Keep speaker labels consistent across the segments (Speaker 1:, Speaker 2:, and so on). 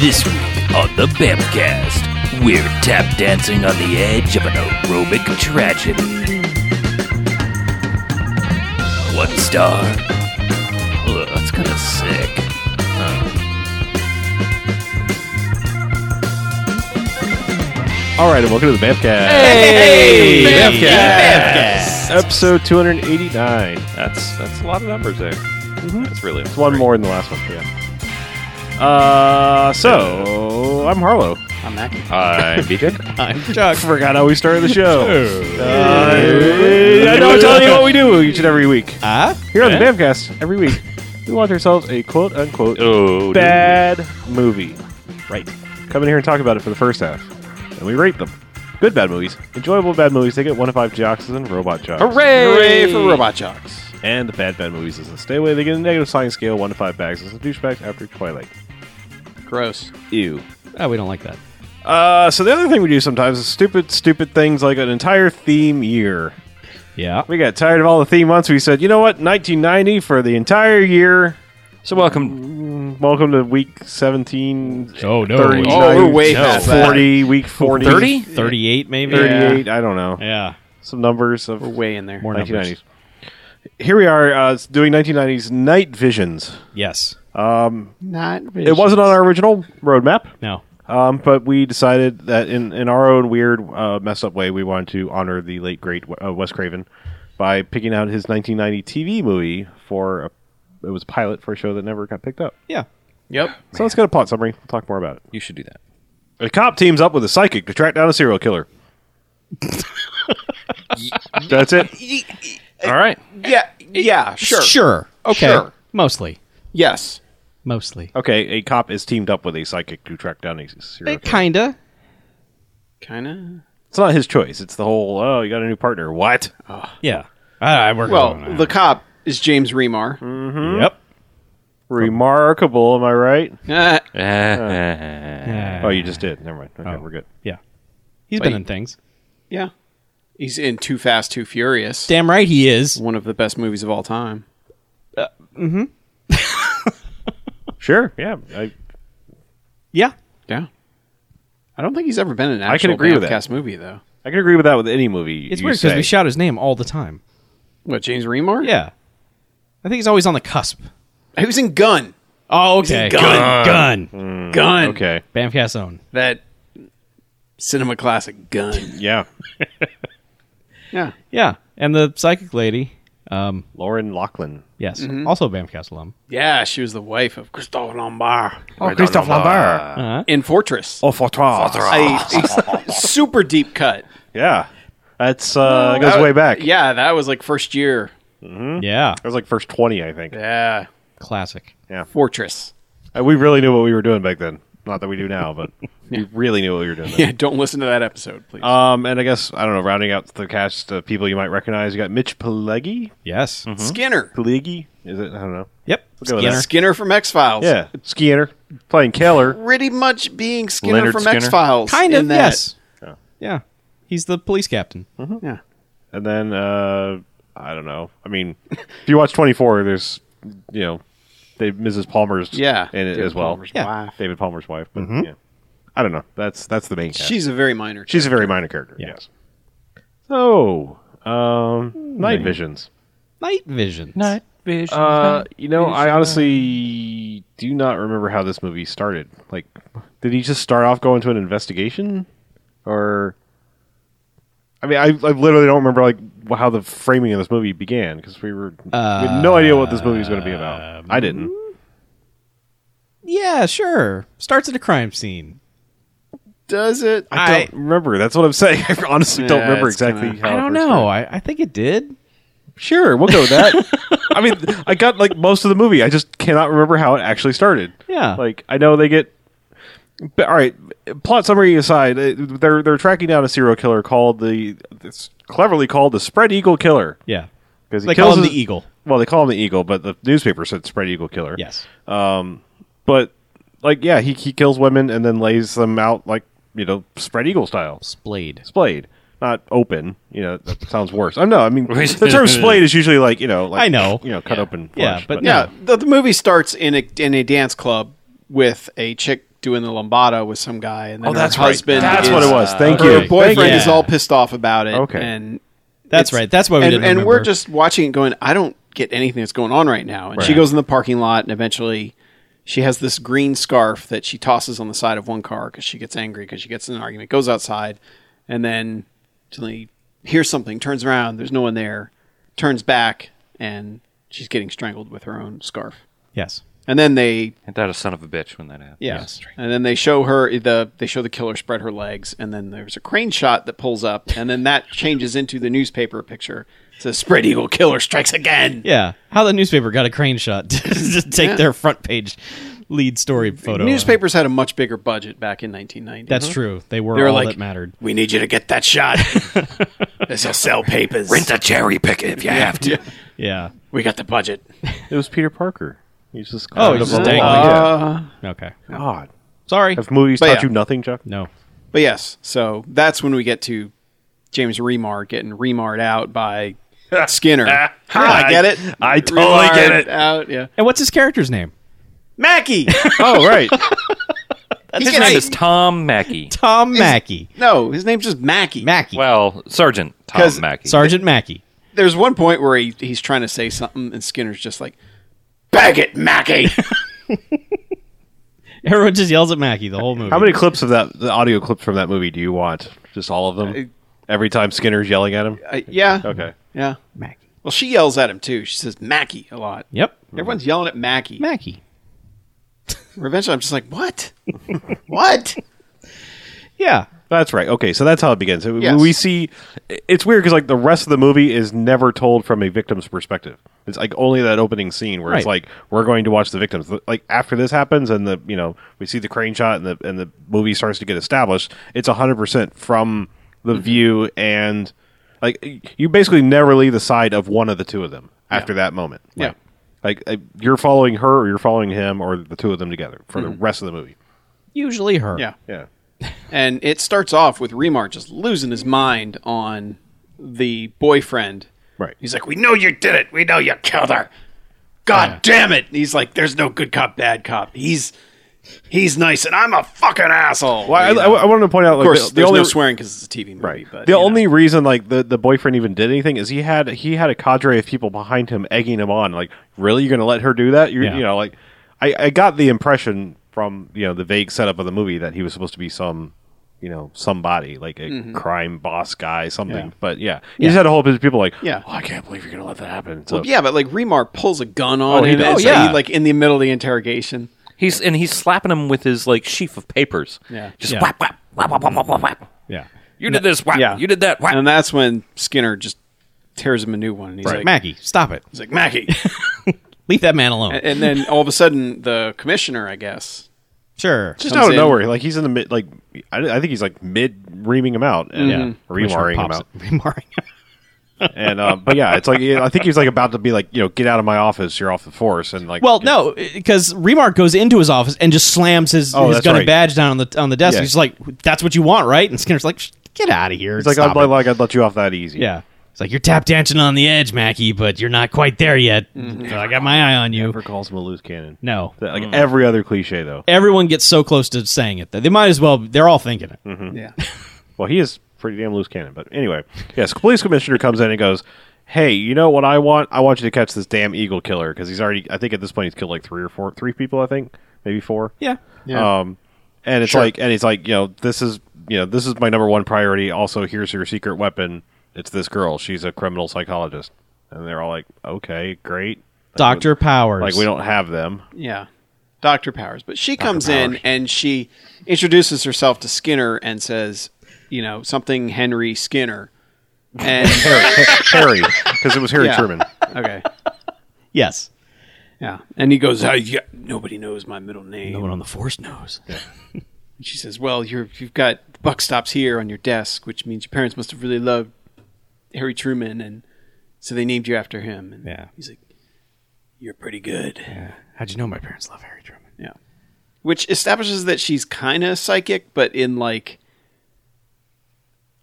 Speaker 1: This week on the Bamcast, we're tap dancing on the edge of an aerobic tragedy. One star? Ugh, that's kind of sick.
Speaker 2: All right, and welcome to the Bamcast.
Speaker 1: Hey,
Speaker 2: Bamcast.
Speaker 1: Bamcast.
Speaker 2: Episode 289.
Speaker 3: That's that's a lot of numbers there. That's really
Speaker 2: It's one more than the last one. Yeah. Uh, so I'm Harlow.
Speaker 4: I'm Mackie.
Speaker 3: I'm BJ.
Speaker 4: I'm Chuck.
Speaker 2: Forgot how we started the show. Uh, I know I'm telling you what we do each and every week
Speaker 4: Ah?
Speaker 2: here on the
Speaker 3: Yeah.
Speaker 2: Bamcast. Every week, we watch ourselves a quote unquote
Speaker 3: oh,
Speaker 2: bad movie. Right. Come in here and talk about it for the first half, and we rate them. Good bad movies, enjoyable bad movies. They get one to five jocks and robot jocks.
Speaker 4: Hooray for Robot Jocks.
Speaker 2: And the bad bad movies is a stay away. They get a negative sign scale, one to five bags as a douchebag after Twilight.
Speaker 4: Gross.
Speaker 2: Ew.
Speaker 4: Oh, we don't like that.
Speaker 2: Uh, so the other thing we do sometimes is stupid, stupid things like an entire theme year.
Speaker 4: Yeah.
Speaker 2: We got tired of all the theme months. We said, you know what, 1990 for the entire year.
Speaker 1: So, welcome.
Speaker 2: Welcome to week 17.
Speaker 5: Oh no,
Speaker 2: 39,
Speaker 4: Oh, we're way past that.
Speaker 2: 40, week 40,
Speaker 1: 30?
Speaker 5: 38 maybe.
Speaker 2: 38. I don't know.
Speaker 5: Yeah,
Speaker 2: Some numbers of
Speaker 4: We're way in there.
Speaker 5: More numbers.
Speaker 2: 1990s. Here we are uh, doing 1990s night visions.
Speaker 5: yes.
Speaker 4: Not
Speaker 2: It wasn't on our original roadmap.
Speaker 5: No.
Speaker 2: Um, but we decided that in, in our own weird, uh, messed up way, we wanted to honor the late great uh, Wes Craven by picking out his 1990 TV movie for a, it was a pilot for a show that never got picked up.
Speaker 5: Yeah.
Speaker 4: Yep.
Speaker 2: So let's get a plot summary. We'll talk more about it.
Speaker 3: You should do that.
Speaker 2: A cop teams up with a psychic to track down a serial killer. That's it.
Speaker 3: All right.
Speaker 4: Yeah. Yeah. Sure.
Speaker 5: Sure. Okay.
Speaker 4: Sure.
Speaker 5: Mostly.
Speaker 4: Yes.
Speaker 5: Mostly.
Speaker 2: Okay, a cop is teamed up with a psychic to track down a serial killer.
Speaker 5: Kinda.
Speaker 4: Kind
Speaker 2: It's not his choice. It's the whole oh, you got a new partner. What?
Speaker 5: Yeah. I, I work.
Speaker 4: of. Well, the cop is James Remar.
Speaker 5: Yep.
Speaker 2: Remarkable, am I right?
Speaker 4: Ah,
Speaker 2: Oh, you just did. Never mind. Okay,
Speaker 5: Oh.
Speaker 2: we're good.
Speaker 5: Yeah. He's
Speaker 4: Wait.
Speaker 5: been in things.
Speaker 4: yeah. He's in Too Fast, Too Furious.
Speaker 5: Damn right he is.
Speaker 4: One of the best movies of all time.
Speaker 2: Sure. Yeah. I,
Speaker 5: Yeah.
Speaker 4: Yeah. I don't think he's ever been in an actual
Speaker 2: I can agree with that.
Speaker 4: Bamcast movie, though.
Speaker 2: I can agree with that with any movie.
Speaker 5: It's
Speaker 2: you
Speaker 5: weird because
Speaker 2: say.
Speaker 5: we shout his name all the time.
Speaker 4: What, James Remar?
Speaker 5: Yeah. I think he's always on the cusp.
Speaker 4: He was in Gun.
Speaker 5: Oh, okay.
Speaker 4: Gun.
Speaker 5: Gun.
Speaker 4: Gun.
Speaker 2: Okay.
Speaker 5: Bamcast own.
Speaker 4: That cinema classic, Gun.
Speaker 2: Yeah.
Speaker 4: yeah.
Speaker 5: Yeah. And the psychic lady. Um.
Speaker 2: Lauren Lachlan.
Speaker 5: Yes. Also Bamcast alum.
Speaker 4: Yeah, she was the wife of Christophe Lombard
Speaker 2: Oh, Christophe Lambert.
Speaker 5: Uh-huh.
Speaker 4: in Fortress.
Speaker 2: Oh, Fortress.
Speaker 4: A, a super deep cut.
Speaker 2: Yeah. That's uh goes
Speaker 4: That-
Speaker 2: way back.
Speaker 4: Yeah, that was like first year.
Speaker 5: Yeah.
Speaker 2: That was like first twenty, I think.
Speaker 4: Yeah,
Speaker 5: Classic.
Speaker 4: Fortress.
Speaker 2: Uh, We really knew what we were doing back then. Not that we do now, but we really knew what we were doing. Then.
Speaker 4: Yeah, don't listen to that episode, please.
Speaker 2: Um, and I guess I don't know. Rounding out the cast, uh, people you might recognize. You got Mitch Pileggi.
Speaker 5: Yes.
Speaker 4: Mm-hmm. Skinner.
Speaker 2: Pileggi is it? I don't know.
Speaker 5: Yep.
Speaker 2: We'll go with that.
Speaker 5: Skinner.
Speaker 4: Skinner from X Files.
Speaker 2: Yeah, Skinner playing Keller.
Speaker 4: Pretty much being Skinner
Speaker 3: Leonard
Speaker 4: from
Speaker 3: Skinner?
Speaker 4: X Files.
Speaker 5: Kind of,
Speaker 4: in that.
Speaker 5: yes. Yeah. He's the police captain.
Speaker 4: Yeah.
Speaker 2: And then uh, I don't know. I mean, if you watch Twenty Four, there's you know, they, Mrs. Palmer's
Speaker 4: Yeah.
Speaker 2: in it
Speaker 4: David
Speaker 2: as well.
Speaker 4: Palmer's
Speaker 5: Yeah.
Speaker 4: wife. Mm-hmm.
Speaker 2: David Palmer's wife, but yeah, I don't know. That's that's the main. Cast.
Speaker 4: She's a very minor.
Speaker 2: she's a very minor character.
Speaker 5: Yeah.
Speaker 2: Yes. So, um,
Speaker 4: Hmm.
Speaker 2: night visions.
Speaker 5: Night visions.
Speaker 1: Night vision.
Speaker 2: Uh, you know, I honestly do not remember how this movie started. Like, did he just start off going to an investigation, or? I mean, I, I literally don't remember like wh- how the framing of this movie began because we were we had no idea what this movie was going to be about. I didn't.
Speaker 5: Yeah, sure. Starts at a crime scene.
Speaker 4: Does it?
Speaker 2: I don't remember. That's what I'm saying. I honestly don't
Speaker 4: Yeah,
Speaker 2: remember
Speaker 4: it's
Speaker 2: exactly
Speaker 4: kinda-
Speaker 2: how.
Speaker 5: I
Speaker 2: it
Speaker 5: don't
Speaker 2: first
Speaker 5: know.
Speaker 2: started.
Speaker 5: I, I think it did.
Speaker 2: Sure, we'll go with that. I mean, I got like most of the movie. I just cannot remember how it actually started.
Speaker 5: Yeah.
Speaker 2: like I know they get. But, all right, plot summary aside, uh, they're they're tracking down a serial killer called the it's cleverly called the Spread Eagle Killer
Speaker 5: Yeah.
Speaker 2: because
Speaker 5: They call him the Eagle.
Speaker 2: Well, they call him the Eagle, but the newspaper said Spread Eagle Killer.
Speaker 5: Yes.
Speaker 2: but like yeah, he he kills women and then lays them out like you know spread eagle style.
Speaker 5: Splayed.
Speaker 2: splayed, not open. You know, that sounds worse. I know. I mean, the term splayed is usually like you know, like
Speaker 5: I know.
Speaker 2: you know, cut open.
Speaker 5: Yeah,
Speaker 2: flesh,
Speaker 5: but
Speaker 4: yeah, the, the movie starts in a in a dance club with a chick doing the lombato with some guy, and then
Speaker 1: Oh,
Speaker 4: her
Speaker 1: that's right.
Speaker 4: husband.
Speaker 2: That's
Speaker 4: is,
Speaker 2: what it was. Thank
Speaker 4: Her
Speaker 2: you.
Speaker 4: boyfriend
Speaker 5: you.
Speaker 4: is all pissed off about it.
Speaker 2: Okay.
Speaker 4: and
Speaker 5: That's
Speaker 4: it's-
Speaker 5: right. That's why we
Speaker 4: and,
Speaker 5: didn't.
Speaker 4: And we're
Speaker 5: remember.
Speaker 4: just watching it, going, I don't get anything that's going on right now. And she
Speaker 2: Right.
Speaker 4: goes in the parking lot, and eventually, she has this green scarf that she tosses on the side of one car because she gets angry because she gets in an argument, goes outside, and then suddenly hears something, turns around, there's no one there, turns back, and she's getting strangled with her own scarf.
Speaker 5: yes.
Speaker 4: And then they
Speaker 3: Ain't that a son of a bitch when that happens?
Speaker 4: yeah. And then they show her the they show the killer spread her legs, and then there's a crane shot that pulls up, and then that changes into the newspaper picture. It says spread eagle killer strikes again.
Speaker 5: Yeah. How the newspaper got a crane shot to just take
Speaker 4: Yeah.
Speaker 5: their front page lead story photo.
Speaker 4: Newspapers had a much bigger budget back in 1990.
Speaker 5: That's true. Mm-hmm. They were
Speaker 4: They were
Speaker 5: all
Speaker 4: like,
Speaker 5: that mattered.
Speaker 4: We need you to get that shot. This'll sell papers.
Speaker 1: Rent a cherry pick if you have to.
Speaker 5: Yeah.
Speaker 4: We got the budget.
Speaker 2: It was Peter Parker. He's just
Speaker 5: Oh,
Speaker 2: kind
Speaker 5: he's
Speaker 2: of a
Speaker 5: just dangling.
Speaker 2: log.
Speaker 5: Okay.
Speaker 2: Yeah. God,
Speaker 5: Sorry.
Speaker 2: have movies
Speaker 4: But
Speaker 2: taught
Speaker 4: yeah.
Speaker 2: you nothing, Chuck?
Speaker 5: No.
Speaker 4: But yes, so that's when we get to James Remar getting remarred out by Skinner. ha, I get it.
Speaker 1: I totally get
Speaker 4: Remarred
Speaker 1: it.
Speaker 4: Out, yeah.
Speaker 5: And what's his character's name?
Speaker 4: Mackie.
Speaker 2: Oh, right.
Speaker 3: His
Speaker 4: getting-
Speaker 3: name is Tom Mackey.
Speaker 5: Tom Mackey.
Speaker 4: no, his name's just Mackie.
Speaker 5: Mackey.
Speaker 3: Well, Sergeant Tom
Speaker 4: 'Cause-
Speaker 3: Mackey.
Speaker 5: Sergeant Mackey.
Speaker 4: There's one point where he, he's trying to say something, and Skinner's just like, "Bag it, Mackie."
Speaker 5: Everyone just yells at Mackey the whole movie.
Speaker 2: How many clips of that, the audio clips from that movie do you want? Just all of them? Every time Skinner's yelling at him?
Speaker 4: Uh, yeah,
Speaker 2: Okay.
Speaker 4: yeah.
Speaker 5: Mackey?
Speaker 4: Well, she yells at him too. She says Mackie a lot.
Speaker 5: Yep.
Speaker 4: Everyone's yelling at Mackie.
Speaker 5: Mackey.
Speaker 4: Or Eventually, I'm just like, "What? what?"
Speaker 5: Yeah.
Speaker 2: That's right. Okay, so that's how it begins. We-
Speaker 4: Yes.
Speaker 2: We see it's weird because like the rest of the movie is never told from a victim's perspective. It's like only that opening scene where it's
Speaker 5: Right.
Speaker 2: like we're going to watch the victims. Like after this happens and the you know we see the crane shot and the and the movie starts to get established. It's hundred percent from the
Speaker 4: Mm-hmm.
Speaker 2: view and like you basically never leave the side of one of the two of them after that moment.
Speaker 4: Yeah.
Speaker 2: Like uh, you're following her, or you're following him, or the two of them together for
Speaker 4: Mm-hmm.
Speaker 2: the rest of the movie.
Speaker 5: Usually her.
Speaker 4: Yeah.
Speaker 2: Yeah,
Speaker 4: And it starts off with Remar just losing his mind on the boyfriend.
Speaker 2: right.
Speaker 4: He's like, "We know you did it. We know you killed her. God damn it!" And he's like, "There's no good cop, bad cop. He's he's nice, and I'm a fucking asshole."
Speaker 2: Well, I,
Speaker 4: You know?
Speaker 2: I, I wanted to point out, like,
Speaker 4: of course,
Speaker 2: the, the
Speaker 4: there's
Speaker 2: only
Speaker 4: no swearing because it's a TV movie.
Speaker 2: Right.
Speaker 4: But
Speaker 2: the
Speaker 4: you
Speaker 2: only
Speaker 4: know.
Speaker 2: reason like the, the boyfriend even did anything is he had he had a cadre of people behind him egging him on. Like, really, you're gonna let her do that? You're,
Speaker 5: Yeah.
Speaker 2: You know, like I, I got the impression from you know the vague setup of the movie that he was supposed to be some you know somebody like a crime boss guy something.
Speaker 5: Yeah.
Speaker 2: But yeah, he just had a whole bunch of people like,
Speaker 4: Yeah.
Speaker 2: "Oh, I can't believe you're gonna let that happen. So
Speaker 4: yeah, but like Remar pulls a gun on
Speaker 2: he
Speaker 4: him.
Speaker 2: does.
Speaker 4: and
Speaker 2: Oh,
Speaker 4: so
Speaker 5: yeah.
Speaker 4: he, like in the middle of the interrogation.
Speaker 3: He's and he's slapping him with his like sheaf of papers.
Speaker 4: Yeah.
Speaker 3: Just
Speaker 5: Yeah.
Speaker 3: whap whap whap whap whap whap whap. whap.
Speaker 5: Yeah.
Speaker 3: You did this. Whap.
Speaker 4: Yeah.
Speaker 3: You did that. Whap.
Speaker 4: And that's when Skinner just tears him a new one. And he's like,
Speaker 5: Mackey, stop it.
Speaker 4: he's like Mackie.
Speaker 5: Leave that man alone.
Speaker 4: and then all of a sudden, the commissioner, I guess,
Speaker 5: sure.
Speaker 2: just
Speaker 4: comes
Speaker 2: out of
Speaker 4: in.
Speaker 2: nowhere, like he's in the mid, like I, I think he's like mid reaming him out and
Speaker 5: Yeah.
Speaker 2: remarring him
Speaker 5: Pops-
Speaker 2: out.
Speaker 5: Remarring him.
Speaker 2: And um, but yeah, it's like yeah, I think he was like about to be like you know get out of my office, you're off the force, and like
Speaker 5: Well, no, because Remark goes into his office and just slams his,
Speaker 2: Oh,
Speaker 5: his
Speaker 2: that's
Speaker 5: gun
Speaker 2: right.
Speaker 5: and badge down on the on the desk.
Speaker 2: Yeah.
Speaker 5: He's like, "That's what you want, right?" And Skinner's like, "Sh- "Get out of here!"
Speaker 2: It's like
Speaker 5: Stop
Speaker 2: I'd,
Speaker 5: it."
Speaker 2: like, like I'd let you off that easy.
Speaker 5: yeah, it's like you're tap dancing on the edge, Mackie, but you're not quite there yet. So I got my eye on you.
Speaker 2: Mm-hmm. Never calls him a loose cannon.
Speaker 5: No,
Speaker 2: That- Like every other cliche though.
Speaker 5: everyone gets so close to saying it that they might as well. They're all thinking it.
Speaker 2: Mm-hmm.
Speaker 4: yeah,
Speaker 2: Well, he is pretty damn loose cannon. But anyway, yes, police commissioner comes in and goes, "Hey, you know what I want? I want you to catch this damn eagle killer because he's already. I think at this point he's killed like three or four, three people. I think maybe four.
Speaker 5: Yeah,
Speaker 4: yeah.
Speaker 2: Um, and it's like, and he's like, you know, this is, you know, this is my number one priority. Also, here's your secret weapon. It's this girl. She's a criminal psychologist. And they're all like, okay, great. Like,
Speaker 5: Doctor Powers.
Speaker 2: Like we don't have them.
Speaker 4: yeah. Doctor Powers, but she comes in and she introduces herself to Skinner and says, you know, something Henry Skinner, and
Speaker 2: Harry, Harry, because it was Harry
Speaker 4: Yeah.
Speaker 2: Truman.
Speaker 4: okay.
Speaker 5: Yes,
Speaker 4: Yeah. And he goes, oh, yeah, nobody knows my middle name.
Speaker 5: no one on the force knows.
Speaker 4: And She says, well, you're, you've got buck stops here on your desk, which means your parents must have really loved Harry Truman. And so they named you after him. And
Speaker 5: Yeah.
Speaker 4: he's like, you're pretty good. Yeah.
Speaker 5: How'd you know my parents love Harry Truman?
Speaker 4: Which establishes that she's kind of psychic, but in like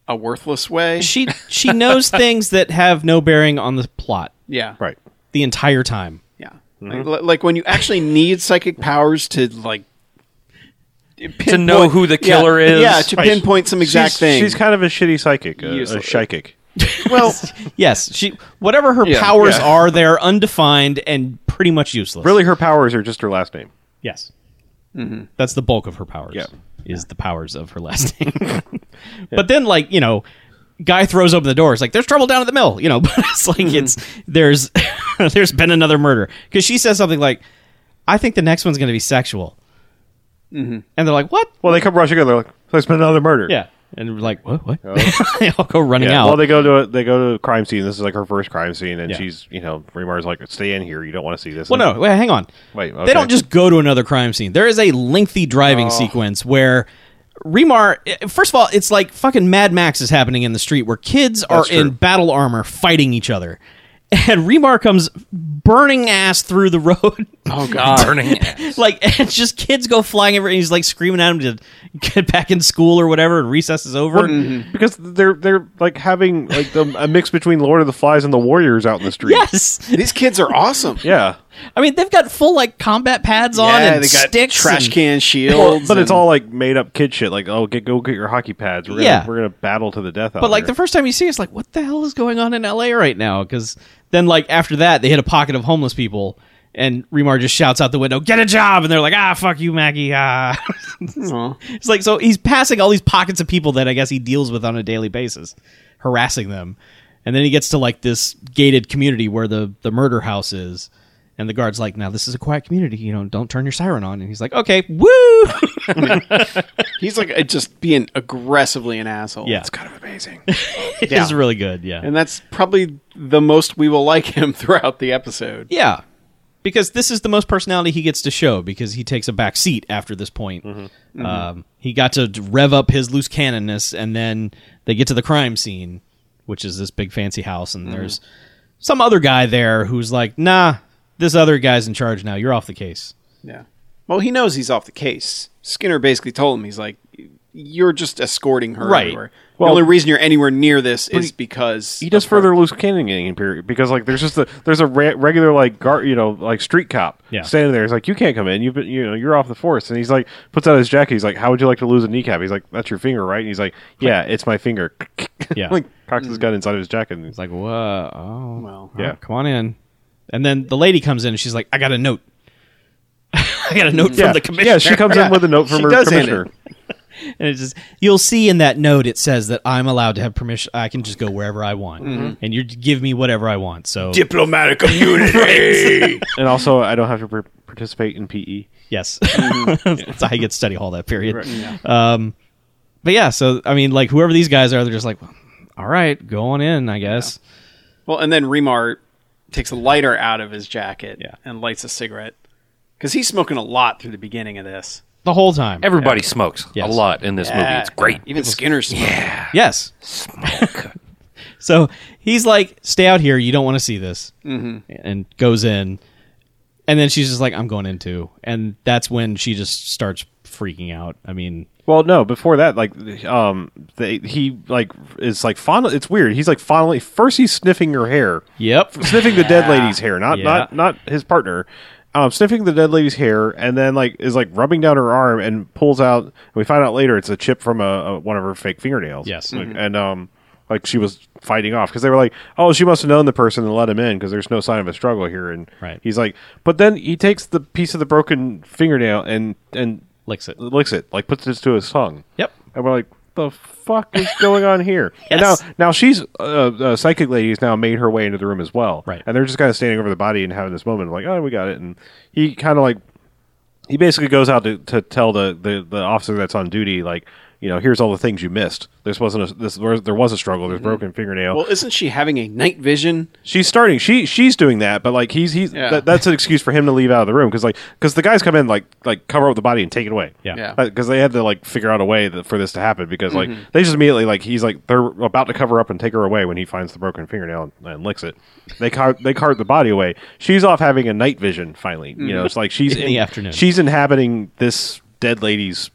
Speaker 4: a worthless way.
Speaker 5: She she knows things that have no bearing on the plot
Speaker 4: yeah.
Speaker 2: Right.
Speaker 5: the entire time.
Speaker 4: Yeah. Like, like when you actually need psychic powers to like
Speaker 3: to know who the killer
Speaker 4: yeah,
Speaker 3: is.
Speaker 4: Yeah, to pinpoint some exact
Speaker 2: she's,
Speaker 4: thing.
Speaker 2: She's kind of a shitty psychic, a, a
Speaker 4: Useless.
Speaker 2: psychic.
Speaker 5: Well, yes, she whatever her
Speaker 4: Yeah,
Speaker 5: powers
Speaker 4: yeah.
Speaker 5: are, they're undefined and pretty much useless.
Speaker 2: Really, her powers are just her last name.
Speaker 5: Yes. That's the bulk of her powers.
Speaker 2: Yeah.
Speaker 5: Is the powers of her last name. But then, like, you know, guy throws open the door. It's like, there's trouble down at the mill, you know, but it's like, it's, there's, there's been another murder. Cause she says something like, I think the next one's going to be sexual. And they're like, what?
Speaker 2: Well, they come rushing in. They're like, "There's been another murder."
Speaker 5: Yeah. And we're like, what? What? they all go running
Speaker 2: Oh. Yeah.
Speaker 5: out.
Speaker 2: Well, they go to a, they go to a crime scene. This is like her first crime scene, and
Speaker 5: Yeah.
Speaker 2: she's you know Remar's like, "Stay in here. You don't want to see this."
Speaker 5: Well,
Speaker 2: And-
Speaker 5: no, wait, hang on.
Speaker 2: Wait,
Speaker 5: They
Speaker 2: okay. Oh.
Speaker 5: don't just go to another crime scene. There is a lengthy driving sequence where Remar. eh, First of all, it's like fucking Mad Max is happening in the street where kids are
Speaker 2: That's true.
Speaker 5: in battle armor fighting each other, and Remar comes burning ass through the road.
Speaker 4: oh god.
Speaker 3: Burning ass.
Speaker 5: Like and it's just kids go flying everywhere, and he's like screaming at him to get back in school or whatever. And recess is over.
Speaker 2: because they're they're like having like the, a mix between Lord of the Flies and the Warriors out in the street.
Speaker 5: Yes,
Speaker 4: These kids are awesome.
Speaker 2: Yeah.
Speaker 5: I mean they've got full like combat pads on
Speaker 4: Yeah,
Speaker 5: and
Speaker 4: they got
Speaker 5: sticks,
Speaker 4: trash
Speaker 5: and-
Speaker 4: can shields.
Speaker 2: But it's
Speaker 4: and-
Speaker 2: all like made up kid shit. Like, oh, get go get your hockey pads. We're gonna,
Speaker 5: Yeah.
Speaker 2: we're gonna battle to the death.
Speaker 5: But like the first time you see, it, it's like, what the hell is going on in LA right now? Because then, like after that, they hit a pocket of homeless people, and Remar just shouts out the window, "Get a job!" And they're like, "Ah, fuck you, Maggie." Ah,
Speaker 4: Aw.
Speaker 5: it's like so he's passing all these pockets of people that I guess he deals with on a daily basis, harassing them, and then he gets to like this gated community where the the murder house is. And the guard's like, now this is a quiet community, you know, don't turn your siren on. And he's like, okay, woo!
Speaker 4: He's like uh, just being aggressively an asshole.
Speaker 5: Yeah.
Speaker 4: It's kind of amazing.
Speaker 5: It is really good, yeah.
Speaker 4: and that's probably the most we will like him throughout the episode.
Speaker 5: Yeah. Because this is the most personality he gets to show because he takes a back seat after this point.
Speaker 2: Mm-hmm.
Speaker 5: Um, he got to rev up his loose cannonness, and then they get to the crime scene, which is this big fancy house,
Speaker 2: Mm-hmm.
Speaker 5: and there's some other guy there who's like, nah, this other guy's in charge now. You're off the case.
Speaker 4: Yeah. Well, he knows he's off the case. Skinner basically told him he's like, "You're just escorting her
Speaker 5: Right.
Speaker 4: everywhere.
Speaker 2: Well-
Speaker 4: the only reason you're anywhere near this is because
Speaker 2: he does further loose cannoning period because like there's just a there's a re- regular like guard you know like street cop
Speaker 5: Yeah.
Speaker 2: standing there. He's like, you can't come in. You've been you know you're off the force. And he's like, puts out his jacket. He's like, how would you like to lose a kneecap? He's like, that's your finger, right? And he's like, yeah, it's my finger.
Speaker 5: Yeah.
Speaker 2: like cocks
Speaker 5: Mm.
Speaker 2: his gun inside of his jacket. And he's
Speaker 5: It's
Speaker 2: like,
Speaker 5: like, whoa, oh, well,
Speaker 2: yeah.
Speaker 5: come on in. And then the lady comes in, and she's like, I got a note. I got a note
Speaker 2: yeah,
Speaker 5: from the commissioner.
Speaker 2: yeah. She comes in with a note from
Speaker 4: She
Speaker 2: her
Speaker 4: does hand
Speaker 2: commissioner.
Speaker 5: and it just you'll see in that note it says that I'm allowed to have permission. I can just go wherever I want, and you give me whatever I want. So
Speaker 4: diplomatic immunity.
Speaker 2: And also, I don't have to par- participate in E. PE.
Speaker 5: yes, that's how you get study hall that period. Um, but yeah, so I mean, like whoever these guys are, they're just like, all right, go on in, I guess.
Speaker 4: well, and then Remar takes a lighter out of his jacket
Speaker 5: Yeah.
Speaker 4: and lights a cigarette because he's smoking a lot through the beginning of this.
Speaker 5: The whole time,
Speaker 3: Everybody smokes
Speaker 5: Yes.
Speaker 3: a lot in this movie.
Speaker 4: Yeah.
Speaker 3: It's great.
Speaker 4: Even Skinner's smoking.
Speaker 5: yes. so he's like, stay out here. You don't want to see this, mm-hmm. and goes in, and then she's just like, I'm going in too, and that's when she just starts freaking out. I mean.
Speaker 2: Well, no, before that, like, um, they, he like is like fondling. It's weird. He's like fondling. First, he's sniffing her hair,
Speaker 5: Yep.
Speaker 2: sniffing the dead lady's hair, not
Speaker 5: Yeah.
Speaker 2: not not his partner. Um, sniffing the dead lady's hair, and then like is like rubbing down her arm and pulls out. And we find out later it's a chip from a, a one of her fake fingernails.
Speaker 5: Yes.
Speaker 2: Like, and um, like she was fighting off because they were like, oh, she must have known the person and let him in because there's no sign of a struggle here. And
Speaker 5: Right.
Speaker 2: he's like, but then he takes the piece of the broken fingernail and and
Speaker 5: Licks it.
Speaker 2: licks it, like puts it to his tongue.
Speaker 5: Yep.
Speaker 2: And we're like, the fuck is going on here? And now,
Speaker 5: Yes.
Speaker 2: now she's uh, uh, psychic lady has now made her way into the room as well.
Speaker 5: Right.
Speaker 2: And they're just kind of standing over the body and having this moment of like, oh, we got it. And he kind of like, he basically goes out to, to tell the, the, the officer that's on duty, like, you know, here's all the things you missed. This wasn't a, this there was a struggle.
Speaker 5: Mm-hmm.
Speaker 2: There's broken fingernail.
Speaker 4: Well, isn't she having a night vision?
Speaker 2: She's starting. She she's doing that, but like he's he's
Speaker 4: Yeah.
Speaker 2: that, that's an excuse for him to leave out of the room because like because the guys come in like like cover up the body and take it away.
Speaker 5: Yeah.
Speaker 4: Yeah. Mm-hmm.
Speaker 2: Because they had to like figure out a way that, for this to happen because like they just immediately like he's like they're about to cover up and take her away when he finds the broken fingernail and, and licks it. They cart they cart the body away. She's off having a night vision finally. You
Speaker 4: Mm-hmm.
Speaker 2: know, it's like she's
Speaker 5: In the afternoon.
Speaker 2: She's inhabiting this dead lady's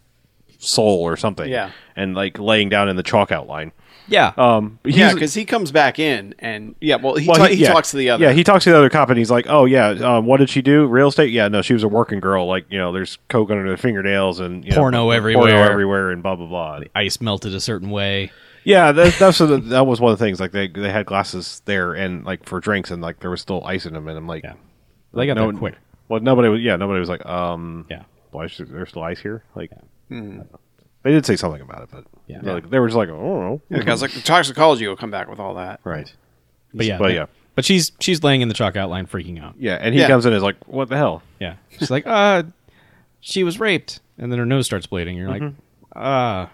Speaker 2: soul or something.
Speaker 4: Yeah.
Speaker 2: And like laying down in the chalk outline.
Speaker 5: Yeah.
Speaker 2: Um, but
Speaker 4: Yeah,
Speaker 2: he's-
Speaker 4: because he comes back in and yeah, well, he,
Speaker 2: well,
Speaker 4: ta- he,
Speaker 2: yeah.
Speaker 4: talks to the other.
Speaker 2: Yeah, he talks to the other cop, and he's like, "Oh yeah, um, what did she do? Real estate? Yeah, no, she was a working girl. Like you know, there's coke under her fingernails and you know,
Speaker 5: Porno everywhere.
Speaker 2: porno everywhere, and blah blah blah."
Speaker 5: Ice melted a certain way.
Speaker 2: Yeah, that, that's the- that was one of the things. Like they they had glasses there and like for drinks, and like there was still ice in them, and I'm like,
Speaker 5: They got
Speaker 2: no,
Speaker 5: that quick.
Speaker 2: Well, nobody was. Yeah, nobody was like, um,
Speaker 5: Yeah.
Speaker 2: why is there still ice here? Like,
Speaker 4: Hmm.
Speaker 2: they did say something about it, but
Speaker 5: Yeah.
Speaker 2: yeah, like, they were just like, oh,
Speaker 4: Yeah, the guy's like the toxicology will come back with all that.
Speaker 2: right,
Speaker 5: But yeah.
Speaker 2: But yeah.
Speaker 5: But she's she's laying in the chalk outline freaking out.
Speaker 2: yeah, and he
Speaker 4: Yeah.
Speaker 2: comes in and is like, what the hell?
Speaker 5: Yeah. She's like, uh, she was raped. And then her nose starts bleeding. You're like, uh,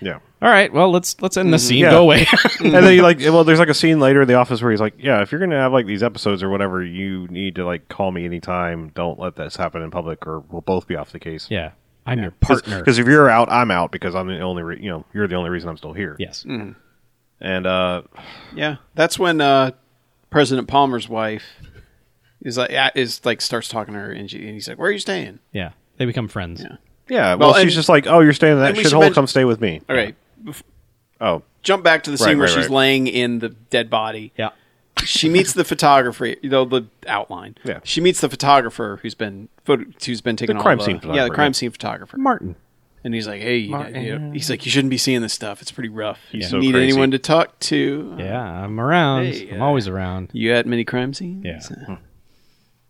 Speaker 2: Yeah.
Speaker 5: all right, well, let's let's end the scene.
Speaker 2: Yeah.
Speaker 5: Go away.
Speaker 2: and then you like well there's like a scene later in the office where he's like yeah if you're gonna have like these episodes or whatever you need to like call me anytime don't let this happen in public or we'll both be off the case
Speaker 5: yeah. I'm your partner.
Speaker 2: because if you're out i'm out because i'm the only re- you know you're the only reason i'm still here
Speaker 5: yes.
Speaker 2: and uh
Speaker 4: Yeah, that's when uh, President Palmer's wife is like yeah, is like starts talking to her, and, she, and he's like, "Where are you staying?"
Speaker 5: Yeah. They become friends. Yeah.
Speaker 2: yeah well,
Speaker 4: Well, and-
Speaker 2: she's just like oh you're staying in that
Speaker 4: and we should
Speaker 2: shithole
Speaker 4: mention-
Speaker 2: come stay with me
Speaker 4: All right,
Speaker 2: oh
Speaker 4: jump back to the scene
Speaker 2: Right,
Speaker 4: where
Speaker 2: right,
Speaker 4: she's
Speaker 2: right.
Speaker 4: laying in the dead body. she meets the photographer, you know, the outline.
Speaker 2: Yeah.
Speaker 4: she meets the photographer who's been photo, who's been taking
Speaker 2: The
Speaker 4: all
Speaker 2: crime scene
Speaker 4: Yeah, the
Speaker 2: photographer, yeah.
Speaker 4: crime scene photographer.
Speaker 5: Martin.
Speaker 4: And he's like, "Hey, you know, you know," he's like, you shouldn't be seeing this stuff. It's pretty rough. You
Speaker 2: so
Speaker 4: need
Speaker 2: crazy.
Speaker 4: anyone to talk to.
Speaker 5: Yeah, I'm around.
Speaker 4: Hey,
Speaker 5: I'm
Speaker 4: uh,
Speaker 5: always around.
Speaker 4: You at many crime scenes?
Speaker 5: Yeah. Hmm.
Speaker 4: Uh,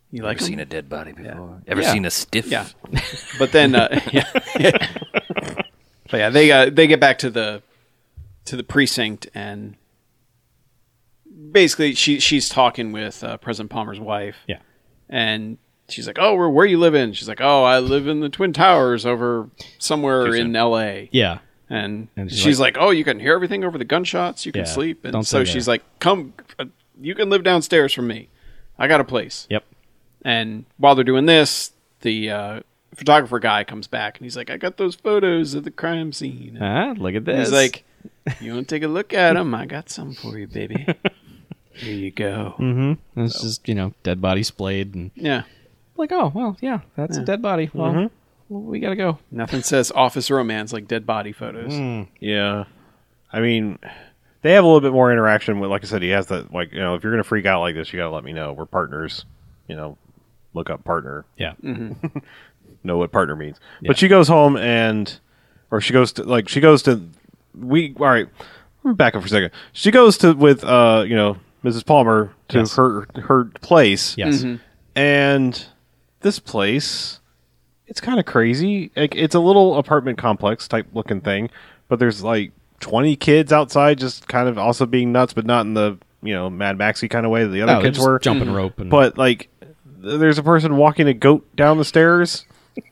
Speaker 4: You like
Speaker 1: Ever
Speaker 4: 'em?
Speaker 1: seen a dead body before? Ever seen a stiff?
Speaker 4: Yeah. But then, uh, yeah, but yeah, they uh, they get back to the to the precinct and basically she she's talking with uh, President Palmer's wife.
Speaker 5: Yeah.
Speaker 4: and she's like, "Oh, where where you live in?" She's like, "Oh, I live in the Twin Towers over somewhere in L.A."
Speaker 5: Yeah.
Speaker 4: and,
Speaker 5: And she's
Speaker 4: she's, like, "Oh, you can hear everything over the gunshots. You can
Speaker 5: Yeah,
Speaker 4: sleep." And
Speaker 5: don't
Speaker 4: so
Speaker 5: say
Speaker 4: she's
Speaker 5: that.
Speaker 4: like, "Come, uh, you can live downstairs from me. I got a place."
Speaker 5: Yep.
Speaker 4: And while they're doing this, the uh, photographer guy comes back and he's like, "I got those photos of the crime scene." And
Speaker 5: Ah, look at this.
Speaker 4: he's like, "You want to take a look at them? I got some for you, baby. Here you go."
Speaker 5: Mm-hmm. And it's just you know dead body splayed and
Speaker 4: Yeah.
Speaker 5: like oh well yeah Mm-hmm. that's a dead body. Well, well, we gotta go.
Speaker 4: Nothing says office romance like dead body photos.
Speaker 5: Mm.
Speaker 2: yeah i mean they have a little bit more interaction with like i said he has that like you know if you're gonna freak out like this you gotta let me know we're partners you know look up partner
Speaker 5: Yeah.
Speaker 2: know what partner means. But she goes home and, or she goes to like she goes to we all right. Let me back up for a second. She goes to with uh you know Mrs. Palmer to
Speaker 5: Yes.
Speaker 2: her her place.
Speaker 5: Yes.
Speaker 2: and this place it's kind of crazy. Like it's a little apartment complex type looking thing, but there's like 20 kids outside just kind of also being nuts, but not in the you know Mad Maxy kind of way that the other
Speaker 5: No,
Speaker 2: kids
Speaker 5: Oh, just
Speaker 2: were
Speaker 5: jumping rope
Speaker 3: Hmm.
Speaker 5: and
Speaker 2: but like th- there's a person walking a goat down the stairs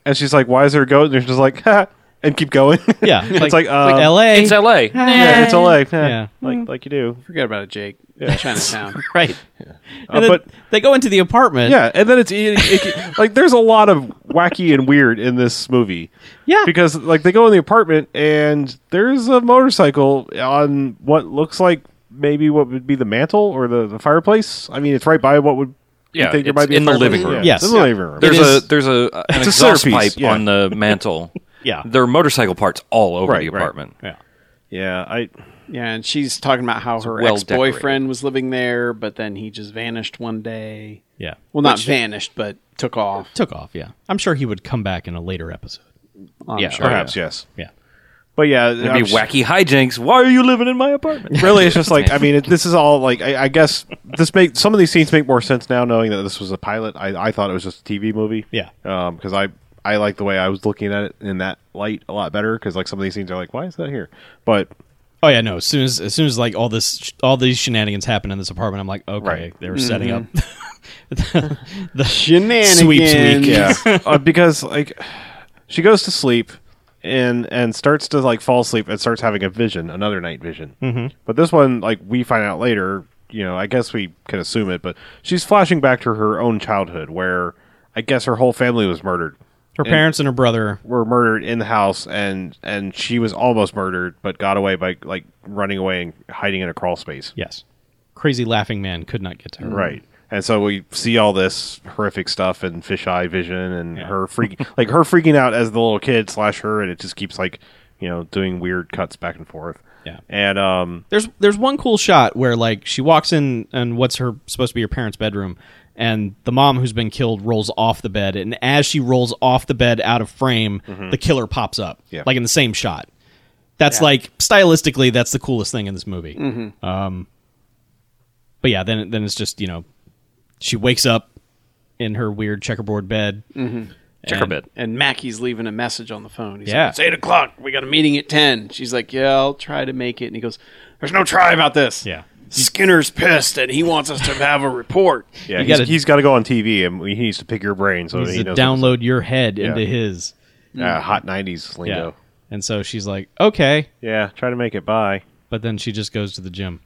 Speaker 2: and she's like why is there a goat and they're just like ha, and keep going
Speaker 5: yeah.
Speaker 2: it's like, uh,
Speaker 5: L.A.
Speaker 3: It's L.A.
Speaker 2: yeah it's LA yeah
Speaker 5: Yeah.
Speaker 2: like like you do
Speaker 4: Forget about it, Jake. Chinatown.
Speaker 5: right.
Speaker 2: Uh,
Speaker 5: And then
Speaker 2: but
Speaker 5: they go into the apartment.
Speaker 2: yeah and then it's it, it- like there's a lot of wacky and weird in this movie
Speaker 5: Yeah.
Speaker 2: because like they go in the apartment and there's a motorcycle on what looks like maybe what would be the mantle or the, the fireplace i mean it's right by what would you
Speaker 3: Yeah,
Speaker 2: think there
Speaker 3: it's
Speaker 2: might be a
Speaker 3: in the
Speaker 2: fireplace?
Speaker 3: living room.
Speaker 2: Yeah,
Speaker 5: Yes.
Speaker 2: in the living room
Speaker 3: There's
Speaker 5: It
Speaker 3: a
Speaker 5: is-
Speaker 3: there's a an
Speaker 2: It's a
Speaker 3: exhaust
Speaker 2: centerpiece,
Speaker 3: pipe
Speaker 2: yeah.
Speaker 3: on the mantle.
Speaker 5: Yeah.
Speaker 3: there are motorcycle parts all over
Speaker 2: Right,
Speaker 3: the
Speaker 2: right.
Speaker 3: apartment.
Speaker 5: Yeah.
Speaker 2: yeah
Speaker 3: Oh,
Speaker 2: i
Speaker 4: Yeah, and she's talking about how her
Speaker 3: well
Speaker 4: ex boyfriend was living there, but then he just vanished one day.
Speaker 5: Yeah.
Speaker 4: Well, not vanished, but took off.
Speaker 5: Took off. Yeah. I'm sure he would come back in a later episode.
Speaker 4: I'm
Speaker 3: Yeah,
Speaker 4: sure.
Speaker 2: perhaps yes
Speaker 5: Yeah.
Speaker 2: But yeah,
Speaker 3: It'd be wacky hijinks. Why are you living in my apartment?
Speaker 2: Really, it's just like I mean, it, this is all like I, I guess this make some of these scenes make more sense now knowing that this was a pilot. I, I thought it was just a TV movie.
Speaker 5: Yeah.
Speaker 2: because I I like the way I was looking at it in that light a lot better because like some of these scenes are like, why is that here? But
Speaker 5: Oh yeah, no. As soon as as soon as like all this sh- all these shenanigans happen in this apartment, I'm like, okay,
Speaker 2: Right. Mm-hmm.
Speaker 5: they were setting up the, the
Speaker 4: Shenanigans.
Speaker 5: sweeps week.
Speaker 2: yeah, uh, because like she goes to sleep and and starts to like fall asleep and starts having a vision, another night vision. Mm-hmm. But this one, like we find out later, you know, I guess we can assume it, but she's flashing back to her own childhood where I guess her whole family was murdered.
Speaker 5: Her parents and her brother.
Speaker 2: were murdered in the house and and she was almost murdered but got away by like running away and hiding in a crawl space
Speaker 5: Yes. Crazy laughing man could not get to her.
Speaker 2: right and so we see all this horrific stuff and fisheye vision and her freak like her freaking out as the little kid slash her and it just keeps like you know, doing weird cuts back and forth.
Speaker 5: Yeah.
Speaker 2: And um,
Speaker 5: There's there's one cool shot where like she walks in and what's her supposed to be her parents' bedroom, and the mom who's been killed rolls off the bed, and as she rolls off the bed out of frame, the killer pops up,
Speaker 2: Mm-hmm. Yeah.
Speaker 5: like in the same shot. That's like stylistically, that's the coolest thing in this movie. Um,
Speaker 2: Mm-hmm.
Speaker 5: but yeah, then then it's just you know, she wakes up in her weird checkerboard bed.
Speaker 2: Mm.
Speaker 3: Check her bed.
Speaker 4: And Mackey's leaving a message on the phone. He's
Speaker 5: Yeah.
Speaker 4: like, It's eight o'clock. We got a meeting at ten. She's like, Yeah, I'll try to make it. And he goes, There's no try about this.
Speaker 5: Yeah.
Speaker 4: Skinner's pissed and he wants us to have a report.
Speaker 2: yeah,
Speaker 5: You
Speaker 2: he's-
Speaker 5: gotta-
Speaker 2: he's got to go on TV, and he needs to pick your brain so that
Speaker 5: He's
Speaker 2: he
Speaker 5: to
Speaker 2: knows.
Speaker 5: download your head
Speaker 2: Yeah.
Speaker 5: into his.
Speaker 2: uh, hot '90s
Speaker 5: Yeah.
Speaker 2: lingo.
Speaker 5: And so she's like, okay,
Speaker 2: Yeah. try to make it by.
Speaker 5: but then she just goes to the gym.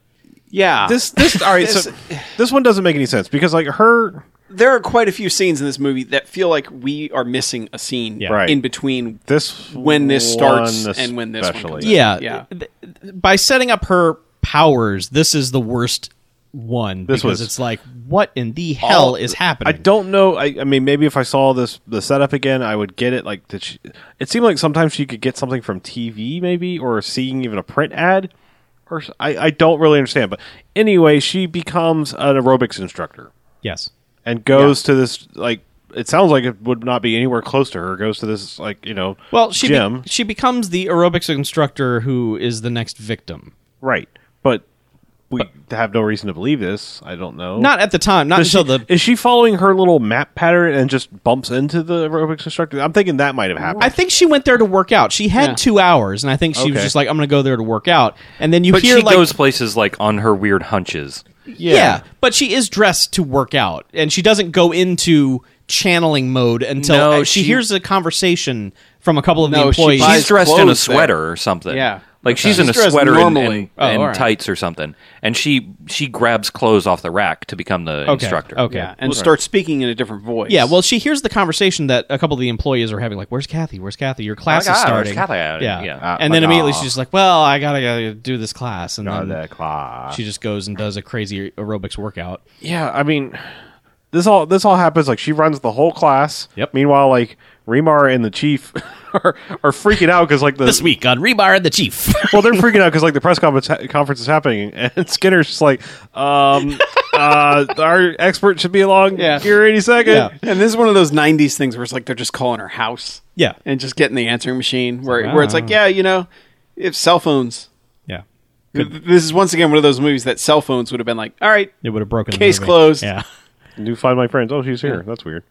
Speaker 4: Yeah.
Speaker 2: This, this, all right. so this one doesn't make any sense because like her,
Speaker 4: there are quite a few scenes in this movie that feel like we are missing a scene
Speaker 2: Right.
Speaker 4: in between
Speaker 2: this
Speaker 4: when this starts
Speaker 2: one
Speaker 4: and when this one
Speaker 2: especially.
Speaker 4: comes out.
Speaker 5: Yeah.
Speaker 4: Yeah.
Speaker 5: Th- th- By setting up her powers, this is the worst one
Speaker 2: This
Speaker 5: because
Speaker 2: was-
Speaker 5: it's like, what in the hell is
Speaker 2: I
Speaker 5: happening?
Speaker 2: don't know. I, I mean, maybe if I saw this the setup again, I would get it. Like, did she, it seemed like sometimes she could get something from TV, maybe, or seeing even a print ad, or s- I, I don't really understand. But anyway, she becomes an aerobics instructor
Speaker 5: yes.
Speaker 2: and goes to this like. It sounds like it would not be anywhere close to her. Goes to this like you know,
Speaker 5: Well, she be-
Speaker 2: gym,
Speaker 5: she becomes the aerobics instructor who is the next victim.
Speaker 2: right? But we have no reason to believe this. I don't know.
Speaker 5: Not at the time, not
Speaker 2: Does she-
Speaker 5: until the
Speaker 2: is she following her little map pattern and just bumps into the aerobics instructor? I'm thinking that might have happened.
Speaker 5: I think she went there to work out. She had
Speaker 4: Yeah.
Speaker 5: 2 hours and I think she was
Speaker 2: Okay.
Speaker 5: just like I'm going to go there to work out. And then you
Speaker 3: But
Speaker 5: hear
Speaker 3: she
Speaker 5: like
Speaker 3: goes places like on her weird hunches.
Speaker 5: Yeah. but she is dressed to work out, and she doesn't go into channeling mode until
Speaker 3: No,
Speaker 5: uh, she,
Speaker 3: she-
Speaker 5: hears a conversation from a couple of the
Speaker 4: No, she
Speaker 5: employees.
Speaker 4: buys-
Speaker 3: She's dressed in a
Speaker 4: clothes there.
Speaker 3: sweater or something.
Speaker 4: Yeah.
Speaker 3: Like she's in a
Speaker 4: She's dressed
Speaker 3: sweater and,
Speaker 4: normally.
Speaker 3: and-
Speaker 5: Oh,
Speaker 3: and
Speaker 5: all right.
Speaker 3: tights or something, and she she grabs clothes off the rack to become the
Speaker 5: okay,
Speaker 3: instructor.
Speaker 5: Okay.
Speaker 4: Yeah,
Speaker 5: Yeah.
Speaker 4: and start speaking in a different voice.
Speaker 5: well, she hears the conversation that a couple of the employees are having, like, "Where's Kathy? Where's Kathy? Your class
Speaker 3: Oh my
Speaker 5: is
Speaker 3: God, where's
Speaker 5: starting."
Speaker 3: Kathy?
Speaker 5: Yeah,
Speaker 3: Yeah.
Speaker 2: Uh,
Speaker 5: and then
Speaker 2: my
Speaker 5: immediately
Speaker 2: God.
Speaker 5: she's just like, "Well, I gotta, gotta do this class," and
Speaker 2: Uh,
Speaker 5: then
Speaker 2: that clock.
Speaker 5: she just goes and does a crazy aerobics workout.
Speaker 2: yeah, I mean, this all this all happens like she runs the whole class.
Speaker 5: Yep.
Speaker 2: Meanwhile, like Remar and the chief are, are freaking out because like the
Speaker 5: This week on Rebar and the Chief.
Speaker 2: well they're freaking out because like the press conference conference is happening and Skinner's just like, um, uh, our expert should be along
Speaker 4: Yeah.
Speaker 2: here any second.
Speaker 5: Yeah.
Speaker 4: And this is one of those '90s things where it's like they're just calling her house.
Speaker 5: Yeah.
Speaker 4: and just getting the answering machine where where it's like, yeah, you know, if cell phones.
Speaker 5: yeah,
Speaker 4: Th- This is once again one of those movies that cell phones would have been like, all right,
Speaker 5: it would have broken the
Speaker 4: Case
Speaker 5: movie.
Speaker 4: closed.
Speaker 5: Yeah.
Speaker 2: Do find my friends. Oh, she's here. That's weird.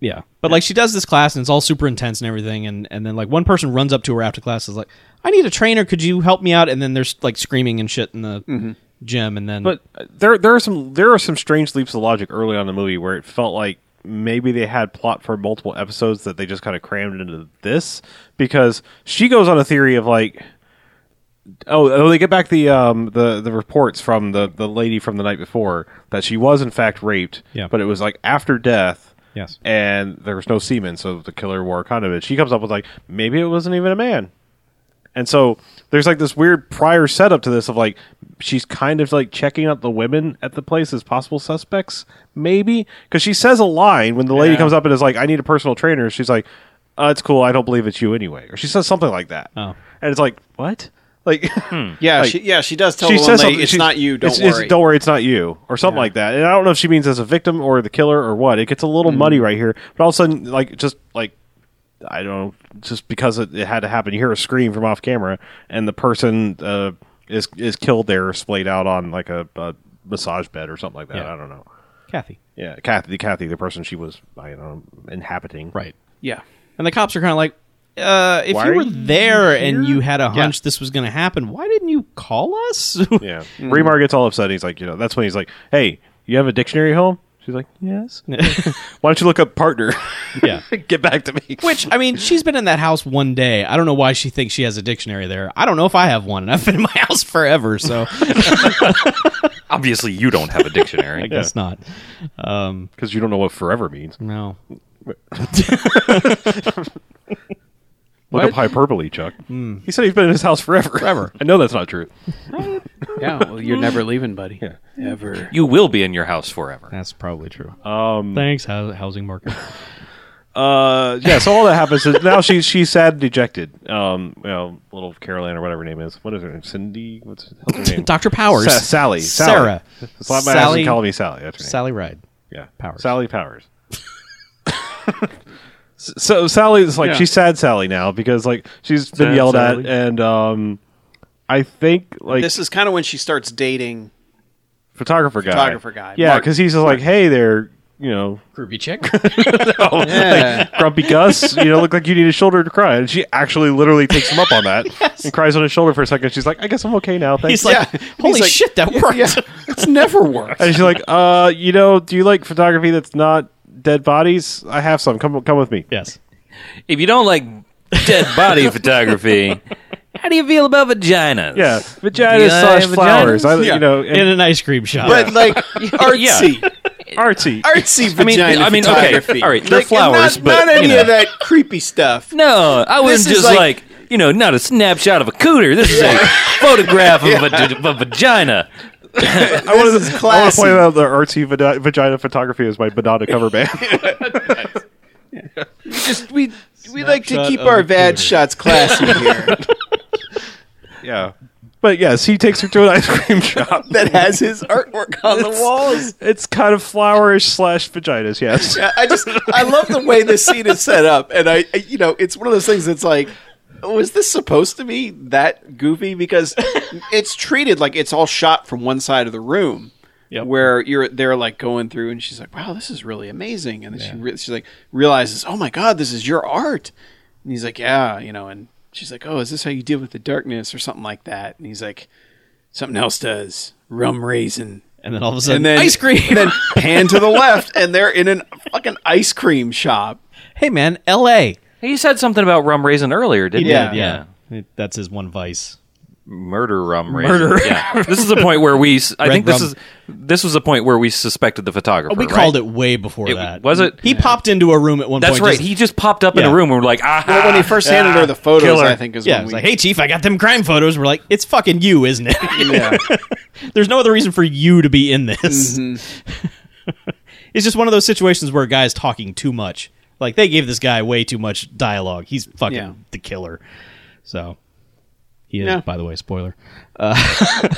Speaker 5: Yeah. But like she does this class and it's all super intense and everything and and then like one person runs up to her after class is like, "I need a trainer, could you help me out?" and then there's like screaming and shit in the
Speaker 3: Mm-hmm.
Speaker 5: gym and then
Speaker 2: But uh, there there are some there are some strange leaps of logic early on in the movie where it felt like maybe they had plot for multiple episodes that they just kind of crammed into this because she goes on a theory of like oh, oh they get back the um the the reports from the the lady from the night before that she was in fact raped
Speaker 5: Yeah.
Speaker 2: but it was like after death
Speaker 5: Yes.
Speaker 2: and there was no semen so the killer wore a condom and she comes up with like maybe it wasn't even a man and so there's like this weird prior setup to this of like she's kind of like checking out the women at the place as possible suspects, maybe because she says a line when the lady comes up and is like, "I need a personal trainer." She's like, uh, "It's cool, I don't believe it's you anyway," or she says something like that.
Speaker 5: Oh. Hmm.
Speaker 2: and it's like what? Like
Speaker 4: yeah,
Speaker 2: Like,
Speaker 4: she, yeah, she does tell
Speaker 2: she
Speaker 4: the one
Speaker 2: says
Speaker 4: lady,
Speaker 2: something.
Speaker 4: it's
Speaker 2: she's-
Speaker 4: not you, don't
Speaker 2: it's-
Speaker 4: worry.
Speaker 2: it's- don't worry, it's not you, or something like that. And I don't know if she means as a victim or the killer or what. It gets a little muddy
Speaker 4: Mm.
Speaker 2: right here. But all of a sudden, like just like I don't know, just because it, it had to happen. You hear a scream from off camera, and the person uh, is is killed there, splayed out on like a, a massage bed or something like that.
Speaker 5: Yeah.
Speaker 2: I don't know.
Speaker 5: Kathy.
Speaker 2: Yeah, Kathy, Kathy, the person she was, I don't know, inhabiting.
Speaker 5: Right.
Speaker 4: yeah,
Speaker 5: And the cops are kind of like, uh, if
Speaker 2: Why
Speaker 5: you
Speaker 2: are
Speaker 5: were
Speaker 2: you
Speaker 5: there and you had a hunch this was going to happen, why didn't you call us?
Speaker 2: Yeah.
Speaker 4: Mm.
Speaker 2: Remar gets all upset. He's like, you know, that's when he's like, hey, you have a dictionary home? She's like, yes. Why don't you look up partner?
Speaker 5: Yeah.
Speaker 2: Get back to me.
Speaker 5: Which I mean, she's been in that house one day. I don't know why she thinks she has a dictionary there. I don't know if I have one, and I've been in my house forever, so I
Speaker 3: Obviously, you don't have a dictionary.
Speaker 5: guess not. Um,
Speaker 2: Because you don't know what forever means.
Speaker 5: no,
Speaker 2: Look up hyperbole, Chuck.
Speaker 5: Hmm.
Speaker 2: He said he's been in his house forever. Forever. I know that's not true.
Speaker 4: yeah. Well, you're never leaving, buddy. Ever.
Speaker 3: You will be in your house forever.
Speaker 2: Um,
Speaker 5: that's probably true. Thanks, hou- housing market.
Speaker 2: Uh, yeah. So all that happens is now she's she's sad, and dejected. Um, you know, little Caroline or whatever her name is. What is her name? Cindy. What's what's her name?
Speaker 5: Dr. Powers.
Speaker 2: Sa- Sally.
Speaker 5: Sarah.
Speaker 2: Sally. It's a lot my
Speaker 5: Sally-
Speaker 2: Sally. Call me Sally. That's her name.
Speaker 5: Sally Ride.
Speaker 2: Yeah.
Speaker 5: Powers.
Speaker 2: Sally Powers. S- so Sally's like
Speaker 4: Yeah.
Speaker 2: she's sad Sally now because like she's been
Speaker 3: Sad
Speaker 2: yelled
Speaker 3: Sally.
Speaker 2: at and um I think like
Speaker 4: This is kind of when she starts dating.
Speaker 2: photographer guy.
Speaker 4: Photographer guy.
Speaker 2: Yeah,
Speaker 4: Mark.
Speaker 2: because he's just like, hey there, you know,
Speaker 5: Groovy chick.
Speaker 4: Yeah.
Speaker 2: grumpy Gus, you know, look like you need a shoulder to cry. And she actually literally takes him up on that and cries on his shoulder for a second. She's like, I guess I'm okay now. Thanks.
Speaker 5: He's like,
Speaker 4: Yeah.
Speaker 5: holy
Speaker 4: He's like,
Speaker 5: shit, that worked.
Speaker 4: it's never worked.
Speaker 2: and she's like, uh, you know, do you like photography that's not dead bodies? I have some. Come come with me.
Speaker 5: Yes.
Speaker 3: If you don't like dead body photography, how do you feel about vaginas?
Speaker 2: Yeah. Vaginas
Speaker 3: Yeah,
Speaker 2: slash
Speaker 3: vaginas.
Speaker 2: flowers. I,
Speaker 4: Yeah.
Speaker 2: You know, and
Speaker 5: In an ice cream shop.
Speaker 4: But like
Speaker 3: Yeah.
Speaker 4: artsy,
Speaker 2: artsy.
Speaker 4: artsy
Speaker 3: I mean,
Speaker 4: vagina
Speaker 3: I mean,
Speaker 4: photography.
Speaker 3: okay, all right, they're
Speaker 4: and not-
Speaker 3: flowers,
Speaker 4: not,
Speaker 3: but, you
Speaker 4: any
Speaker 3: know.
Speaker 4: of that creepy stuff.
Speaker 3: No, I
Speaker 4: This
Speaker 3: was
Speaker 4: is
Speaker 3: just
Speaker 4: like-
Speaker 3: like, you know, not a snapshot of a cooter. This is a photograph of a, of a vagina.
Speaker 4: I wanted this is
Speaker 2: I want to
Speaker 4: classy.
Speaker 2: point out the artsy vada- vagina photography is my banana cover band.
Speaker 4: Just we we like to
Speaker 5: Snapshot
Speaker 4: keep
Speaker 5: of
Speaker 4: our
Speaker 5: the
Speaker 4: bad
Speaker 5: cooter.
Speaker 4: shots classy here.
Speaker 2: yeah. But yes, he takes her to an ice cream shop.
Speaker 4: that has his artwork on the walls.
Speaker 2: It's kind of flowerish slash vaginas, yes.
Speaker 4: Yeah, I just I love the way this scene is set up, and I, I- you know it's one of those things that's like, was this supposed to be that goofy? Because it's treated like it's all shot from one side of the room, where you're they're like going through, and she's like, "Wow, this is really amazing," and then she re- she's like realizes, "Oh my god, this is your art," and he's like, "Yeah," you know, and she's like, "Oh, is this how you deal with the darkness or something like that?" And he's like, "Something else does rum raisin."
Speaker 5: and then all of a sudden,
Speaker 4: and then
Speaker 5: ice cream.
Speaker 4: and then pan to the left, and they're in an fucking ice cream shop.
Speaker 5: hey, man, L.A.
Speaker 3: He said something about rum raisin earlier, didn't he?
Speaker 4: Yeah.
Speaker 5: Yeah. That's his one vice.
Speaker 3: Murder rum raisin. Murder. Yeah. This is the point where we. I
Speaker 5: Red
Speaker 3: think this
Speaker 5: rum.
Speaker 3: is this was the point where we suspected the photographer.
Speaker 5: Oh, we
Speaker 3: right?
Speaker 5: called it way before
Speaker 3: It-
Speaker 5: that.
Speaker 3: was it?
Speaker 5: He popped into a room at one
Speaker 3: That's
Speaker 5: point.
Speaker 3: right.
Speaker 5: just-
Speaker 3: he just popped up in
Speaker 5: Yeah.
Speaker 3: a room and we're like, ah.
Speaker 4: But when he first handed her the photos,
Speaker 2: killer.
Speaker 4: I think is
Speaker 5: yeah,
Speaker 4: when
Speaker 5: it's
Speaker 4: we
Speaker 5: like, hey, chief, I got them crime photos. We're like, it's fucking you, isn't it?
Speaker 4: yeah.
Speaker 5: There's no other reason for you to be in this. it's just one of those situations where a guy's talking too much. Like they gave this guy way too much dialogue. He's fucking
Speaker 4: Yeah.
Speaker 5: the killer. So he is,
Speaker 4: Yeah.
Speaker 5: by the way, spoiler.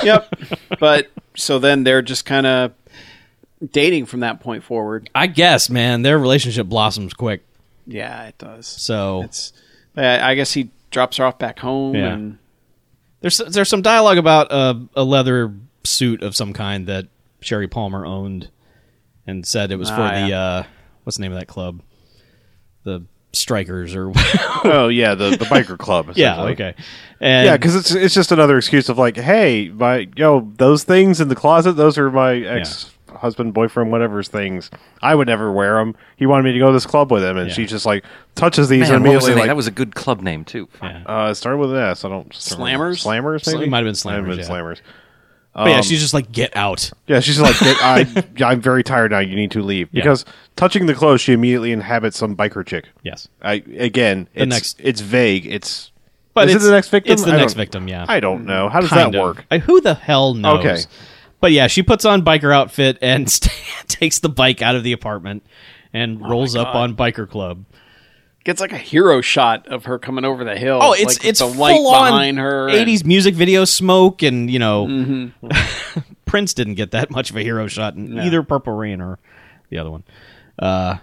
Speaker 4: yep. But so then they're just kind of dating from that point forward.
Speaker 5: I guess, man, their relationship blossoms quick.
Speaker 4: Yeah, it does.
Speaker 5: So
Speaker 4: It's I I guess he drops her off back home,
Speaker 5: Yeah.
Speaker 4: and
Speaker 5: there's there's some dialogue about a, a leather suit of some kind that Sherry Palmer owned, and said it was for
Speaker 4: Ah,
Speaker 5: the
Speaker 4: yeah.
Speaker 5: uh, what's the name of that club, the Strikers or
Speaker 2: oh, yeah, the, the biker club.
Speaker 5: yeah,
Speaker 2: essentially.
Speaker 5: okay, and
Speaker 2: Yeah, because it's it's just another excuse of like, hey, my yo, those things in the closet, those are my ex husband, boyfriend, whatever's things. I would never wear them. He wanted me to go to this club with him, and she just like touches these
Speaker 3: Man,
Speaker 2: and
Speaker 3: what was the
Speaker 2: immediately
Speaker 3: name?
Speaker 2: like
Speaker 3: that was a good club name too.
Speaker 2: uh, started with an S. I don't remember.
Speaker 4: Slammers?
Speaker 2: slammers. Maybe
Speaker 5: It might have been
Speaker 2: Might
Speaker 5: Slammers,
Speaker 2: have
Speaker 5: yeah.
Speaker 2: been slammers.
Speaker 5: but
Speaker 2: um,
Speaker 5: yeah, she's just like get out.
Speaker 2: Yeah, she's like, I, I'm very tired now. You need to leave because touching the clothes, she immediately inhabits some biker chick.
Speaker 5: Yes,
Speaker 2: I again, it's,
Speaker 5: next-
Speaker 2: it's vague. It's
Speaker 5: But
Speaker 2: is
Speaker 5: it's-
Speaker 2: it the next victim?
Speaker 5: it's the
Speaker 2: I
Speaker 5: next
Speaker 2: don't-
Speaker 5: victim, yeah.
Speaker 2: I don't know. How does that
Speaker 5: Kind of.
Speaker 2: work?
Speaker 5: I- who the hell knows?
Speaker 2: Okay.
Speaker 5: but yeah, she puts on biker outfit and takes the bike out of the apartment and
Speaker 2: Oh
Speaker 5: rolls up on biker club.
Speaker 4: gets like a hero shot of her coming over the hill.
Speaker 5: Oh, it's
Speaker 4: like, with
Speaker 5: it's
Speaker 4: the
Speaker 5: full
Speaker 4: light
Speaker 5: on
Speaker 4: behind her. and-
Speaker 5: Eighties music video smoke, and you know,
Speaker 2: Mm-hmm.
Speaker 5: Prince didn't get that much of a hero shot in either Purple Rain or the other one. Uh,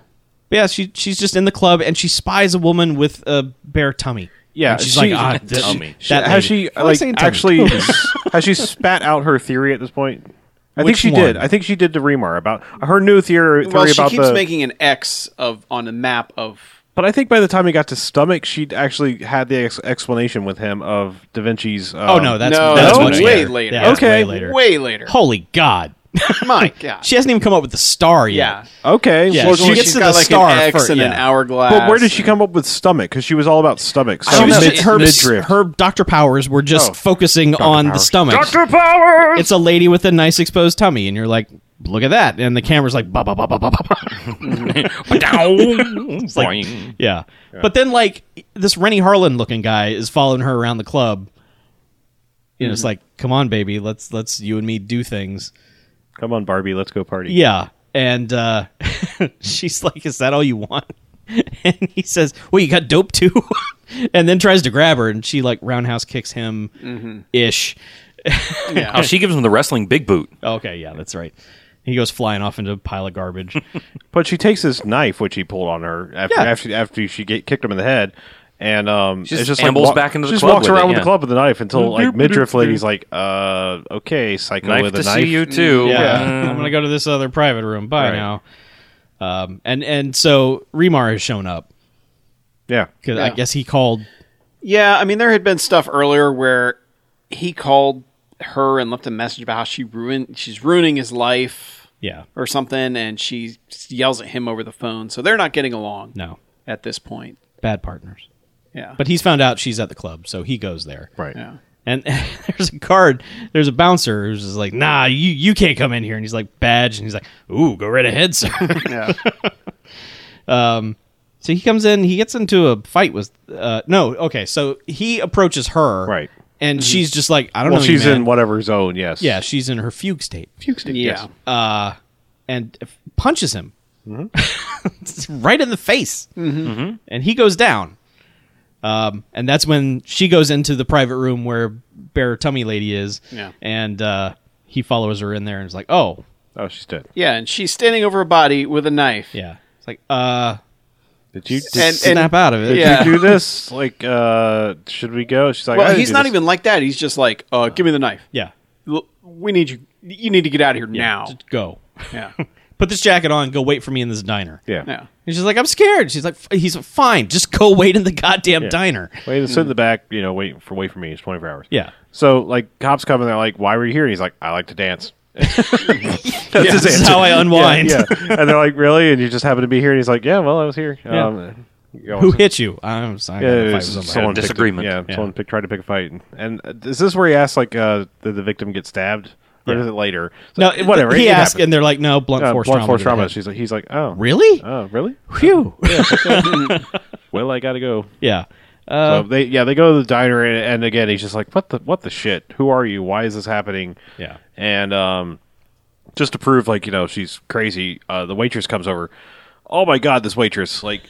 Speaker 5: but yeah, she she's just in the club and she spies a woman with a bare tummy.
Speaker 2: Yeah,
Speaker 5: And she's
Speaker 2: she-
Speaker 5: like, ah,
Speaker 2: she-
Speaker 5: this,
Speaker 3: tummy.
Speaker 5: that lady."
Speaker 2: has she
Speaker 5: I like
Speaker 2: like
Speaker 5: saying tummy.
Speaker 2: actually has she spat out her theory at this point? I
Speaker 5: Which
Speaker 2: think she
Speaker 5: one?
Speaker 2: did. I think she did to Remar about her new theory, theory
Speaker 4: well, she
Speaker 2: about
Speaker 4: keeps
Speaker 2: the.
Speaker 4: making an X of on the map of
Speaker 2: but I think by the time he got to stomach, she would actually had the ex- explanation with him of Da Vinci's. Um,
Speaker 5: Oh no, that's
Speaker 4: No,
Speaker 5: that's
Speaker 2: that's
Speaker 5: much
Speaker 2: way
Speaker 4: later.
Speaker 5: Yeah, that's
Speaker 2: Okay.
Speaker 5: way later.
Speaker 4: way later.
Speaker 5: Holy God,
Speaker 4: My God.
Speaker 5: she hasn't even come up with the star yet.
Speaker 4: yeah.
Speaker 2: okay.
Speaker 5: Yeah,
Speaker 2: well,
Speaker 5: she
Speaker 2: she
Speaker 5: gets
Speaker 4: she's
Speaker 5: to
Speaker 4: got
Speaker 5: the
Speaker 4: like
Speaker 5: star
Speaker 4: an X
Speaker 5: first,
Speaker 4: and an
Speaker 5: yeah.
Speaker 4: hourglass.
Speaker 2: but where did she come up with stomach? Because she was all about stomach. So
Speaker 5: She was
Speaker 2: Oh, mid-
Speaker 5: just, her
Speaker 2: midriff.
Speaker 5: her Dr. Powers were just
Speaker 2: Oh.
Speaker 5: focusing on the
Speaker 2: Powers.
Speaker 5: stomach. Dr. Powers. It's a lady with a nice exposed tummy and you're like, "Look at that." And the camera's like, "Ba ba ba ba ba ba."
Speaker 3: it's like,
Speaker 5: Yeah. But then like this Rennie Harlan looking guy is following her around the club. You know, it's like, "Come on, baby, let's let's you and me do things."
Speaker 2: Come on, Barbie, let's go party.
Speaker 5: Yeah. And uh she's like, "Is that all you want?" and he says, "Well, you got dope too," and then tries to grab her, and she like roundhouse kicks him ish.
Speaker 3: Oh, she gives him the wrestling big boot.
Speaker 5: Okay, yeah, that's right. He goes flying off into a pile of garbage.
Speaker 2: But she takes this knife, which he pulled on her after
Speaker 5: Yeah.
Speaker 2: after, after she get, kicked him in the head, and um,
Speaker 3: She just
Speaker 2: it's just
Speaker 3: ambles
Speaker 2: like, wa-
Speaker 3: back into the
Speaker 2: she just
Speaker 3: club
Speaker 2: walks
Speaker 3: with
Speaker 2: around
Speaker 3: it,
Speaker 2: with
Speaker 3: yeah.
Speaker 2: the club with the knife until like
Speaker 3: Doop, doop,
Speaker 2: midriff
Speaker 3: doop.
Speaker 2: lady's like, uh, okay, psycho
Speaker 3: Knife
Speaker 2: with
Speaker 3: to
Speaker 2: a knife.
Speaker 3: see you too.
Speaker 5: yeah,
Speaker 3: Uh,
Speaker 5: I'm gonna go to this other private room. Bye
Speaker 2: Right.
Speaker 5: now. Um, and and so Remar has shown up
Speaker 2: Yeah,
Speaker 5: because I
Speaker 4: Yeah.
Speaker 5: guess he called.
Speaker 4: Yeah, I mean, there had been stuff earlier where he called her and left a message about how she ruined, she's ruining his life
Speaker 5: Yeah,
Speaker 4: or something, and she yells at him over the phone. So they're not getting along
Speaker 5: no,
Speaker 4: at this point.
Speaker 5: bad partners.
Speaker 4: Yeah,
Speaker 5: But he's found out she's at the club, so he goes there.
Speaker 2: right.
Speaker 4: yeah,
Speaker 5: And there's a guard, there's a bouncer who's just like, "Nah, you you can't come in here." And he's like, "Badge," and he's like, "Ooh, go right ahead, sir." Um,
Speaker 4: yeah.
Speaker 5: So he comes in, he gets into a fight with uh no, okay, so he approaches her.
Speaker 2: Right. Mm-hmm.
Speaker 5: And she's just like, I don't
Speaker 2: Well,
Speaker 5: know.
Speaker 2: she's
Speaker 5: you, man."
Speaker 2: in whatever zone. Yes.
Speaker 5: Yeah, she's in her fugue state.
Speaker 4: yeah.
Speaker 5: Uh and f- punches him. It's right in the face. Mm-hmm. And he goes down. Um and that's when she goes into the private room where bare tummy lady is.
Speaker 4: Yeah.
Speaker 5: And uh he follows her in there and is like, "Oh,
Speaker 2: Oh, she's dead.
Speaker 4: Yeah, and she's standing over a body with a knife.
Speaker 5: yeah." It's like, "Uh,
Speaker 2: Did you? Did,
Speaker 4: And-
Speaker 5: snap out of it."
Speaker 4: yeah.
Speaker 2: you do this? Like, uh, should we go? She's like, I
Speaker 4: Well,
Speaker 2: didn't
Speaker 4: he's
Speaker 2: do
Speaker 4: not
Speaker 2: this.
Speaker 4: even like that. He's just like, uh, "Give me the knife.
Speaker 5: Yeah.
Speaker 4: L- We need you. You need to get out of here now."
Speaker 5: Just go.
Speaker 4: Yeah,
Speaker 5: Put this jacket on, go wait for me in this diner.
Speaker 2: Yeah.
Speaker 4: yeah.
Speaker 5: And she's like, I'm scared. She's like, "F- he's fine. Just go wait in the goddamn diner.
Speaker 2: Wait, sit in the back. You know, wait for wait for me. It's twenty four hours.
Speaker 5: Hmm. Yeah.
Speaker 2: So like, cops come and they're like, "Why were you here?" And he's like, "I like to dance."
Speaker 5: That's this is how I unwind.
Speaker 2: Yeah. and they're like, "Really?" And you just happened to be here. And he's like, "Yeah, well, I was here."
Speaker 5: Yeah.
Speaker 2: Um, you
Speaker 5: Who
Speaker 2: always-
Speaker 5: hit you? I'm sorry.
Speaker 2: Yeah,
Speaker 5: I gotta
Speaker 2: it
Speaker 5: fight
Speaker 2: was
Speaker 5: with somebody.
Speaker 2: someone
Speaker 3: Yeah,
Speaker 2: picked-
Speaker 3: disagreement.
Speaker 2: yeah,
Speaker 5: Yeah.
Speaker 2: someone picked, tried to pick a fight, and, and uh, is this where he asks like, uh, "Did the victim get stabbed?" Or
Speaker 5: Yeah.
Speaker 2: is it later?
Speaker 5: No,
Speaker 2: So, whatever.
Speaker 5: He
Speaker 2: it
Speaker 5: asked,
Speaker 2: happened.
Speaker 5: and they're like, no, blunt
Speaker 2: Uh,
Speaker 5: force
Speaker 2: blunt
Speaker 5: trauma.
Speaker 2: force
Speaker 5: to the
Speaker 2: trauma.
Speaker 5: head.
Speaker 2: She's like, he's like, "Oh,
Speaker 5: Really?
Speaker 2: Oh, really?
Speaker 5: Phew.
Speaker 2: Well, I gotta go."
Speaker 5: yeah. Uh,
Speaker 2: So they yeah they go to the diner and, and again he's just like what the what the shit who are you why is this happening
Speaker 5: Yeah.
Speaker 2: and um just to prove like you know she's crazy uh, the waitress comes over oh my god this waitress like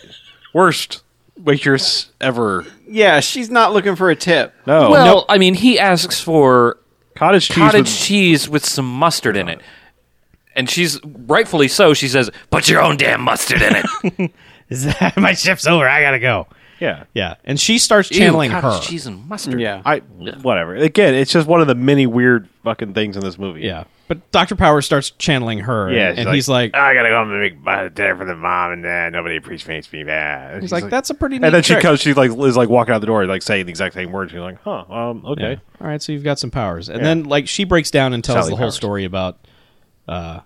Speaker 2: worst waitress ever
Speaker 4: Yeah, she's not looking for a tip.
Speaker 2: Oh, no
Speaker 3: well, I mean, he asks for
Speaker 2: cottage cheese
Speaker 3: cottage
Speaker 2: with-
Speaker 3: cheese with some mustard in it. And she's rightfully so. She says, "Put your own damn mustard in it."
Speaker 5: Is that, my shift's over. I gotta go.
Speaker 2: yeah
Speaker 5: Yeah. And she starts
Speaker 3: Ew,
Speaker 5: channeling her.
Speaker 3: cottage cheese and mustard.
Speaker 4: Yeah,
Speaker 2: I whatever again it's just one of the many weird fucking things in this movie
Speaker 5: Yeah. But Dr. Power starts channeling her.
Speaker 2: yeah
Speaker 5: And,
Speaker 2: she's ah,
Speaker 5: he's like,
Speaker 2: I gotta go home and make my dinner for the mom and uh, nobody appreciates me that
Speaker 5: he's like, that's a pretty neat
Speaker 2: and then she
Speaker 5: trick.
Speaker 2: comes. She like is like walking out the door, like saying the exact same words. She's like, "Huh, um, okay."
Speaker 5: All right, so you've got some powers. And then like she breaks down and tells
Speaker 2: Sally
Speaker 5: the whole
Speaker 2: powers.
Speaker 5: story about, uh,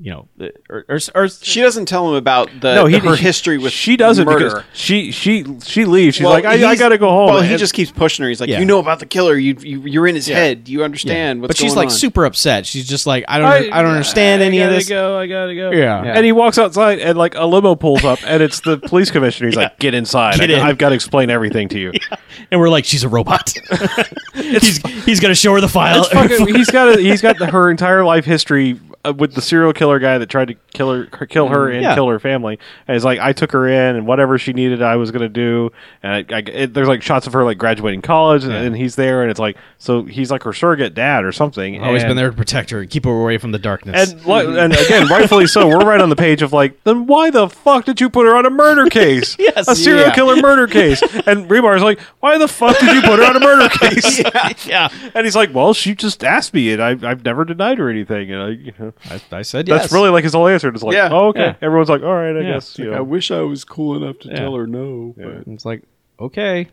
Speaker 5: you know, the- or, or, or
Speaker 4: she doesn't tell him about the
Speaker 2: No, he
Speaker 4: Uh, her
Speaker 2: she-
Speaker 4: history with
Speaker 2: she doesn't
Speaker 4: murder.
Speaker 2: because she she she leaves. She's
Speaker 4: Well,
Speaker 2: like, I, I
Speaker 4: he's-
Speaker 2: gotta go home.
Speaker 4: Well, he
Speaker 2: And-
Speaker 4: just keeps pushing her. He's like,
Speaker 5: Yeah.
Speaker 4: "You know about the killer. You, you you're in his head. You understand what's
Speaker 5: but she's
Speaker 4: going
Speaker 5: like
Speaker 4: on."
Speaker 5: super upset. She's just like, I don't, I, don't understand any
Speaker 2: I
Speaker 5: of
Speaker 2: gotta
Speaker 5: this.
Speaker 2: Go, I gotta go.
Speaker 5: Yeah.
Speaker 2: And he walks outside, and like a limo pulls up, and it's the police commissioner. He's like, "Get inside.
Speaker 5: Get
Speaker 2: I,
Speaker 5: in."
Speaker 2: have got to explain everything to you."
Speaker 5: And we're like, she's a robot. he's he's gonna show her the file.
Speaker 2: It's fucking- he's got a, he's got the, her entire life history uh, with the serial killer guy that tried to kill her, kill her and
Speaker 5: Yeah.
Speaker 2: kill her family. And it's like I took her in, and whatever she needed, I was gonna do. And I, I, it, there's like shots of her like graduating college, and, and he's there, and it's like so he's like her surrogate dad or something.
Speaker 5: Always
Speaker 2: and-
Speaker 5: been there to protect her, keep her away from the darkness.
Speaker 2: And, li- and again, rightfully so, we're right on the page of like, then why the fuck did you put her on a murder case?
Speaker 5: Yes.
Speaker 2: a serial
Speaker 4: Yeah.
Speaker 2: killer murder case. And Rebar's like, why the fuck did you put her on a murder case?
Speaker 5: yeah,
Speaker 2: And he's like, well, she just asked me, and I, I've never denied her anything. And I, you know,
Speaker 5: I, I said yes.
Speaker 2: that's really like his whole answer. It's like,
Speaker 4: Yeah.
Speaker 2: oh, okay.
Speaker 5: Yeah.
Speaker 2: Everyone's like, all right, I
Speaker 5: Yeah.
Speaker 2: guess. You know.
Speaker 4: wish I was cool enough to
Speaker 5: tell
Speaker 4: her no.
Speaker 5: And It's like okay,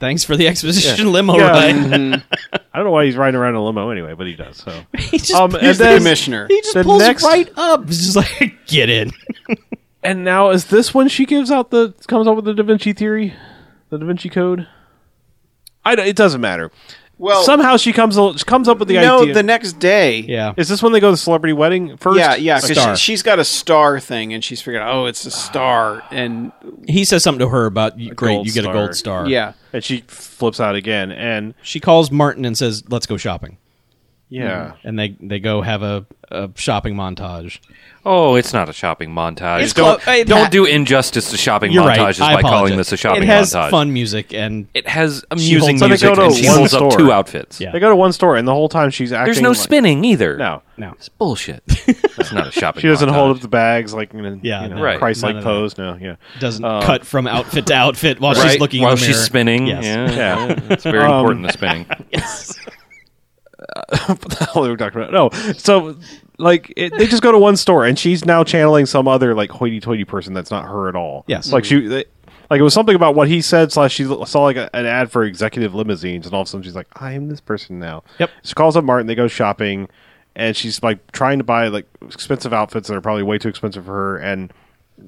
Speaker 5: thanks for the exposition limo
Speaker 2: Yeah. Mm-hmm.
Speaker 5: ride.
Speaker 2: I don't know why he's riding around in a limo anyway, but he does. So
Speaker 5: he just,
Speaker 2: Um,
Speaker 5: he's
Speaker 2: and
Speaker 5: the
Speaker 2: then-
Speaker 4: commissioner.
Speaker 5: He just
Speaker 2: the
Speaker 5: pulls
Speaker 2: next-
Speaker 5: right up. It's just like get in.
Speaker 2: And now is this when she gives out the comes up with the Da Vinci theory, the Da Vinci Code? Oh. I don't- it doesn't matter.
Speaker 4: Well,
Speaker 2: Somehow she comes comes up with the
Speaker 4: no,
Speaker 2: idea.
Speaker 4: the next day.
Speaker 5: Yeah,
Speaker 2: Is this when they go to the celebrity wedding first? Ah.
Speaker 4: Yeah, yeah,
Speaker 5: Star.
Speaker 4: because she, has got a star thing, and she's figured, out, oh, it's a star, and
Speaker 5: he says something to her about you- great.
Speaker 2: gold
Speaker 5: You get a
Speaker 2: star.
Speaker 5: gold star.
Speaker 4: yeah,
Speaker 2: And she flips out again. And
Speaker 5: she calls Martin and says, "Let's go shopping."
Speaker 2: Yeah.
Speaker 5: and they they go have a, a shopping montage.
Speaker 3: Oh, it's not a shopping montage.
Speaker 5: It's
Speaker 3: don't
Speaker 5: clo- hey,
Speaker 3: don't
Speaker 5: Pat-
Speaker 3: do injustice to shopping
Speaker 5: You're right.
Speaker 3: montages
Speaker 5: I
Speaker 3: by calling
Speaker 5: apologize.
Speaker 3: this a shopping
Speaker 5: It has
Speaker 3: montage.
Speaker 5: fun music and
Speaker 3: It has
Speaker 5: holds-
Speaker 3: amusing
Speaker 5: So
Speaker 2: they
Speaker 3: music,
Speaker 2: go to
Speaker 3: and she
Speaker 2: one
Speaker 3: holds up
Speaker 2: store.
Speaker 3: two outfits.
Speaker 5: Yeah.
Speaker 2: They go to one store, and the whole time she's acting.
Speaker 3: There's no
Speaker 2: like-
Speaker 3: spinning either.
Speaker 2: No,
Speaker 5: no.
Speaker 3: It's bullshit. it's not a shopping
Speaker 2: she doesn't
Speaker 3: montage.
Speaker 2: hold up the bags like in a
Speaker 5: Yeah,
Speaker 2: you know,
Speaker 5: no.
Speaker 3: Right.
Speaker 5: None
Speaker 2: Christ-like
Speaker 5: of
Speaker 2: pose. No, yeah,
Speaker 5: doesn't
Speaker 2: Uh,
Speaker 5: cut from outfit to outfit while
Speaker 3: Right?
Speaker 5: she's looking
Speaker 3: While
Speaker 5: in the mirror.
Speaker 3: she's spinning.
Speaker 5: Yes.
Speaker 3: Yeah.
Speaker 2: yeah.
Speaker 3: It's very
Speaker 2: Um,
Speaker 3: important, the spinning.
Speaker 2: What the hell are we talking about? No, so like it, they just go to one store, and she's now channeling some other like hoity-toity person that's not her at all.
Speaker 5: Yes.
Speaker 2: like she, they, like it was something about what he said. Slash, she l- saw like a, an ad for executive limousines, and all of a sudden she's like, "I am this person now."
Speaker 5: Yep.
Speaker 2: She calls up Martin. They go shopping, and she's like trying to buy like expensive outfits that are probably way too expensive for her, and.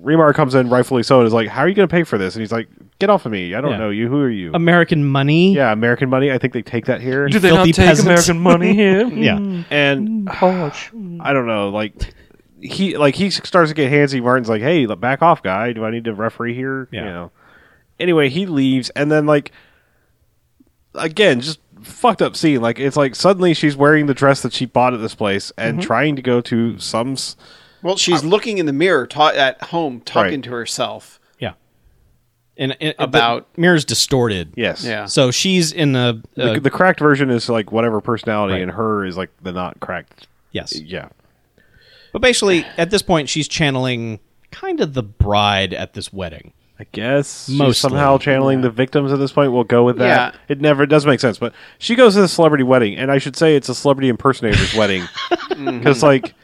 Speaker 2: Remar comes in, rightfully so, and is like, "How are you going to pay for this?" And he's like, "Get off of me! I don't
Speaker 5: Yeah.
Speaker 2: know you. Who are you?"
Speaker 5: American money.
Speaker 2: yeah, American money. I think they take that here.
Speaker 3: do they not
Speaker 5: filthy
Speaker 3: take
Speaker 5: peasant.
Speaker 3: American money here?
Speaker 5: yeah.
Speaker 2: and
Speaker 5: Mm,
Speaker 2: I don't know, like he like he starts to get handsy. Martin's like, "Hey, l- back off, guy. Do I need to referee here?"
Speaker 5: Yeah.
Speaker 2: You know. Anyway, he leaves, and then like again, just fucked up scene. Like it's like suddenly she's wearing the dress that she bought at this place and
Speaker 5: Mm-hmm.
Speaker 2: trying to go to some. s-
Speaker 4: Well, she's looking in the mirror ta- at home, talking
Speaker 2: Right.
Speaker 4: to herself.
Speaker 5: Yeah. And, and
Speaker 4: About-
Speaker 5: the mirror's distorted.
Speaker 2: Yes.
Speaker 4: Yeah.
Speaker 5: So she's in a
Speaker 2: The,
Speaker 5: uh,
Speaker 2: the cracked version is like whatever personality,
Speaker 5: Right.
Speaker 2: and her is like the not cracked.
Speaker 5: yes.
Speaker 2: Yeah.
Speaker 5: But basically, at this point, she's channeling kind of the bride at this wedding.
Speaker 2: I guess she's
Speaker 5: Mostly.
Speaker 2: somehow channeling the victims at this point. We'll go with that.
Speaker 4: Yeah.
Speaker 2: It never it does make sense, but she goes to the celebrity wedding, and I should say it's a celebrity impersonator's wedding because like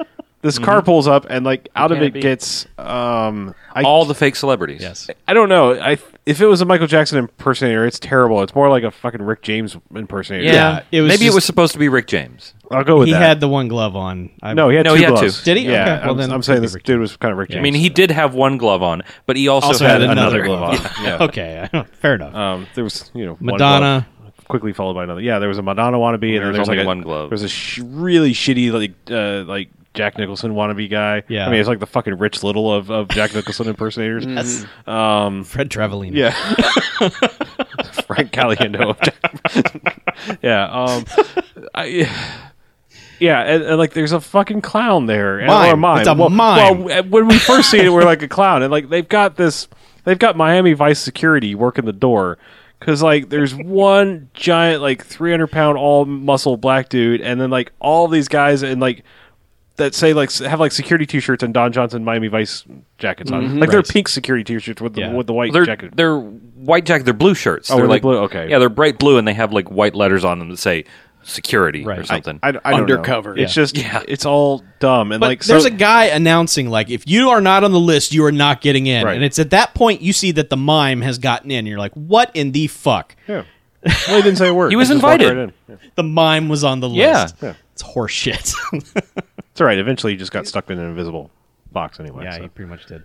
Speaker 2: this
Speaker 5: Mm-hmm.
Speaker 2: car pulls up, and like out of
Speaker 3: can
Speaker 2: it
Speaker 3: it be?
Speaker 2: gets um I
Speaker 3: All the fake celebrities.
Speaker 5: Yes.
Speaker 2: I don't know I if it was a Michael Jackson impersonator, it's terrible. It's more like a fucking Rick James impersonator.
Speaker 3: Yeah.
Speaker 5: Yeah, it was
Speaker 3: Maybe
Speaker 5: just-
Speaker 3: it was supposed to be Rick James.
Speaker 2: I'll go with
Speaker 5: He
Speaker 2: that.
Speaker 5: had the one glove on. I,
Speaker 2: no, he had
Speaker 3: No,
Speaker 2: two
Speaker 3: he had
Speaker 2: gloves.
Speaker 3: two.
Speaker 5: Did he?
Speaker 2: Yeah,
Speaker 5: Okay,
Speaker 2: I'm,
Speaker 5: well then
Speaker 2: I'm
Speaker 5: it
Speaker 2: saying
Speaker 5: could be
Speaker 2: this
Speaker 5: Rick
Speaker 2: dude was kind of Rick James.
Speaker 3: I mean, he did have one glove on, but he also,
Speaker 5: also had, another,
Speaker 3: glove on.
Speaker 5: glove on. okay, I don't- fair enough.
Speaker 2: Um, there was you know one
Speaker 5: Madonna.
Speaker 2: glove quickly followed by another. Yeah, there was a Madonna wannabe, and then
Speaker 3: There was
Speaker 2: there was
Speaker 3: only
Speaker 2: like a-
Speaker 3: one glove.
Speaker 2: There was a sh- really shitty like uh, like Jack Nicholson wannabe guy.
Speaker 5: Yeah.
Speaker 2: I mean it's like the fucking Rich Little of, of Jack Nicholson impersonators.
Speaker 3: Mm.
Speaker 5: Yes.
Speaker 2: Um,
Speaker 5: Fred Trevelyan.
Speaker 2: yeah, Frank Caliendo. Of Jack- yeah, um, I, yeah, and, and like there's a fucking clown there, and, or a
Speaker 5: Mime.
Speaker 2: mime.
Speaker 5: It's a
Speaker 2: well,
Speaker 5: mime.
Speaker 2: well, when we first see it, we're like a clown, and like they've got this, they've got Miami Vice security working the door. Cause like there's one giant like 300 pound all muscle black dude, and then like all these guys and like that say like s- have like security t-shirts and Don Johnson Miami Vice jackets on, like they're
Speaker 5: Mm-hmm. Right.
Speaker 2: pink security t-shirts with the
Speaker 5: Yeah.
Speaker 2: with the white
Speaker 3: They're
Speaker 2: jacket.
Speaker 3: they're white jacket. They're blue shirts.
Speaker 2: Oh,
Speaker 3: they're
Speaker 2: were they
Speaker 3: like
Speaker 2: blue? Okay.
Speaker 3: Yeah, they're bright blue, and they have like white letters on them that say security
Speaker 5: Right. I-
Speaker 3: or something.
Speaker 2: I, I don't know.
Speaker 4: Undercover.
Speaker 2: It's just
Speaker 3: Yeah.
Speaker 2: it's all dumb and
Speaker 5: But
Speaker 2: like
Speaker 5: there's
Speaker 2: so,
Speaker 5: a guy announcing like if you are not on the list, you are not getting in.
Speaker 2: Right.
Speaker 5: And it's at that point you see that the mime has gotten in. You're like, what in the fuck?
Speaker 2: Yeah. Well, he didn't say a word.
Speaker 3: He was
Speaker 2: just walked
Speaker 3: invited.
Speaker 2: right in. Yeah.
Speaker 5: The mime was on the
Speaker 3: Yeah.
Speaker 5: list.
Speaker 2: Yeah.
Speaker 5: It's horseshit.
Speaker 2: It's all right. Eventually, he just got stuck in an invisible box anyway. so.
Speaker 5: pretty much did.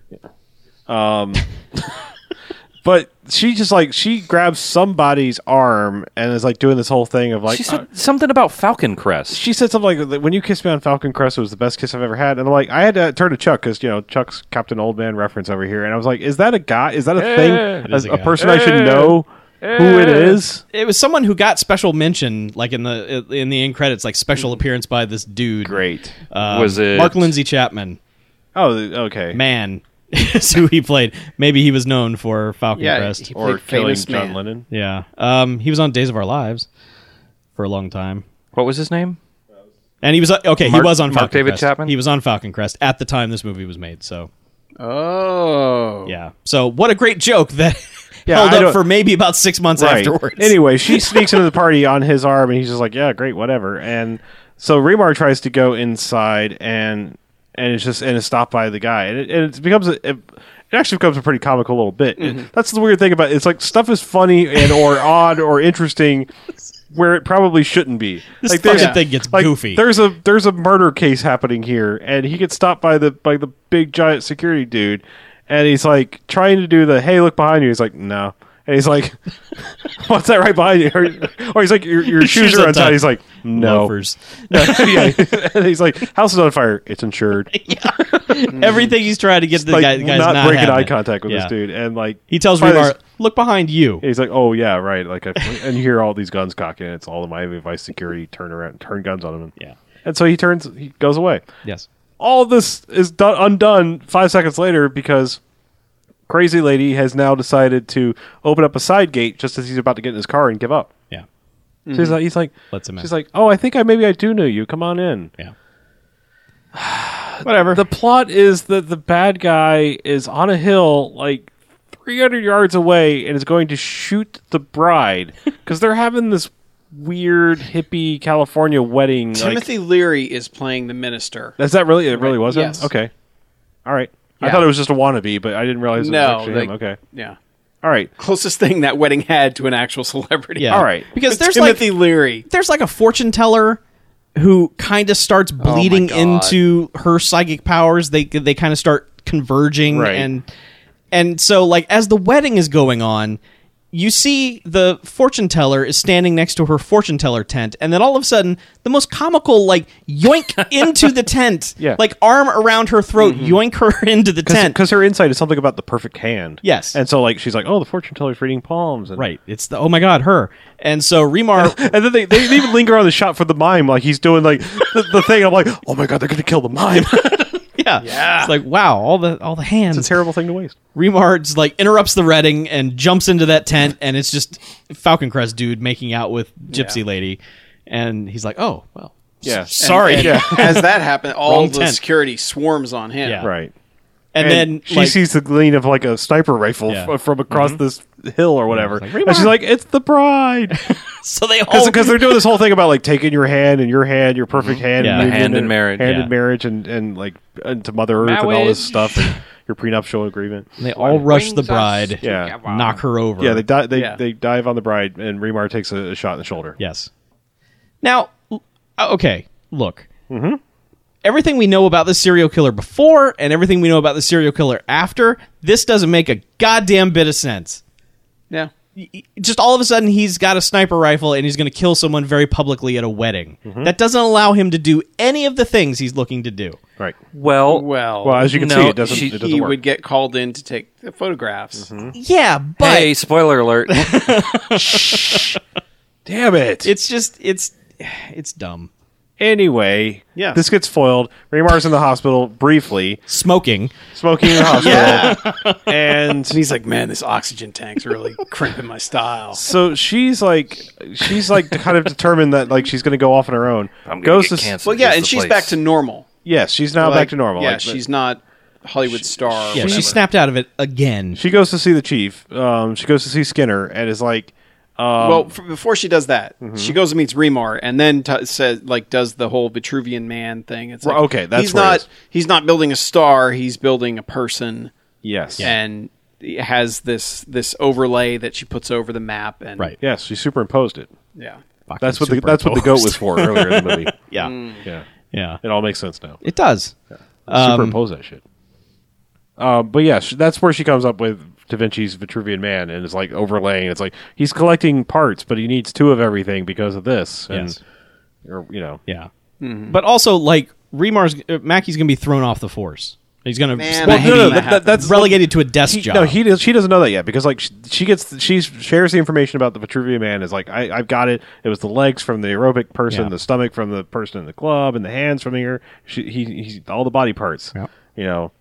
Speaker 2: But she just like she grabs somebody's arm and is like doing this whole thing of like uh,
Speaker 3: she said something about Falcon Crest.
Speaker 2: she said something like, "When you kissed me on Falcon Crest, it was the best kiss I've ever had." And I'm like, I had to turn to Chuck because you know Chuck's Captain Old Man reference over here, and I was like, "Is that a guy? Is that a thing?
Speaker 5: is
Speaker 2: A,
Speaker 5: a
Speaker 2: a
Speaker 5: guy.
Speaker 2: person I should know who it is?"
Speaker 5: It was someone who got special mention, like in the in the end credits, like special appearance by this dude.
Speaker 2: Great.
Speaker 5: Um,
Speaker 3: Was it-
Speaker 5: Mark Lindsay Chapman?
Speaker 2: Oh, okay.
Speaker 5: Man, is who he played. Maybe he was known for Falcon
Speaker 4: Yeah,
Speaker 5: Crest.
Speaker 4: he played
Speaker 2: or killing
Speaker 4: famous
Speaker 2: John
Speaker 4: man.
Speaker 2: Lennon.
Speaker 5: yeah, um, he was on Days of Our Lives for a long time,
Speaker 3: What was his name?
Speaker 5: and he was uh, okay.
Speaker 3: Mark-
Speaker 5: he was on
Speaker 3: Mark
Speaker 5: Falcon
Speaker 3: David
Speaker 5: Crest.
Speaker 3: Chapman?
Speaker 5: He was on Falcon Crest at the time this movie was made. So
Speaker 4: Oh.
Speaker 5: yeah, so what a great joke that
Speaker 2: Yeah,
Speaker 5: held
Speaker 2: I
Speaker 5: up
Speaker 2: don't-
Speaker 5: for maybe about six months afterwards.
Speaker 2: Anyway, she sneaks into the party on his arm, and he's just like, "Yeah, great, whatever." And so Remar tries to go inside, and and it's just and it's stopped by the guy, and it, and it becomes a. It, it actually becomes a pretty comical little bit.
Speaker 5: Mm-hmm.
Speaker 2: That's the weird thing about it. it's like stuff is funny and or odd or interesting where it probably shouldn't be.
Speaker 5: This
Speaker 2: like
Speaker 5: fucking thing gets goofy.
Speaker 2: There's a there's a murder case happening here, and he gets stopped by the by the big giant security dude, and he's like trying to do the hey look behind you. He's like no, And he's like, "What's that right behind you?" Or, or he's like, "Your, your shoes,
Speaker 5: shoes
Speaker 2: are
Speaker 5: on
Speaker 2: untied."
Speaker 5: top.
Speaker 2: He's like, "No."
Speaker 5: Loafers.
Speaker 2: yeah. And he's like, "House is on fire. It's insured."
Speaker 5: Everything he's trying to get the
Speaker 2: like,
Speaker 5: guy, guy's
Speaker 2: not,
Speaker 5: not,
Speaker 2: breaking
Speaker 5: having
Speaker 2: eye
Speaker 5: it.
Speaker 2: contact with
Speaker 5: Yeah.
Speaker 2: this dude, and like
Speaker 5: He tells
Speaker 2: finally-
Speaker 5: Rebar, "Look behind you."
Speaker 2: He's like, "Oh yeah, right." Like, I, and you hear all these guns cocking. and It's all the Miami Vice security turn around, turn guns on him. And,
Speaker 5: Yeah.
Speaker 2: And so he turns, he goes away.
Speaker 5: Yes.
Speaker 2: All this is done, undone five seconds later because crazy lady has now decided to open up a side gate just as he's about to get in his car and give up.
Speaker 5: Yeah.
Speaker 2: So he's like, he's like,
Speaker 5: Mm-hmm. Lets him in.
Speaker 2: she's like, "Oh, I think I maybe I do know you. Come on in."
Speaker 5: Yeah.
Speaker 2: Whatever. Uh, The plot is that the bad guy is on a hill, like 300 yards away, and is going to shoot the bride because they're having this weird hippie California wedding. Like,
Speaker 4: Timothy Leary is playing the minister.
Speaker 2: is that really? It really was him?
Speaker 4: yes.
Speaker 2: Okay. All right. I
Speaker 4: Yeah.
Speaker 2: thought it was just a wannabe, but I didn't realize it was
Speaker 4: No,
Speaker 2: actually him.
Speaker 4: like-
Speaker 2: Okay.
Speaker 4: Yeah.
Speaker 2: All right.
Speaker 4: Closest thing that wedding had to an actual celebrity.
Speaker 5: Yeah.
Speaker 2: All right.
Speaker 5: Because there's like
Speaker 4: Timothy Leary.
Speaker 5: there's like a fortune teller who kind of starts bleeding
Speaker 4: God.
Speaker 5: into her psychic powers. They they kind of start converging
Speaker 2: Right.
Speaker 5: and and so like as the wedding is going on, you see the fortune teller is standing next to her fortune teller tent, and then all of a sudden, the most comical like yoink into the tent,
Speaker 2: Yeah.
Speaker 5: like arm around her throat, yoink her into the tent.
Speaker 2: Because her insight is something about the perfect hand.
Speaker 5: Yes.
Speaker 2: And so, like, she's like, "Oh, the fortune teller's reading palms." And,
Speaker 5: Right, it's the oh my god, her, and so Remar
Speaker 2: And then they, they even linger on the shot for the mime, like he's doing like the, the thing. I'm like, oh my god, they're gonna kill the mime.
Speaker 5: Yeah. yeah. It's like wow, all the all the hands.
Speaker 2: it's a terrible thing to waste.
Speaker 5: Remards like interrupts the reading and jumps into that tent and it's just Falcon Crest dude making out with Gypsy Lady and he's like, "Oh, well. s-
Speaker 2: Yeah.
Speaker 5: Sorry."
Speaker 4: And
Speaker 5: And,
Speaker 2: Yeah.
Speaker 4: as that happened, all
Speaker 5: Wrong
Speaker 4: the
Speaker 5: tent.
Speaker 4: security swarms on him.
Speaker 5: Yeah.
Speaker 2: Right.
Speaker 5: then
Speaker 2: she
Speaker 5: like,
Speaker 2: sees the gleam of like a sniper rifle
Speaker 5: Yeah.
Speaker 2: f- from across this hill or whatever,
Speaker 5: like,
Speaker 2: and she's like, Oh. "It's the bride,"
Speaker 5: so they all
Speaker 2: because they're doing this whole thing about like taking your hand and your hand, your perfect hand,
Speaker 5: Yeah.
Speaker 2: and
Speaker 5: A
Speaker 3: hand in
Speaker 2: and-
Speaker 3: marriage,
Speaker 2: hand
Speaker 5: yeah.
Speaker 2: in marriage, and and like and to Mother Earth and all this stuff, and your prenuptial agreement.
Speaker 5: they all rush the bride,
Speaker 2: Yeah.
Speaker 5: knock her over.
Speaker 2: Yeah, they di- they
Speaker 4: Yeah.
Speaker 2: they dive on the bride, and Remar takes a, a shot in the shoulder.
Speaker 5: Yes. Now, l- uh, okay, look. Mm-hmm. Everything we know about the serial killer before and everything we know about the serial killer after, this doesn't make a goddamn bit of sense.
Speaker 4: Yeah.
Speaker 5: just all of a sudden he's got a sniper rifle and he's going to kill someone very publicly at a wedding. That doesn't allow him to do any of the things he's looking to do.
Speaker 2: Right.
Speaker 3: Well,
Speaker 4: Well,
Speaker 2: Well, as you can
Speaker 3: No,
Speaker 2: see, it doesn't
Speaker 3: she-
Speaker 2: it doesn't
Speaker 4: he
Speaker 2: work.
Speaker 4: would get called in to take the photographs.
Speaker 5: Yeah, but
Speaker 3: hey, spoiler alert.
Speaker 2: Damn it!
Speaker 5: it's just it's it's dumb.
Speaker 2: Anyway,
Speaker 4: Yeah.
Speaker 2: this gets foiled. Raymar's in the hospital briefly,
Speaker 5: Smoking.
Speaker 2: smoking in the hospital, and
Speaker 4: And he's like, man, this oxygen tank's really crimping my style.
Speaker 2: so she's like, she's like kind of determined that like she's going to go off on her own.
Speaker 3: I'm gonna
Speaker 2: Goes
Speaker 3: get
Speaker 2: to
Speaker 3: canceled.
Speaker 4: Well, yeah,
Speaker 3: Here's
Speaker 4: and
Speaker 3: the
Speaker 4: she's
Speaker 3: place.
Speaker 4: back to normal.
Speaker 2: yes, she's now
Speaker 4: Like,
Speaker 2: back to normal.
Speaker 4: Yeah,
Speaker 2: Like,
Speaker 4: she's not a Hollywood star. or
Speaker 5: Yeah,
Speaker 4: Oh, whatever.
Speaker 5: she snapped out of it again.
Speaker 2: she goes to see the chief. Um, she goes to see Skinner, and is like, Um,
Speaker 4: well, f- before she does that,
Speaker 2: Mm-hmm.
Speaker 4: she goes and meets Remar, and then t- says like does the whole Vitruvian man thing. It's like,
Speaker 2: Well, okay, that's
Speaker 4: he's
Speaker 2: where it
Speaker 4: not
Speaker 2: is.
Speaker 4: he's not building a star. He's building a person,
Speaker 2: yes,
Speaker 4: and he has this this overlay that she puts over the map. And
Speaker 5: Right.
Speaker 2: yes, she superimposed it.
Speaker 4: yeah,
Speaker 2: That's what the, that's what the goat was for earlier in the movie.
Speaker 5: Yeah.
Speaker 2: Yeah,
Speaker 5: Yeah.
Speaker 2: it all makes sense now.
Speaker 5: It does.
Speaker 2: superimpose that shit. Uh, but yeah, sh- that's where she comes up with Da Vinci's Vitruvian Man, and it's like overlaying. It's like he's collecting parts, but he needs two of everything because of this, and
Speaker 5: Yes.
Speaker 2: or you know,
Speaker 5: Yeah. But also like Remar's uh, Mackey's going to be thrown off the force. He's going to
Speaker 4: Man, I hate when that happens.
Speaker 2: that's
Speaker 5: relegated to a desk
Speaker 2: he,
Speaker 5: job.
Speaker 2: no, he does, she doesn't know that yet because like she, she gets she shares the information about the Vitruvian Man is like I I've got it. It was the legs from the aerobic person,
Speaker 5: Yeah.
Speaker 2: the stomach from the person in the club, and the hands from here. She, he he's all the body parts.
Speaker 5: Yep.
Speaker 2: You know.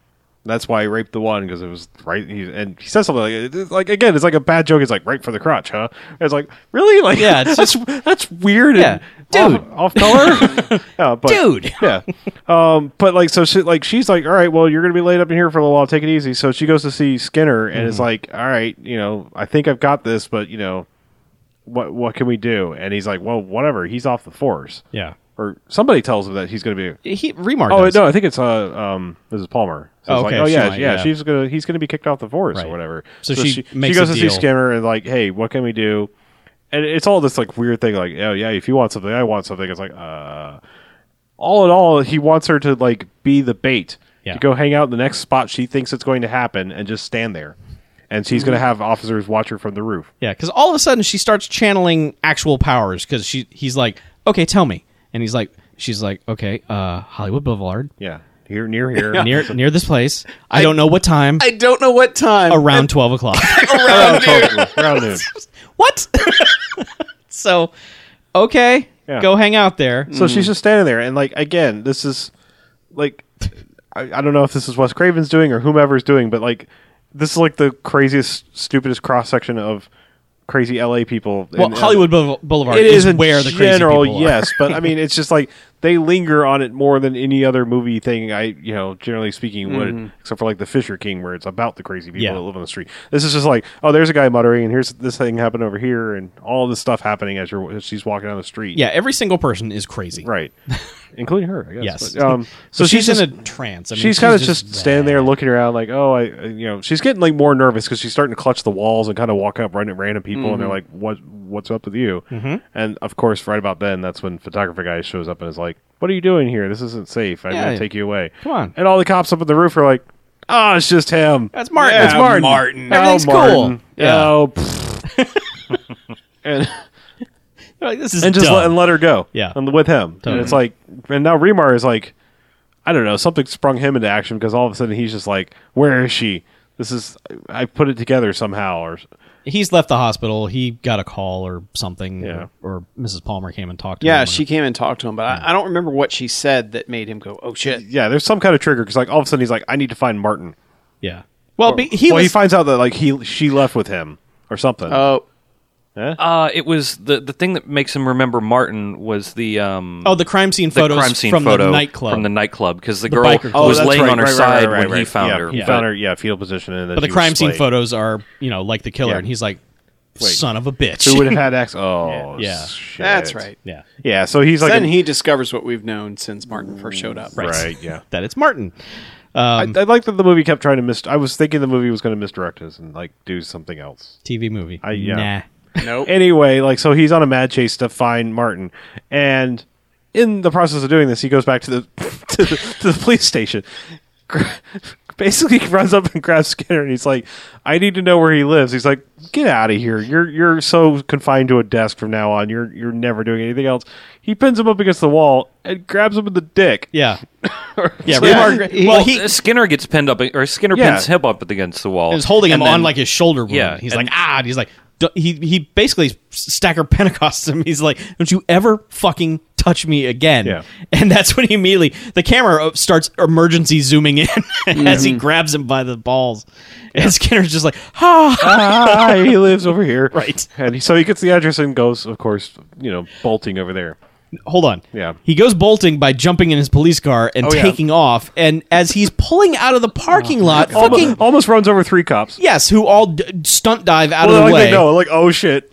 Speaker 2: That's why he raped the one because it was right. He, and he says something like, it's like again, it's like a bad joke. It's like right for the crotch, huh? And it's like really, like
Speaker 5: Yeah, it's
Speaker 2: that's that's weird. and
Speaker 5: Yeah. Dude.
Speaker 2: off, off color, yeah, but,
Speaker 5: Dude.
Speaker 2: yeah. Um, but like, so she, like, she's like, all right, well, you're gonna be laid up in here for a little while. Take it easy. So she goes to see Skinner, and
Speaker 5: Mm-hmm.
Speaker 2: it's like, all right, you know, I think I've got this, but you know, what what can we do? And he's like, well, whatever. He's off the force,
Speaker 5: yeah.
Speaker 2: or somebody tells him that he's gonna be.
Speaker 5: He Remar
Speaker 2: Oh
Speaker 5: does.
Speaker 2: no, I think it's uh um Mrs. Palmer. So
Speaker 5: Oh,
Speaker 2: it's
Speaker 5: okay,
Speaker 2: like, oh
Speaker 5: she
Speaker 2: yeah,
Speaker 5: might,
Speaker 2: yeah,
Speaker 5: yeah.
Speaker 2: she's gonna he's gonna be kicked off the force
Speaker 5: Right.
Speaker 2: or whatever.
Speaker 5: So she makes
Speaker 2: she goes
Speaker 5: a
Speaker 2: to
Speaker 5: deal.
Speaker 2: see Skinner and like, hey, what can we do? And it's all this like weird thing, like, oh yeah, if you want something, I want something. It's like, uh all in all, he wants her to like be the bait
Speaker 5: Yeah.
Speaker 2: to go hang out in the next spot she thinks it's going to happen and just stand there. and she's
Speaker 5: Mm-hmm.
Speaker 2: going to have officers watch her from the roof.
Speaker 5: Yeah, because all of a sudden she starts channeling actual powers because she he's like, okay, tell me, and he's like, she's like, okay, uh, Hollywood Boulevard,
Speaker 2: Yeah, here, near here.
Speaker 5: near near this place. I, don't know what time.
Speaker 4: I don't know what time.
Speaker 5: around twelve o'clock.
Speaker 2: Around noon. Around noon.
Speaker 5: what? so, okay,
Speaker 2: Yeah.
Speaker 5: go hang out there.
Speaker 2: So she's just standing there, and like again, this is like I, I don't know if this is Wes Craven's doing or whomever's doing, but like this is like the craziest, stupidest cross section of crazy LA people.
Speaker 5: well,
Speaker 2: And- uh,
Speaker 5: Hollywood Boul- Boulevard
Speaker 2: It
Speaker 5: is,
Speaker 2: in
Speaker 5: where the crazy
Speaker 2: general,
Speaker 5: people are.
Speaker 2: yes, but I mean, it's just like they linger on it more than any other movie thing. I, you know, generally speaking, would except for like the Fisher King, where it's about the crazy people
Speaker 5: Mm-hmm. Yeah.
Speaker 2: that live on the street. This is just like, oh, there's a guy muttering, and here's this thing happened over here, and all this stuff happening as you're as she's walking down the street.
Speaker 5: Yeah, every single person is crazy.
Speaker 2: right, including her. I guess.
Speaker 5: Yes.
Speaker 2: But, um, so
Speaker 5: But
Speaker 2: she's,
Speaker 5: she's,
Speaker 2: just,
Speaker 5: in a trance. I mean,
Speaker 2: she's kind of just,
Speaker 5: there.
Speaker 2: standing there looking around, like, oh, I, I- you know, she's getting like more nervous because she's starting to clutch the walls and kind of walk up right at random people,
Speaker 5: Mm-hmm.
Speaker 2: and they're like, what, what's up with you? Mm-hmm. And of course, right about then, that's when photographer guy shows up and is like, what are you doing here? This isn't safe. I'm
Speaker 5: Yeah.
Speaker 2: gonna take you away.
Speaker 5: Come on.
Speaker 2: And all the cops up at the roof are like, ah, it's just him.
Speaker 5: That's Martin.
Speaker 4: Yeah,
Speaker 5: That's Martin.
Speaker 4: Martin.
Speaker 5: Everything's
Speaker 2: oh,
Speaker 5: cool.
Speaker 2: Martin.
Speaker 5: Yeah.
Speaker 2: Oh, pfft." and
Speaker 5: They're like, this is
Speaker 2: and just
Speaker 5: dumb.
Speaker 2: let, and let her go.
Speaker 5: Yeah.
Speaker 2: and with him, and it's like, and now Remar is like, I don't know, something sprung him into action because all of a sudden he's just like, where is she? This is I put it together somehow, or
Speaker 5: he's left the hospital. He got a call or something.
Speaker 2: Yeah.
Speaker 5: Or, or Mrs. Palmer came and talked to him.
Speaker 4: yeah,
Speaker 5: or-
Speaker 4: she came and talked to him, but I, I don't remember what she said that made him go, "Oh shit."
Speaker 2: yeah, there's some kind of trigger because like all of a sudden he's like, I need to find Martin.
Speaker 5: Yeah. Well, be, he
Speaker 2: well,
Speaker 5: was.
Speaker 2: he finds out that like he she left with him or something.
Speaker 4: Oh,
Speaker 3: Uh, it was the the thing that makes him remember Martin was the um
Speaker 5: oh, the crime scene
Speaker 3: the
Speaker 5: photos
Speaker 3: crime scene
Speaker 5: from
Speaker 3: photo
Speaker 5: the nightclub.
Speaker 3: from the nightclub because the, girl
Speaker 5: biker club.
Speaker 3: was
Speaker 2: Oh, that's
Speaker 3: laying on her
Speaker 2: right, right,
Speaker 3: side
Speaker 2: right,
Speaker 3: when he
Speaker 2: right.
Speaker 3: found
Speaker 2: Yeah,
Speaker 3: her.
Speaker 2: He
Speaker 5: but-
Speaker 2: found her, yeah, fetal position, and then
Speaker 5: but the
Speaker 2: she was
Speaker 5: crime scene
Speaker 2: splayed.
Speaker 5: photos are, you know, like the killer,
Speaker 2: Yeah.
Speaker 5: and he's like,
Speaker 2: Wait.
Speaker 5: "Son of a bitch."
Speaker 2: Who would have had access? Oh,
Speaker 5: Yeah. Yeah.
Speaker 2: shit.
Speaker 4: that's right.
Speaker 5: yeah.
Speaker 2: Yeah, so he's like,
Speaker 4: then
Speaker 2: a-
Speaker 4: he discovers what we've known since Martin first showed up.
Speaker 2: right, yeah.
Speaker 5: That it's Martin.
Speaker 2: I, I like that the movie kept trying to mis. I was thinking the movie was going to misdirect us and like do something else.
Speaker 5: TV movie.
Speaker 2: I- yeah.
Speaker 5: Nah.
Speaker 4: Nope.
Speaker 2: Anyway, like so, he's on a mad chase to find Martin, and in the process of doing this, he goes back to the to the, to the police station. Gra- Basically, he runs up and grabs Skinner, and he's like, "I need to know where he lives." He's like, "Get out of here! You're you're so confined to a desk from now on. You're you're never doing anything else." He pins him up against the wall and grabs him in the dick.
Speaker 5: Yeah. yeah.
Speaker 2: Yeah.
Speaker 5: Remark-
Speaker 3: Well, uh,
Speaker 5: well, he
Speaker 3: Skinner gets pinned up, or Skinner
Speaker 2: Yeah.
Speaker 3: pins him up against the wall.
Speaker 5: is holding him
Speaker 3: And then-
Speaker 5: on like his shoulder. Wound.
Speaker 3: Yeah,
Speaker 5: He's
Speaker 3: and-
Speaker 5: like, ah. And he's like, d- he he basically s- stacker Pentecost him. He's like, don't you ever fucking touch me again.
Speaker 2: Yeah.
Speaker 5: And that's when he immediately the camera uh, starts emergency zooming in as he grabs him by the balls. And Skinner's just like, ah.
Speaker 2: ah, he lives over here.
Speaker 5: Right.
Speaker 2: And he, so he gets the address and goes, of course, you know, bolting over there.
Speaker 5: hold on.
Speaker 2: Yeah.
Speaker 5: He goes bolting by jumping in his police car and
Speaker 2: yeah.
Speaker 5: taking off. And as he's pulling out of the parking lot, fucking
Speaker 2: Almost, almost runs over three cops.
Speaker 5: yes, who all d- stunt dive out
Speaker 2: Well,
Speaker 5: of the
Speaker 2: like
Speaker 5: way.
Speaker 2: they know, like, oh shit,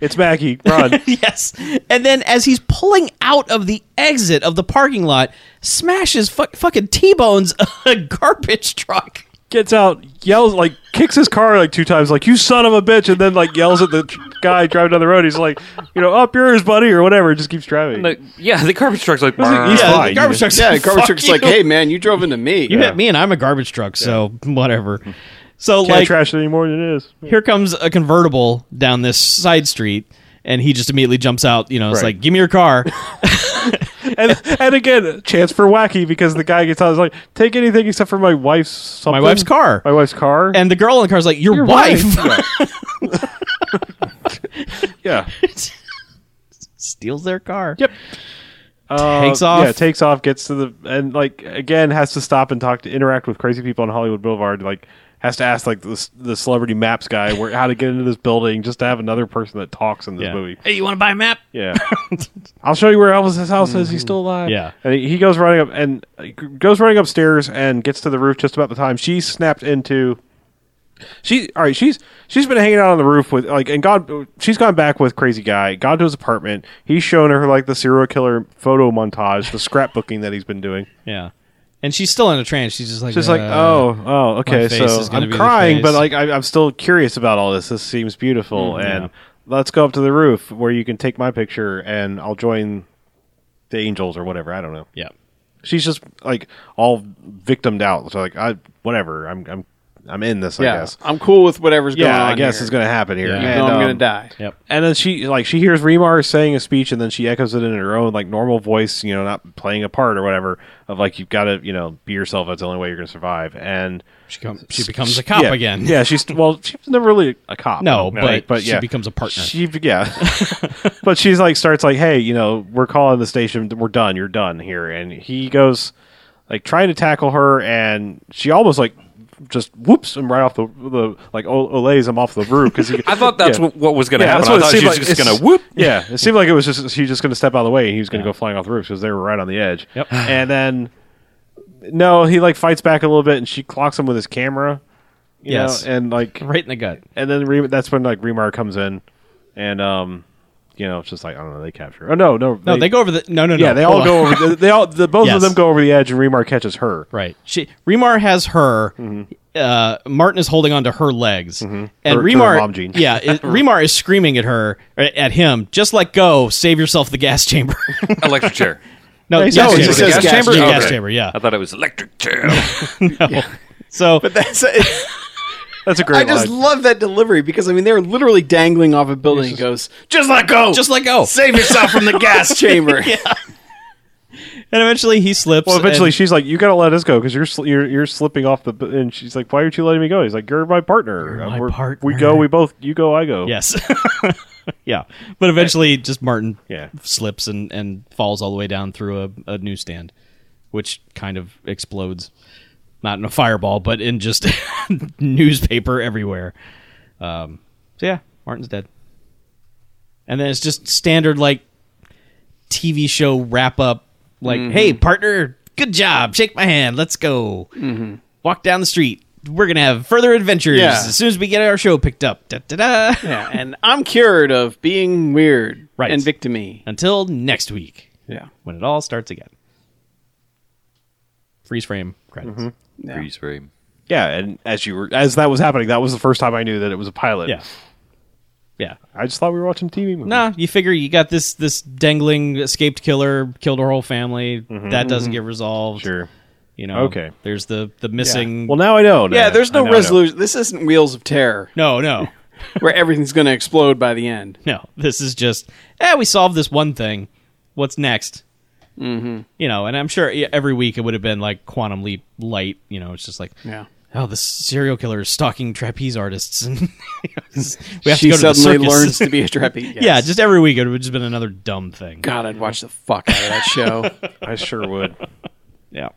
Speaker 2: it's Maggie. Run.
Speaker 5: yes. And then as he's pulling out of the exit of the parking lot, smashes fu- fucking T-bones a garbage truck.
Speaker 2: Gets out, yells, like, kicks his car like two times, like, you son of a bitch, and then like yells at the tr- guy driving down the road. He's like, you know, up yours, buddy, or whatever. Just keeps driving.
Speaker 3: The- yeah, the garbage truck's like,
Speaker 2: like,
Speaker 3: "Brr."
Speaker 2: he's
Speaker 5: the
Speaker 2: fine.
Speaker 5: garbage truck's
Speaker 4: Yeah, garbage
Speaker 5: "Fuck
Speaker 4: truck's
Speaker 5: you."
Speaker 4: like, "Hey man, you drove into me."
Speaker 5: You hit me and I'm a garbage truck, so whatever.
Speaker 2: uh,
Speaker 5: So
Speaker 2: Can't
Speaker 5: like
Speaker 2: trash it any more than it is.
Speaker 5: here comes a convertible down this side street and he just immediately jumps out, you know, it's
Speaker 2: Right.
Speaker 5: like, "Give me your car."
Speaker 2: And and again, chance for wacky because the guy gets out. He's like, take anything except for my wife's something.
Speaker 5: wife's car.
Speaker 2: My wife's car.
Speaker 5: and the girl in the car's like, "Your,
Speaker 2: Your
Speaker 5: wife."
Speaker 2: yeah.
Speaker 5: Steals their car.
Speaker 2: Yep.
Speaker 5: Takes
Speaker 2: Uh,
Speaker 5: off.
Speaker 2: Yeah, takes off, gets to the and like again has to stop and talk to interact with crazy people on Hollywood Boulevard. Like has to ask like the the celebrity maps guy where how to get into this building just to have another person that talks in this
Speaker 5: Yeah.
Speaker 2: movie.
Speaker 5: Hey, you want to buy a map?
Speaker 2: Yeah, I'll show you where Elvis's house is. He's still alive.
Speaker 5: Yeah.
Speaker 2: and he he goes running up and uh, goes running upstairs and gets to the roof just about the time she snapped into. She all right. She's she's been hanging out on the roof with like and God. She's gone back with crazy guy. Gone to his apartment. He's shown her like the serial killer photo montage, the scrapbooking that he's been doing.
Speaker 5: Yeah. And she's still in a trance. She's just like,
Speaker 2: She's like,
Speaker 5: uh,
Speaker 2: oh, oh, okay.
Speaker 5: my face
Speaker 2: So
Speaker 5: is gonna
Speaker 2: I'm
Speaker 5: be the
Speaker 2: crying, but
Speaker 5: face. Mm,
Speaker 2: like I, I'm still curious about all this. This seems beautiful, and let's go up to the roof where you can take my picture, and I'll join the angels or whatever. I don't know.
Speaker 5: yeah.
Speaker 2: She's just like all victimed out. So like I, whatever. I'm, I'm, I'm in this. I
Speaker 4: yeah,
Speaker 2: guess.
Speaker 4: I'm cool with whatever's going
Speaker 2: Yeah,
Speaker 4: on.
Speaker 2: I guess
Speaker 4: here,
Speaker 2: it's going to happen here.
Speaker 5: Yeah.
Speaker 4: even
Speaker 2: And,
Speaker 4: though I'm
Speaker 2: um,
Speaker 4: going to die.
Speaker 5: Yep.
Speaker 2: And then she like she hears Remar saying a speech, and then she echoes it in her own like normal voice, you know, not playing a part or whatever of like you've got to you know be yourself. That's the only way you're going to survive. And
Speaker 5: She, comes. she becomes a cop
Speaker 2: yeah,
Speaker 5: again.
Speaker 2: Yeah, she's well, she's never really a cop.
Speaker 5: No,
Speaker 2: right?
Speaker 5: but
Speaker 2: but
Speaker 5: she
Speaker 2: yeah.
Speaker 5: becomes a partner.
Speaker 2: She yeah, but she's like starts like, hey, you know, we're calling the station. We're done. You're done here. And he goes like trying to tackle her, and she almost like just whoops him right off the the like o- olays him off the roof because
Speaker 3: I thought that's
Speaker 2: yeah.
Speaker 3: what, what was going to
Speaker 2: Yeah,
Speaker 3: happen.
Speaker 2: that's
Speaker 3: I
Speaker 2: what it
Speaker 3: thought
Speaker 2: seemed
Speaker 3: she
Speaker 2: like.
Speaker 3: was just
Speaker 2: It's-
Speaker 3: going to whoop.
Speaker 2: Yeah, it seemed like it was just she was just going to step out of the way. and He was going to go flying off the roof because they were right on the edge.
Speaker 5: Yep.
Speaker 2: And then no, he like fights back a little bit, and she clocks him with his camera. You
Speaker 5: Yes.
Speaker 2: know, and like
Speaker 5: Right in the gut.
Speaker 2: and then Re- that's when like Remar comes in, and um, you know, it's just like I don't know, they capture. Oh no, no,
Speaker 5: No, they, go over the. No, no, no.
Speaker 2: Yeah, they
Speaker 5: Hold
Speaker 2: all
Speaker 5: on.
Speaker 2: go over. They, they all the both
Speaker 5: Yes.
Speaker 2: of them go over the edge, and Remar catches her.
Speaker 5: Right. She Remar has her. Uh, Martin is holding onto her legs, and
Speaker 2: Her- Mm-hmm. to her
Speaker 5: Remar,
Speaker 2: mom jeans.
Speaker 5: yeah, it, Remar is screaming at her, at him, just let go, save yourself the gas chamber.
Speaker 3: Electric chair.
Speaker 5: no,
Speaker 2: No,
Speaker 5: gas
Speaker 2: oh, he says-
Speaker 5: chamber.
Speaker 2: he says
Speaker 5: gas,
Speaker 4: gas
Speaker 5: chamber,
Speaker 4: chamber.
Speaker 5: Yeah, gas
Speaker 3: Okay.
Speaker 5: chamber, yeah.
Speaker 3: I thought it was electric chair.
Speaker 5: So,
Speaker 4: That's it's,
Speaker 2: That's a great.
Speaker 4: I just
Speaker 2: line.
Speaker 4: love that delivery because I mean they're literally dangling off a building. and goes just let go,
Speaker 5: just let go,
Speaker 4: save yourself from the gas chamber.
Speaker 5: and eventually he slips.
Speaker 2: well, eventually
Speaker 5: and-
Speaker 2: she's like, "You gotta let us go because you're, sl- you're you're slipping off the." b-" And she's like, "Why aren't you letting me go?" He's like, "You're my partner. Uh,
Speaker 5: my
Speaker 2: We're-
Speaker 5: partner."
Speaker 2: We go. We both. You go. I go.
Speaker 5: yes, yeah. But eventually, just Martin
Speaker 2: Yeah.
Speaker 5: slips and and falls all the way down through a, a newsstand, which kind of explodes, not in a fireball, but in just newspaper everywhere. Um, so yeah, Martin's dead, and then it's just standard like TV show wrap up, like
Speaker 4: Mm-hmm.
Speaker 5: hey partner, good job, shake my hand, let's go, walk down the street. We're gonna have further adventures
Speaker 4: Mm-hmm. Yeah.
Speaker 5: as soon as we get our show picked up. Da, da, da.
Speaker 4: yeah, and I'm cured of being weird
Speaker 5: Right.
Speaker 4: and victimy.
Speaker 5: Until next week.
Speaker 4: Yeah.
Speaker 5: when it all starts again. Freeze frame credits.
Speaker 2: Mm-hmm.
Speaker 4: yeah.
Speaker 3: Freeze frame.
Speaker 2: Yeah. And as you were as that was happening, that was the first time I knew that it was a pilot.
Speaker 5: Yeah. Yeah.
Speaker 2: I just thought we were watching a TV movie.
Speaker 5: Nah, you figure you got this this dangling escaped killer killed her whole family. That doesn't get resolved.
Speaker 2: Mm-hmm. Sure.
Speaker 5: You know.
Speaker 2: Okay.
Speaker 5: There's the the missing.
Speaker 2: Well, now I know.
Speaker 4: Yeah,
Speaker 2: Nat.
Speaker 4: there's
Speaker 2: I
Speaker 4: no
Speaker 2: know, I know.
Speaker 4: resolution. This isn't Wheels of Terror
Speaker 5: no, no,
Speaker 4: where everything's going to explode by the end.
Speaker 5: no. This is just. Eh, we solved this one thing. What's next? Mm-hmm. You know, and I'm sure yeah, every week it would have been like Quantum Leap Light. You know, it's just like.
Speaker 4: Yeah.
Speaker 5: Oh, the serial killer is stalking trapeze artists, and we have
Speaker 4: she
Speaker 5: to go to the
Speaker 4: suddenly
Speaker 5: circus.
Speaker 4: learns to be a trapeze. Yes.
Speaker 5: Yeah, just every week it would have just been another dumb thing.
Speaker 4: God, I'd watch the fuck out of that show.
Speaker 2: I sure would.
Speaker 5: Yeah.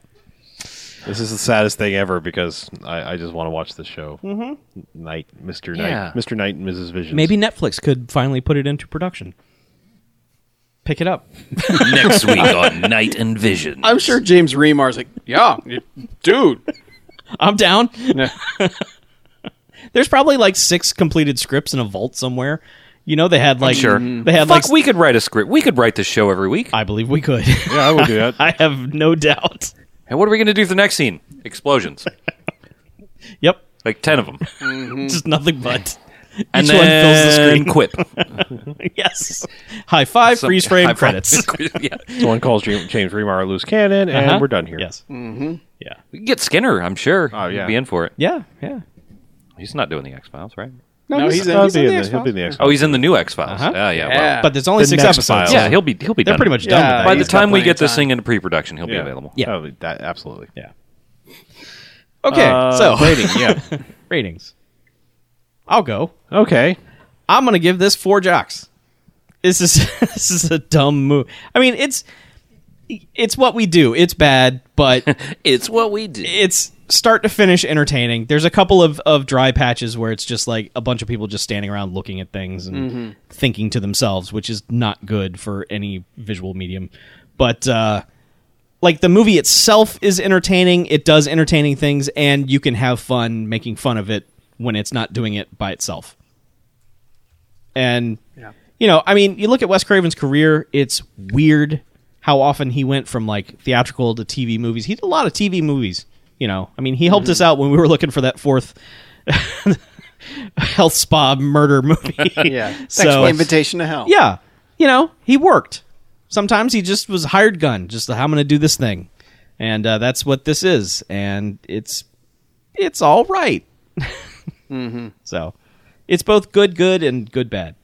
Speaker 2: This is the saddest thing ever because I, I just want to watch this show. Mm-hmm. Night, Mister
Speaker 3: Yeah.
Speaker 2: Knight, Mister Knight, and Mrs. Vision.
Speaker 5: Maybe Netflix could finally put it into production. Pick it up.
Speaker 3: Next week on Night and Vision.
Speaker 4: I'm sure James Remar's like, yeah, y- dude.
Speaker 5: I'm down.
Speaker 4: No.
Speaker 5: There's probably like six completed scripts in a vault somewhere. You know they had like
Speaker 3: sure.
Speaker 5: they had
Speaker 3: Fuck,
Speaker 5: like
Speaker 3: we could write a script. We could write this show every week.
Speaker 5: I believe we could.
Speaker 2: yeah, I would do that.
Speaker 5: I have no doubt.
Speaker 3: And what are we going to do for the next scene? Explosions.
Speaker 5: Yep.
Speaker 3: like 10 of them.
Speaker 5: Just nothing but.
Speaker 3: And
Speaker 5: Each one fills the
Speaker 3: then
Speaker 5: screen.
Speaker 3: quip.
Speaker 5: yes. High five,
Speaker 3: Some-
Speaker 5: freeze frame,
Speaker 3: high five.
Speaker 5: credits.
Speaker 3: yeah.
Speaker 2: So one calls James, James Remar a loose cannon, and
Speaker 5: Uh-huh.
Speaker 2: we're done here.
Speaker 5: Yes. Mm-hmm. Yeah.
Speaker 3: We can get Skinner, I'm sure.
Speaker 2: Oh, yeah.
Speaker 3: He'd be in for it.
Speaker 5: Yeah. Yeah.
Speaker 3: He's not doing the X Files, right?
Speaker 4: No, he's, in.
Speaker 2: He'll,
Speaker 4: he's
Speaker 2: be
Speaker 4: in
Speaker 2: in
Speaker 4: the
Speaker 2: the, he'll be in the X.
Speaker 3: Oh, he's in the new X Files.
Speaker 5: Uh-huh.
Speaker 3: Yeah, yeah. well,
Speaker 4: Yeah.
Speaker 5: But there's only
Speaker 2: The
Speaker 5: six
Speaker 2: next
Speaker 5: episodes.
Speaker 2: file.
Speaker 3: yeah, he'll be he'll be
Speaker 5: They're
Speaker 3: done.
Speaker 5: pretty much
Speaker 4: Yeah.
Speaker 5: done with that.
Speaker 3: By
Speaker 4: He's
Speaker 3: the
Speaker 4: got
Speaker 3: time we
Speaker 4: plenty
Speaker 3: get
Speaker 4: of
Speaker 3: this
Speaker 4: time.
Speaker 3: thing into pre-production, he'll be available.
Speaker 5: Yeah.
Speaker 2: Oh, that absolutely.
Speaker 5: Yeah. Okay,
Speaker 2: Uh,
Speaker 5: so
Speaker 2: rating, yeah.
Speaker 5: ratings. I'll go.
Speaker 2: Okay.
Speaker 5: I'm gonna give this four jocks. This is this is a dumb move. I mean, it's it's what we do. It's bad, but
Speaker 3: It's what we do.
Speaker 5: it's start to finish entertaining. There's a couple of, of dry patches where it's just like a bunch of people just standing around looking at things and thinking to themselves, which is not good for any visual medium. But uh, like the movie itself is entertaining. It does entertaining things, and you can have fun making fun of it when it's not doing it by itself. And you know, I mean, you look at Wes Craven's career; it's weird how often he went from like theatrical to TV movies. He did a lot of TV movies. You know, I mean, he helped
Speaker 4: Mm-hmm.
Speaker 5: us out when we were looking for that fourth health spa murder movie.
Speaker 4: Yeah. Thanks
Speaker 5: So-
Speaker 4: for the invitation to hell.
Speaker 5: Yeah. You know, he worked. Sometimes he just was a hired gun, just I'm going to do this thing. And uh, that's what this is. And it's it's all right.
Speaker 3: Mm-hmm.
Speaker 5: So it's both good, good, and good, bad.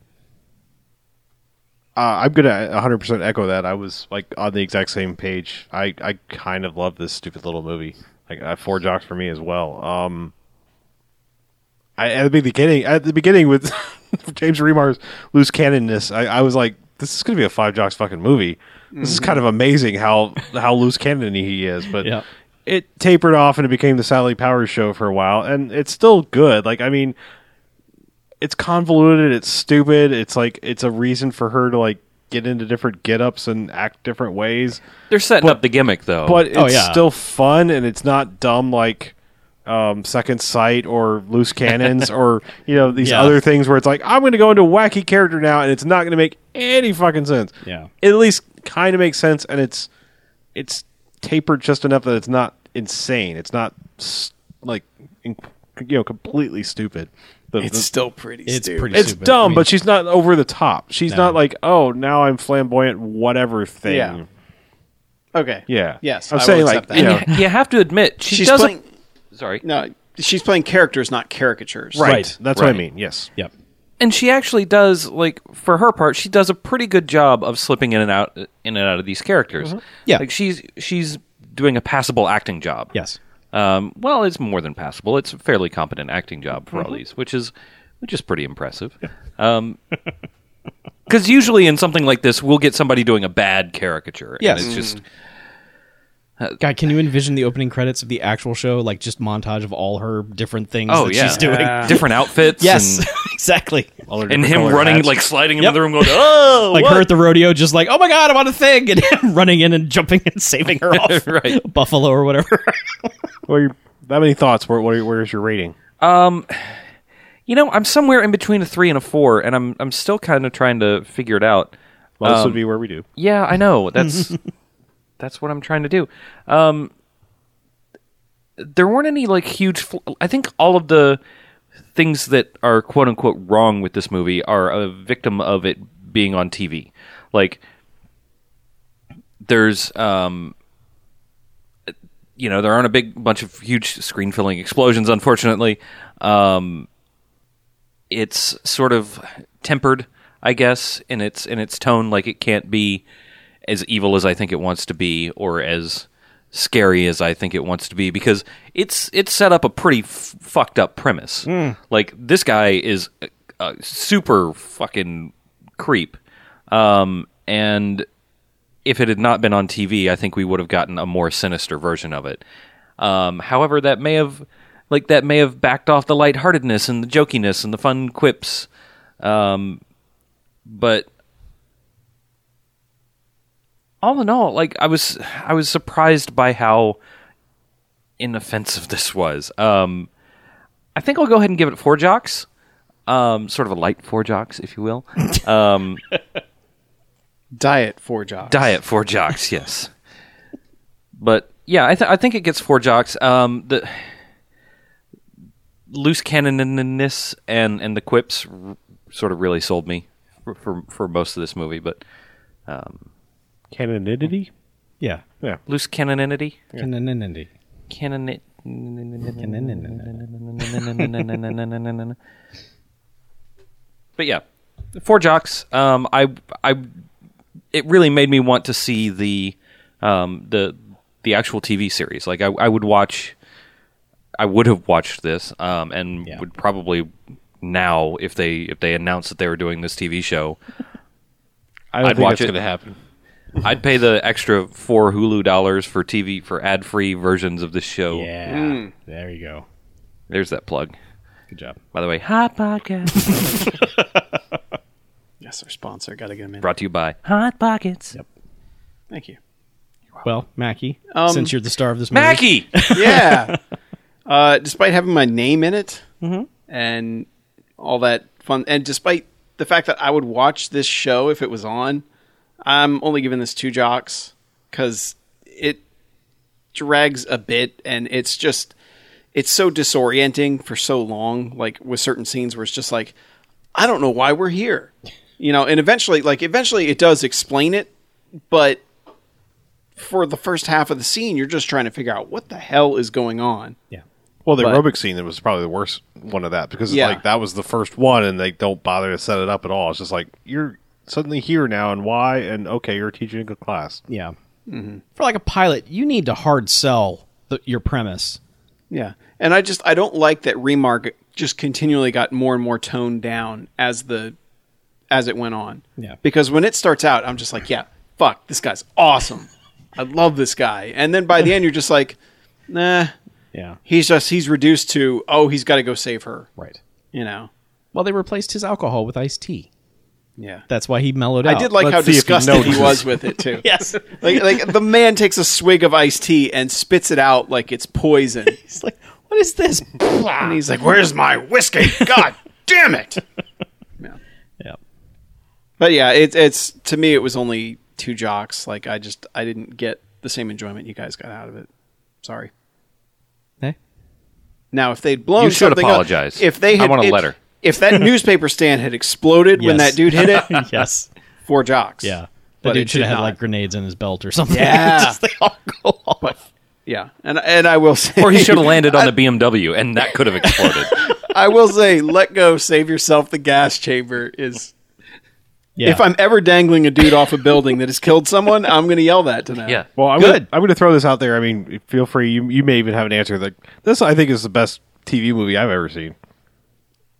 Speaker 2: Uh, I'm gonna 100 percent echo that. I was like on the exact same page. I I kind of love this stupid little movie. Like uh, four jocks for me as well. Um, I at the beginning at the beginning with James Remar's loose cannonness, I, I was like, this is gonna be a five jocks fucking movie. This is kind of amazing how how loose cannon he is, but
Speaker 5: Yeah.
Speaker 2: it tapered off and it became the Sally Powers show for a while, and it's still good. Like I mean, it's convoluted, it's stupid, it's like it's a reason for her to like get into different get-ups and act different ways
Speaker 3: They're setting up the gimmick though.
Speaker 2: but it's
Speaker 5: Oh, yeah.
Speaker 2: still fun and it's not dumb like um, second sight or loose cannons or you know these
Speaker 5: Yeah.
Speaker 2: other things where it's like i'm going to go into a wacky character now and it's not going to make any fucking sense
Speaker 5: Yeah.
Speaker 2: it at least kind of makes sense and it's it's tapered just enough that it's not insane it's not s- like in, you know completely stupid The-
Speaker 4: It's
Speaker 2: the-
Speaker 4: still pretty.
Speaker 5: It's
Speaker 4: stupid.
Speaker 5: pretty
Speaker 2: it's
Speaker 5: stupid.
Speaker 2: dumb,
Speaker 5: I mean-
Speaker 2: but she's not over the top. She's
Speaker 5: No.
Speaker 2: not like, oh, now I'm flamboyant, whatever thing.
Speaker 4: Yeah. Okay.
Speaker 2: Yeah.
Speaker 4: Yes,
Speaker 2: I'm
Speaker 4: I will
Speaker 2: saying like,
Speaker 4: accept
Speaker 2: you
Speaker 4: that.
Speaker 2: know,
Speaker 3: and you have to admit she
Speaker 4: She's
Speaker 3: doesn't.
Speaker 4: playing.
Speaker 3: sorry,
Speaker 4: No, she's playing characters, not caricatures.
Speaker 2: right.
Speaker 5: Right.
Speaker 2: That's what I mean. Yes.
Speaker 5: Yep.
Speaker 3: and she actually does like for her part, she does a pretty good job of slipping in and out, in and out of these characters.
Speaker 5: Yeah.
Speaker 3: like she's she's doing a passable acting job.
Speaker 5: Yes.
Speaker 3: Um, well, it's more than passable. It's a fairly competent acting job for all these, which is which is pretty impressive. Because usually in something like this, we'll get somebody doing a bad caricature. and
Speaker 5: Yes.
Speaker 3: it's just
Speaker 5: God, can you envision the opening credits of the actual show? Like just montage of all her different things
Speaker 3: oh
Speaker 5: that
Speaker 3: yeah, Mm.
Speaker 5: she's doing.
Speaker 3: different outfits.
Speaker 5: Yes,
Speaker 3: and,
Speaker 5: exactly.
Speaker 3: and him running like sliding into the room, going oh,
Speaker 5: Like
Speaker 3: what?"
Speaker 5: her at the rodeo, just like, oh my god, I'm on a thing, and him running in and jumping and saving her off
Speaker 3: Right.
Speaker 5: buffalo or whatever.
Speaker 2: Well, you that many thoughts. Where, where, where's your rating?
Speaker 3: You know, I'm somewhere in between a three and a four, and I'm I'm still kind of trying to figure it out.
Speaker 2: Well, this would be where we do.
Speaker 3: Yeah, I know. That's that's what I'm trying to do. Um, there weren't any like huge. Fl- I think all of the things that are quote unquote wrong with this movie are a victim of it being on TV. Like there's um you know there aren't a big bunch of huge screen filling explosions unfortunately um it's sort of tempered i guess in its in its tone like it can't be as evil as i think it wants to be or as scary as i think it wants to be because it's it's set up a pretty f- fucked up premise like this guy is a, a super fucking creep um and if it had not been on TV, I think we would have gotten a more sinister version of it. Um, however, that may have like that may have backed off the lightheartedness and the jokiness and the fun quips. Um, but all in all, like I was I was surprised by how inoffensive this was. Um, I think I'll go ahead and give it four jocks. Um, sort of a light four jocks, if you will. Um,
Speaker 4: Diet for jobs.
Speaker 3: Diet four jocks, yes. but yeah, I, th- I think it gets four jocks. Um, the loose cannonness and and the quips r- sort of really sold me for, for for most of this movie. But
Speaker 2: Canonidity.
Speaker 5: Yeah.
Speaker 3: loose cannonity,
Speaker 5: Canonity.
Speaker 3: cannonit. but yeah, four jocks. Um, I I it really made me want to see the um the the actual TV series. Like I I would watch. I would have watched this, um, and
Speaker 5: Yeah.
Speaker 3: would probably now if they if they announced that they were doing this TV show,
Speaker 2: I don't
Speaker 3: I'd
Speaker 2: think
Speaker 3: watch
Speaker 2: that's
Speaker 3: it.
Speaker 2: going to happen.
Speaker 3: I'd pay the extra four Hulu dollars for TV for ad free versions of this show.
Speaker 5: Yeah. There you go.
Speaker 3: There's that plug.
Speaker 5: Good job.
Speaker 3: By the way, Hot Podcast
Speaker 4: Yes, our sponsor. Got to get him in.
Speaker 3: brought to you by
Speaker 1: Hot Pockets.
Speaker 4: Thank you.
Speaker 5: Well, Mackie,
Speaker 4: Um,
Speaker 5: since you're the star of this movie,
Speaker 3: Mackie.
Speaker 4: yeah. Uh, despite having my name in it and all that fun, and despite the fact that I would watch this show if it was on, I'm only giving this two jocks because it drags a bit and it's just it's so disorienting for so long like with certain scenes where it's just like i don't know why we're here you know and eventually like eventually it does explain it but for the first half of the scene you're just trying to figure out what the hell is going on
Speaker 5: yeah,
Speaker 2: Well, the
Speaker 5: But-
Speaker 2: aerobic scene that was probably the worst one of that because it's
Speaker 4: Yeah.
Speaker 2: like that was the first one, and they don't bother to set it up at all. It's just like you're suddenly here now, and why? And okay, you're teaching a good class.
Speaker 5: Yeah. For like a pilot, you need to hard sell the, your premise.
Speaker 4: Yeah, and I just I don't like that remark just continually got more and more toned down as the as it went on.
Speaker 5: Yeah.
Speaker 4: because when it starts out, I'm just like, yeah, fuck, this guy's awesome. I love this guy, and then by the end, you're just like, nah,
Speaker 5: Yeah.
Speaker 4: he's just he's reduced to oh, he's got to go save her.
Speaker 5: Right.
Speaker 4: You know,
Speaker 5: Well, they replaced his alcohol with iced tea.
Speaker 4: yeah.
Speaker 5: That's why he mellowed
Speaker 4: I
Speaker 5: out.
Speaker 4: did like
Speaker 2: Let's
Speaker 4: how
Speaker 2: see if he
Speaker 4: disgusted he,
Speaker 2: notices.
Speaker 4: was with it too.
Speaker 5: Yes.
Speaker 4: like like the man takes a swig of iced tea and spits it out like it's poison.
Speaker 5: He's like, what is this?
Speaker 4: and he's like, "Where's my whiskey? God damn it!" Yeah.
Speaker 5: yeah.
Speaker 4: But yeah, it's it's to me it was only two jocks. Like I just I didn't get the same enjoyment you guys got out of it. Sorry.
Speaker 5: Hey.
Speaker 4: Now if they'd blown
Speaker 3: You should
Speaker 4: something up-
Speaker 3: apologize.
Speaker 4: if they
Speaker 3: I
Speaker 4: had,
Speaker 3: want a
Speaker 4: if-
Speaker 3: letter.
Speaker 4: If that newspaper stand had exploded when
Speaker 5: Yes.
Speaker 4: that dude hit it,
Speaker 5: Yes.
Speaker 4: four jocks.
Speaker 5: Yeah. The
Speaker 4: But
Speaker 5: dude
Speaker 4: it
Speaker 5: should
Speaker 4: did
Speaker 5: have had
Speaker 4: not.
Speaker 5: like grenades in his belt or something.
Speaker 4: Yeah.
Speaker 5: Just, they all go off.
Speaker 4: yeah. And and I will say,
Speaker 3: Or he should have landed on the BMW, and that could have exploded.
Speaker 4: I will say, let go, save yourself the gas chamber is.
Speaker 5: Yeah.
Speaker 4: If I'm ever dangling a dude off a building that has killed someone, I'm going to yell that to them.
Speaker 3: yeah.
Speaker 2: Well, I'm
Speaker 5: Good.
Speaker 2: Gonna, I'm going to throw this out there. I mean, feel free. You you may even have an answer. Like this, I think is the best TV movie I've ever seen.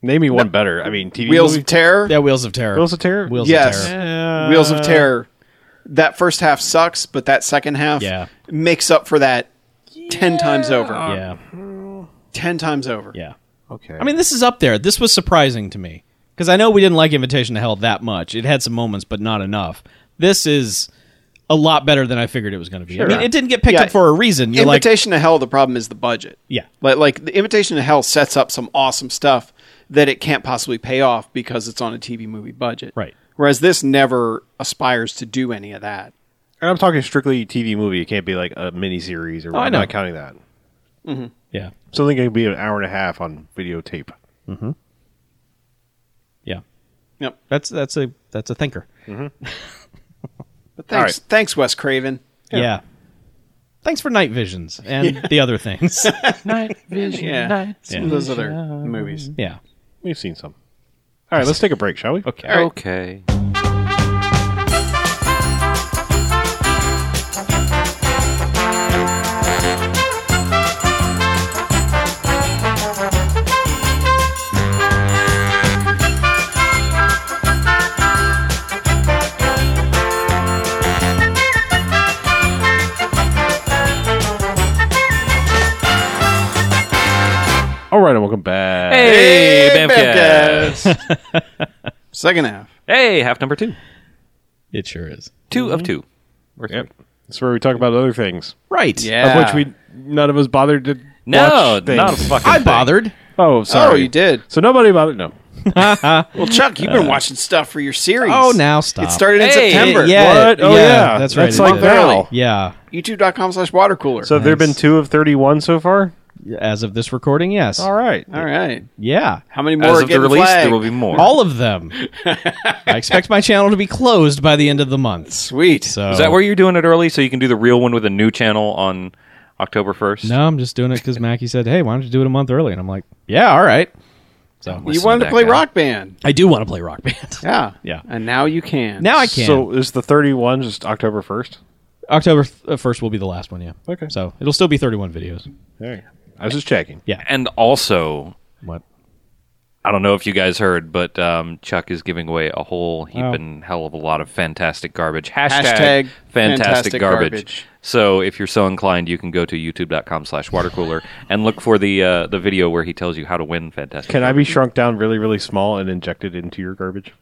Speaker 2: Name me one better. I mean, TV
Speaker 4: Wheels
Speaker 2: movie.
Speaker 4: of Terror. Uh,
Speaker 5: yeah, Wheels of Terror.
Speaker 2: Wheels of Terror?
Speaker 5: Wheels
Speaker 4: Yes.
Speaker 5: of Terror.
Speaker 4: Wheels of Terror. That first half sucks, but that second half
Speaker 5: Yeah.
Speaker 4: makes up for that ten times over.
Speaker 5: Yeah.
Speaker 4: Ten times over.
Speaker 5: Yeah.
Speaker 2: okay.
Speaker 5: I mean, this is up there. This was surprising to me because I know we didn't like Invitation to Hell that much. It had some moments, but not enough. This is a lot better than I figured it was going to be. I mean, it didn't get picked
Speaker 4: Yeah.
Speaker 5: up for a reason. You're like,
Speaker 4: Invitation to Hell. The problem is the budget.
Speaker 5: Yeah.
Speaker 4: like like the Invitation to Hell sets up some awesome stuff that it can't possibly pay off because it's on a TV movie budget.
Speaker 5: Right.
Speaker 4: Whereas this never aspires to do any of that.
Speaker 2: and I'm talking strictly TV movie. It can't be like a miniseries or.
Speaker 5: I
Speaker 2: I'm
Speaker 5: know.
Speaker 2: not counting that.
Speaker 5: yeah,
Speaker 2: Something that could be an hour and a half on videotape.
Speaker 5: yeah.
Speaker 4: Yep.
Speaker 5: That's that's a that's a thinker.
Speaker 4: But
Speaker 2: All
Speaker 4: thanks,
Speaker 2: right.
Speaker 4: thanks, Wes Craven.
Speaker 5: Yeah. Thanks for night visions and the other things.
Speaker 3: Night vision.
Speaker 4: Yeah. Some
Speaker 5: Yeah.
Speaker 4: of those other movies.
Speaker 5: yeah.
Speaker 2: We've seen some. All right, let's take a break, shall we?
Speaker 3: Okay.
Speaker 5: Okay.
Speaker 2: All right, and welcome back.
Speaker 3: Hey, Bamcast.
Speaker 4: Bamcast. Second half.
Speaker 3: Hey, half number two.
Speaker 5: It sure is.
Speaker 3: 2 of two. Or
Speaker 2: Yep. That's where we talk about other things,
Speaker 5: Right.
Speaker 4: Yeah.
Speaker 2: of which we none of us bothered to.
Speaker 3: No,
Speaker 2: watch things.
Speaker 3: not a fucking.
Speaker 5: I
Speaker 3: thing.
Speaker 5: bothered.
Speaker 2: Oh, sorry,
Speaker 4: Oh, you did.
Speaker 2: So nobody bothered. No,
Speaker 4: Well, Chuck, you've been watching stuff for your series.
Speaker 5: Oh, now stop.
Speaker 4: It started in
Speaker 3: Uh, Hey,
Speaker 4: September.
Speaker 5: yeah.
Speaker 2: What? Oh yeah,
Speaker 5: that's right,
Speaker 2: That's
Speaker 5: it
Speaker 2: like
Speaker 5: did.
Speaker 2: now.
Speaker 5: Yeah.
Speaker 4: YouTube.com slash water cooler.
Speaker 2: So have there been two of thirty-one so far?
Speaker 5: As of this recording, yes.
Speaker 2: All right.
Speaker 4: All right.
Speaker 5: Yeah.
Speaker 4: How many more
Speaker 3: As
Speaker 4: are
Speaker 3: of the
Speaker 4: getting
Speaker 3: release,
Speaker 4: flagged?
Speaker 3: there will be more.
Speaker 5: All of them. I expect my channel to be closed by the end of the month.
Speaker 4: Sweet.
Speaker 5: So
Speaker 3: Is that where you're doing it early so you can do the real one with a new channel on October 1st?
Speaker 5: No, I'm just doing it because Mackie said, "Hey, why don't you do it a month early?" And I'm like, "Yeah, all right." So
Speaker 4: you
Speaker 3: Listen
Speaker 4: wanted
Speaker 3: to
Speaker 4: to
Speaker 3: that
Speaker 4: play
Speaker 3: guy.
Speaker 4: Rock Band.
Speaker 5: I do want to play Rock Band.
Speaker 4: Yeah.
Speaker 5: Yeah.
Speaker 4: And now you can.
Speaker 5: now I can.
Speaker 2: So is the thirty-one just October first?
Speaker 5: October uh, first will be the last one. Yeah.
Speaker 2: Okay.
Speaker 5: So it'll still be 31 videos.
Speaker 2: Hey, I was just checking.
Speaker 3: And also,
Speaker 5: What?
Speaker 3: I don't know if you guys heard, but um, Chuck is giving away a whole heap
Speaker 5: Oh.
Speaker 3: and hell of a lot of fantastic garbage. Hashtag,
Speaker 4: Hashtag
Speaker 3: fantastic,
Speaker 4: fantastic
Speaker 3: garbage.
Speaker 4: garbage.
Speaker 3: So if you're so inclined, you can go to youtube.com slash watercooler and look for the uh, the video where he tells you how to win fantastic
Speaker 2: Can I be shrunk down really, really small and injected into your garbage?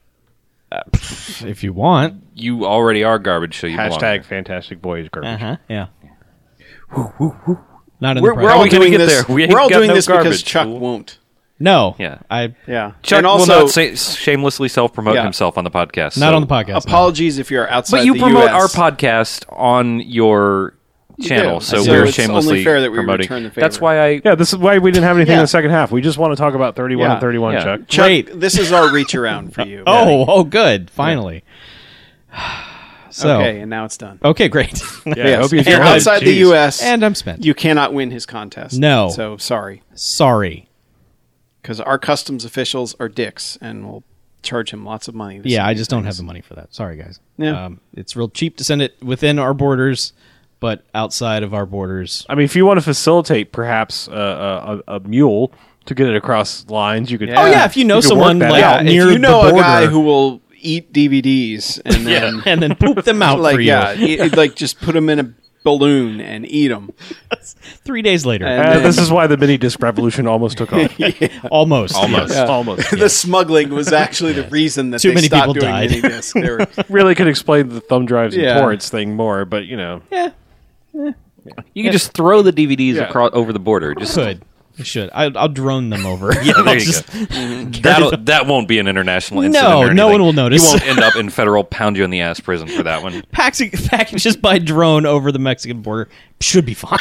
Speaker 5: If you want.
Speaker 3: You already are garbage, so you belong
Speaker 2: Hashtag Fantastic Boys garbage.
Speaker 3: Uh-huh.
Speaker 5: Yeah. Not in
Speaker 3: We're-
Speaker 5: the
Speaker 3: we're
Speaker 5: present.
Speaker 3: all
Speaker 4: We're doing
Speaker 3: gonna get
Speaker 4: this,
Speaker 3: there. We ain't
Speaker 4: are all
Speaker 3: got
Speaker 4: doing
Speaker 3: no
Speaker 4: this because
Speaker 3: garbage,
Speaker 4: Chuck
Speaker 3: fool.
Speaker 4: won't.
Speaker 5: no.
Speaker 3: Yeah.
Speaker 5: I
Speaker 4: Yeah.
Speaker 3: Chuck
Speaker 4: and
Speaker 3: will
Speaker 4: also,
Speaker 3: not say, shamelessly self promote
Speaker 4: Yeah.
Speaker 3: himself on the podcast.
Speaker 5: not
Speaker 3: so-
Speaker 5: on the podcast. no.
Speaker 4: apologies if you're outside
Speaker 3: But you
Speaker 4: the
Speaker 3: promote
Speaker 4: US.
Speaker 3: our podcast on your channel,
Speaker 4: do.
Speaker 3: so,
Speaker 4: So
Speaker 3: we're
Speaker 4: it's
Speaker 3: shamelessly
Speaker 4: only fair that we
Speaker 3: promoting.
Speaker 4: return the favor.
Speaker 3: That's why I.
Speaker 2: Yeah, this is why we didn't have anything
Speaker 4: Yeah.
Speaker 2: in the second half. We just want to talk about 31
Speaker 4: Yeah.
Speaker 2: and 31,
Speaker 3: Yeah.
Speaker 2: Chuck.
Speaker 4: Chuck,
Speaker 5: Wait.
Speaker 4: this is our reach around for you.
Speaker 5: Oh, oh, good. Finally. oh, So
Speaker 4: Okay, and now it's done.
Speaker 5: Okay, great.
Speaker 2: Yeah, I hope you enjoyed
Speaker 4: And
Speaker 2: it.
Speaker 4: outside the
Speaker 2: Jeez.
Speaker 4: U.S.,
Speaker 5: and I'm spent.
Speaker 4: you cannot win his contest.
Speaker 5: No.
Speaker 4: So sorry,
Speaker 5: Sorry.
Speaker 4: because our customs officials are dicks and will charge him lots of money. to
Speaker 5: Yeah,
Speaker 4: send
Speaker 5: I
Speaker 4: these
Speaker 5: just don't have
Speaker 4: things.
Speaker 5: the money for that. Sorry, guys.
Speaker 4: Yeah.
Speaker 5: Um, it's real cheap to send it within our borders, but outside of our borders,
Speaker 2: I mean, if you want to facilitate, perhaps uh, a, a, a mule to get it across lines, you could.
Speaker 4: Oh, yeah,
Speaker 5: if you know
Speaker 2: could work
Speaker 5: someone,
Speaker 2: that
Speaker 5: like,
Speaker 2: out.
Speaker 5: yeah, near
Speaker 4: if you know
Speaker 5: the
Speaker 4: a
Speaker 5: border.
Speaker 4: guy who will eat DVDs and then
Speaker 5: and then poop them out
Speaker 4: like
Speaker 5: for you.
Speaker 4: yeah, it- it, like just put them in a balloon and eat them.
Speaker 5: Three days later,
Speaker 2: Uh,
Speaker 4: And-
Speaker 2: this is why the mini disc revolution almost took off.
Speaker 5: almost.
Speaker 6: Almost.
Speaker 2: Yes, almost.
Speaker 4: The smuggling was actually the reason that
Speaker 5: Too
Speaker 4: they
Speaker 5: many
Speaker 4: stopped
Speaker 5: people
Speaker 4: doing
Speaker 5: died.
Speaker 4: mini discs. They were-
Speaker 2: really could explain the thumb drives and
Speaker 4: Yeah.
Speaker 2: torrents thing more, but you know,
Speaker 3: You can just throw the DVDs
Speaker 2: Yeah.
Speaker 3: across over the border. Just
Speaker 5: Could. We should. I, I'll drone them over.
Speaker 3: Yeah, there you
Speaker 5: Just- Mm-hmm.
Speaker 3: That'll, that won't be an international incident.
Speaker 5: No,
Speaker 3: or
Speaker 5: no
Speaker 3: anything.
Speaker 5: one will notice.
Speaker 3: You won't end up in federal pound you in the ass prison for that one.
Speaker 5: packs- packages by drone over the Mexican border should be fine.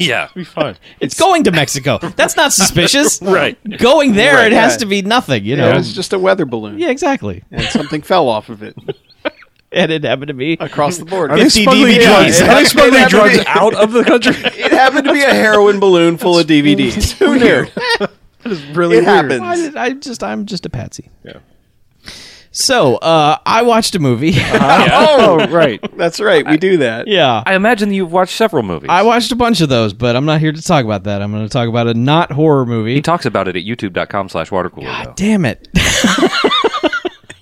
Speaker 3: Yeah.
Speaker 2: be fine.
Speaker 5: it's going to Mexico. That's not suspicious.
Speaker 2: Right.
Speaker 5: Going there,
Speaker 4: Right,
Speaker 5: it has
Speaker 4: yeah.
Speaker 5: to be nothing, you know?
Speaker 4: it was just a weather balloon,
Speaker 5: yeah, exactly.
Speaker 4: and something fell off of it
Speaker 5: And it happened to me.
Speaker 4: across the border.
Speaker 2: Are they
Speaker 5: 50
Speaker 2: smuggling
Speaker 5: DVDs.
Speaker 2: drugs?
Speaker 4: Yeah,
Speaker 2: Are they
Speaker 4: it
Speaker 2: smuggling
Speaker 4: happened to
Speaker 2: drugs
Speaker 4: be-
Speaker 2: out of the country?
Speaker 4: It happened to be a heroin balloon full of DVDs. Who knew?
Speaker 2: really weird.
Speaker 4: It
Speaker 5: Why
Speaker 4: happens.
Speaker 5: did I just I'm just a patsy.
Speaker 2: Yeah.
Speaker 5: So, uh, I watched a movie.
Speaker 2: Oh, right.
Speaker 4: That's right. We do that.
Speaker 5: yeah.
Speaker 3: I imagine you've watched several movies.
Speaker 5: I watched a bunch of those, but I'm not here to talk about that. I'm going to talk about a not horror movie.
Speaker 3: he talks about it at youtube.com slash watercooler. though.
Speaker 5: God damn it.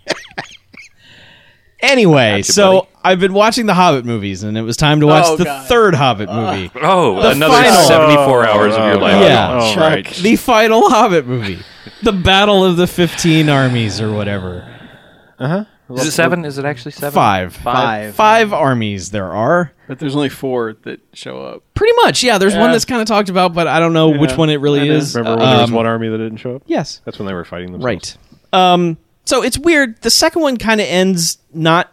Speaker 5: anyway,
Speaker 3: Gotcha,
Speaker 5: so
Speaker 3: buddy.
Speaker 5: I've been watching the Hobbit movies, and it was time to watch
Speaker 4: Oh,
Speaker 5: the
Speaker 4: God.
Speaker 5: third Hobbit movie.
Speaker 3: Oh,
Speaker 5: The
Speaker 3: another
Speaker 5: final-
Speaker 3: 74 hours of your
Speaker 2: Oh,
Speaker 3: life.
Speaker 5: Yeah.
Speaker 2: Oh,
Speaker 4: Chuck.
Speaker 2: right.
Speaker 5: the final Hobbit movie. The Battle of the 15 Armies or whatever.
Speaker 3: Is it seven? Is it actually seven?
Speaker 5: Five.
Speaker 4: Five.
Speaker 5: Five armies there are.
Speaker 4: But there's only four that show up.
Speaker 5: Pretty much, yeah. There's one
Speaker 4: Yeah.
Speaker 5: that's kind of talked about, but I don't know which one it really
Speaker 4: I know.
Speaker 5: is.
Speaker 2: Remember when there was
Speaker 5: Um,
Speaker 2: one army that didn't show up?
Speaker 5: Yes.
Speaker 2: That's when they were fighting themselves.
Speaker 5: Right. Um, so it's weird. The second one kind of ends not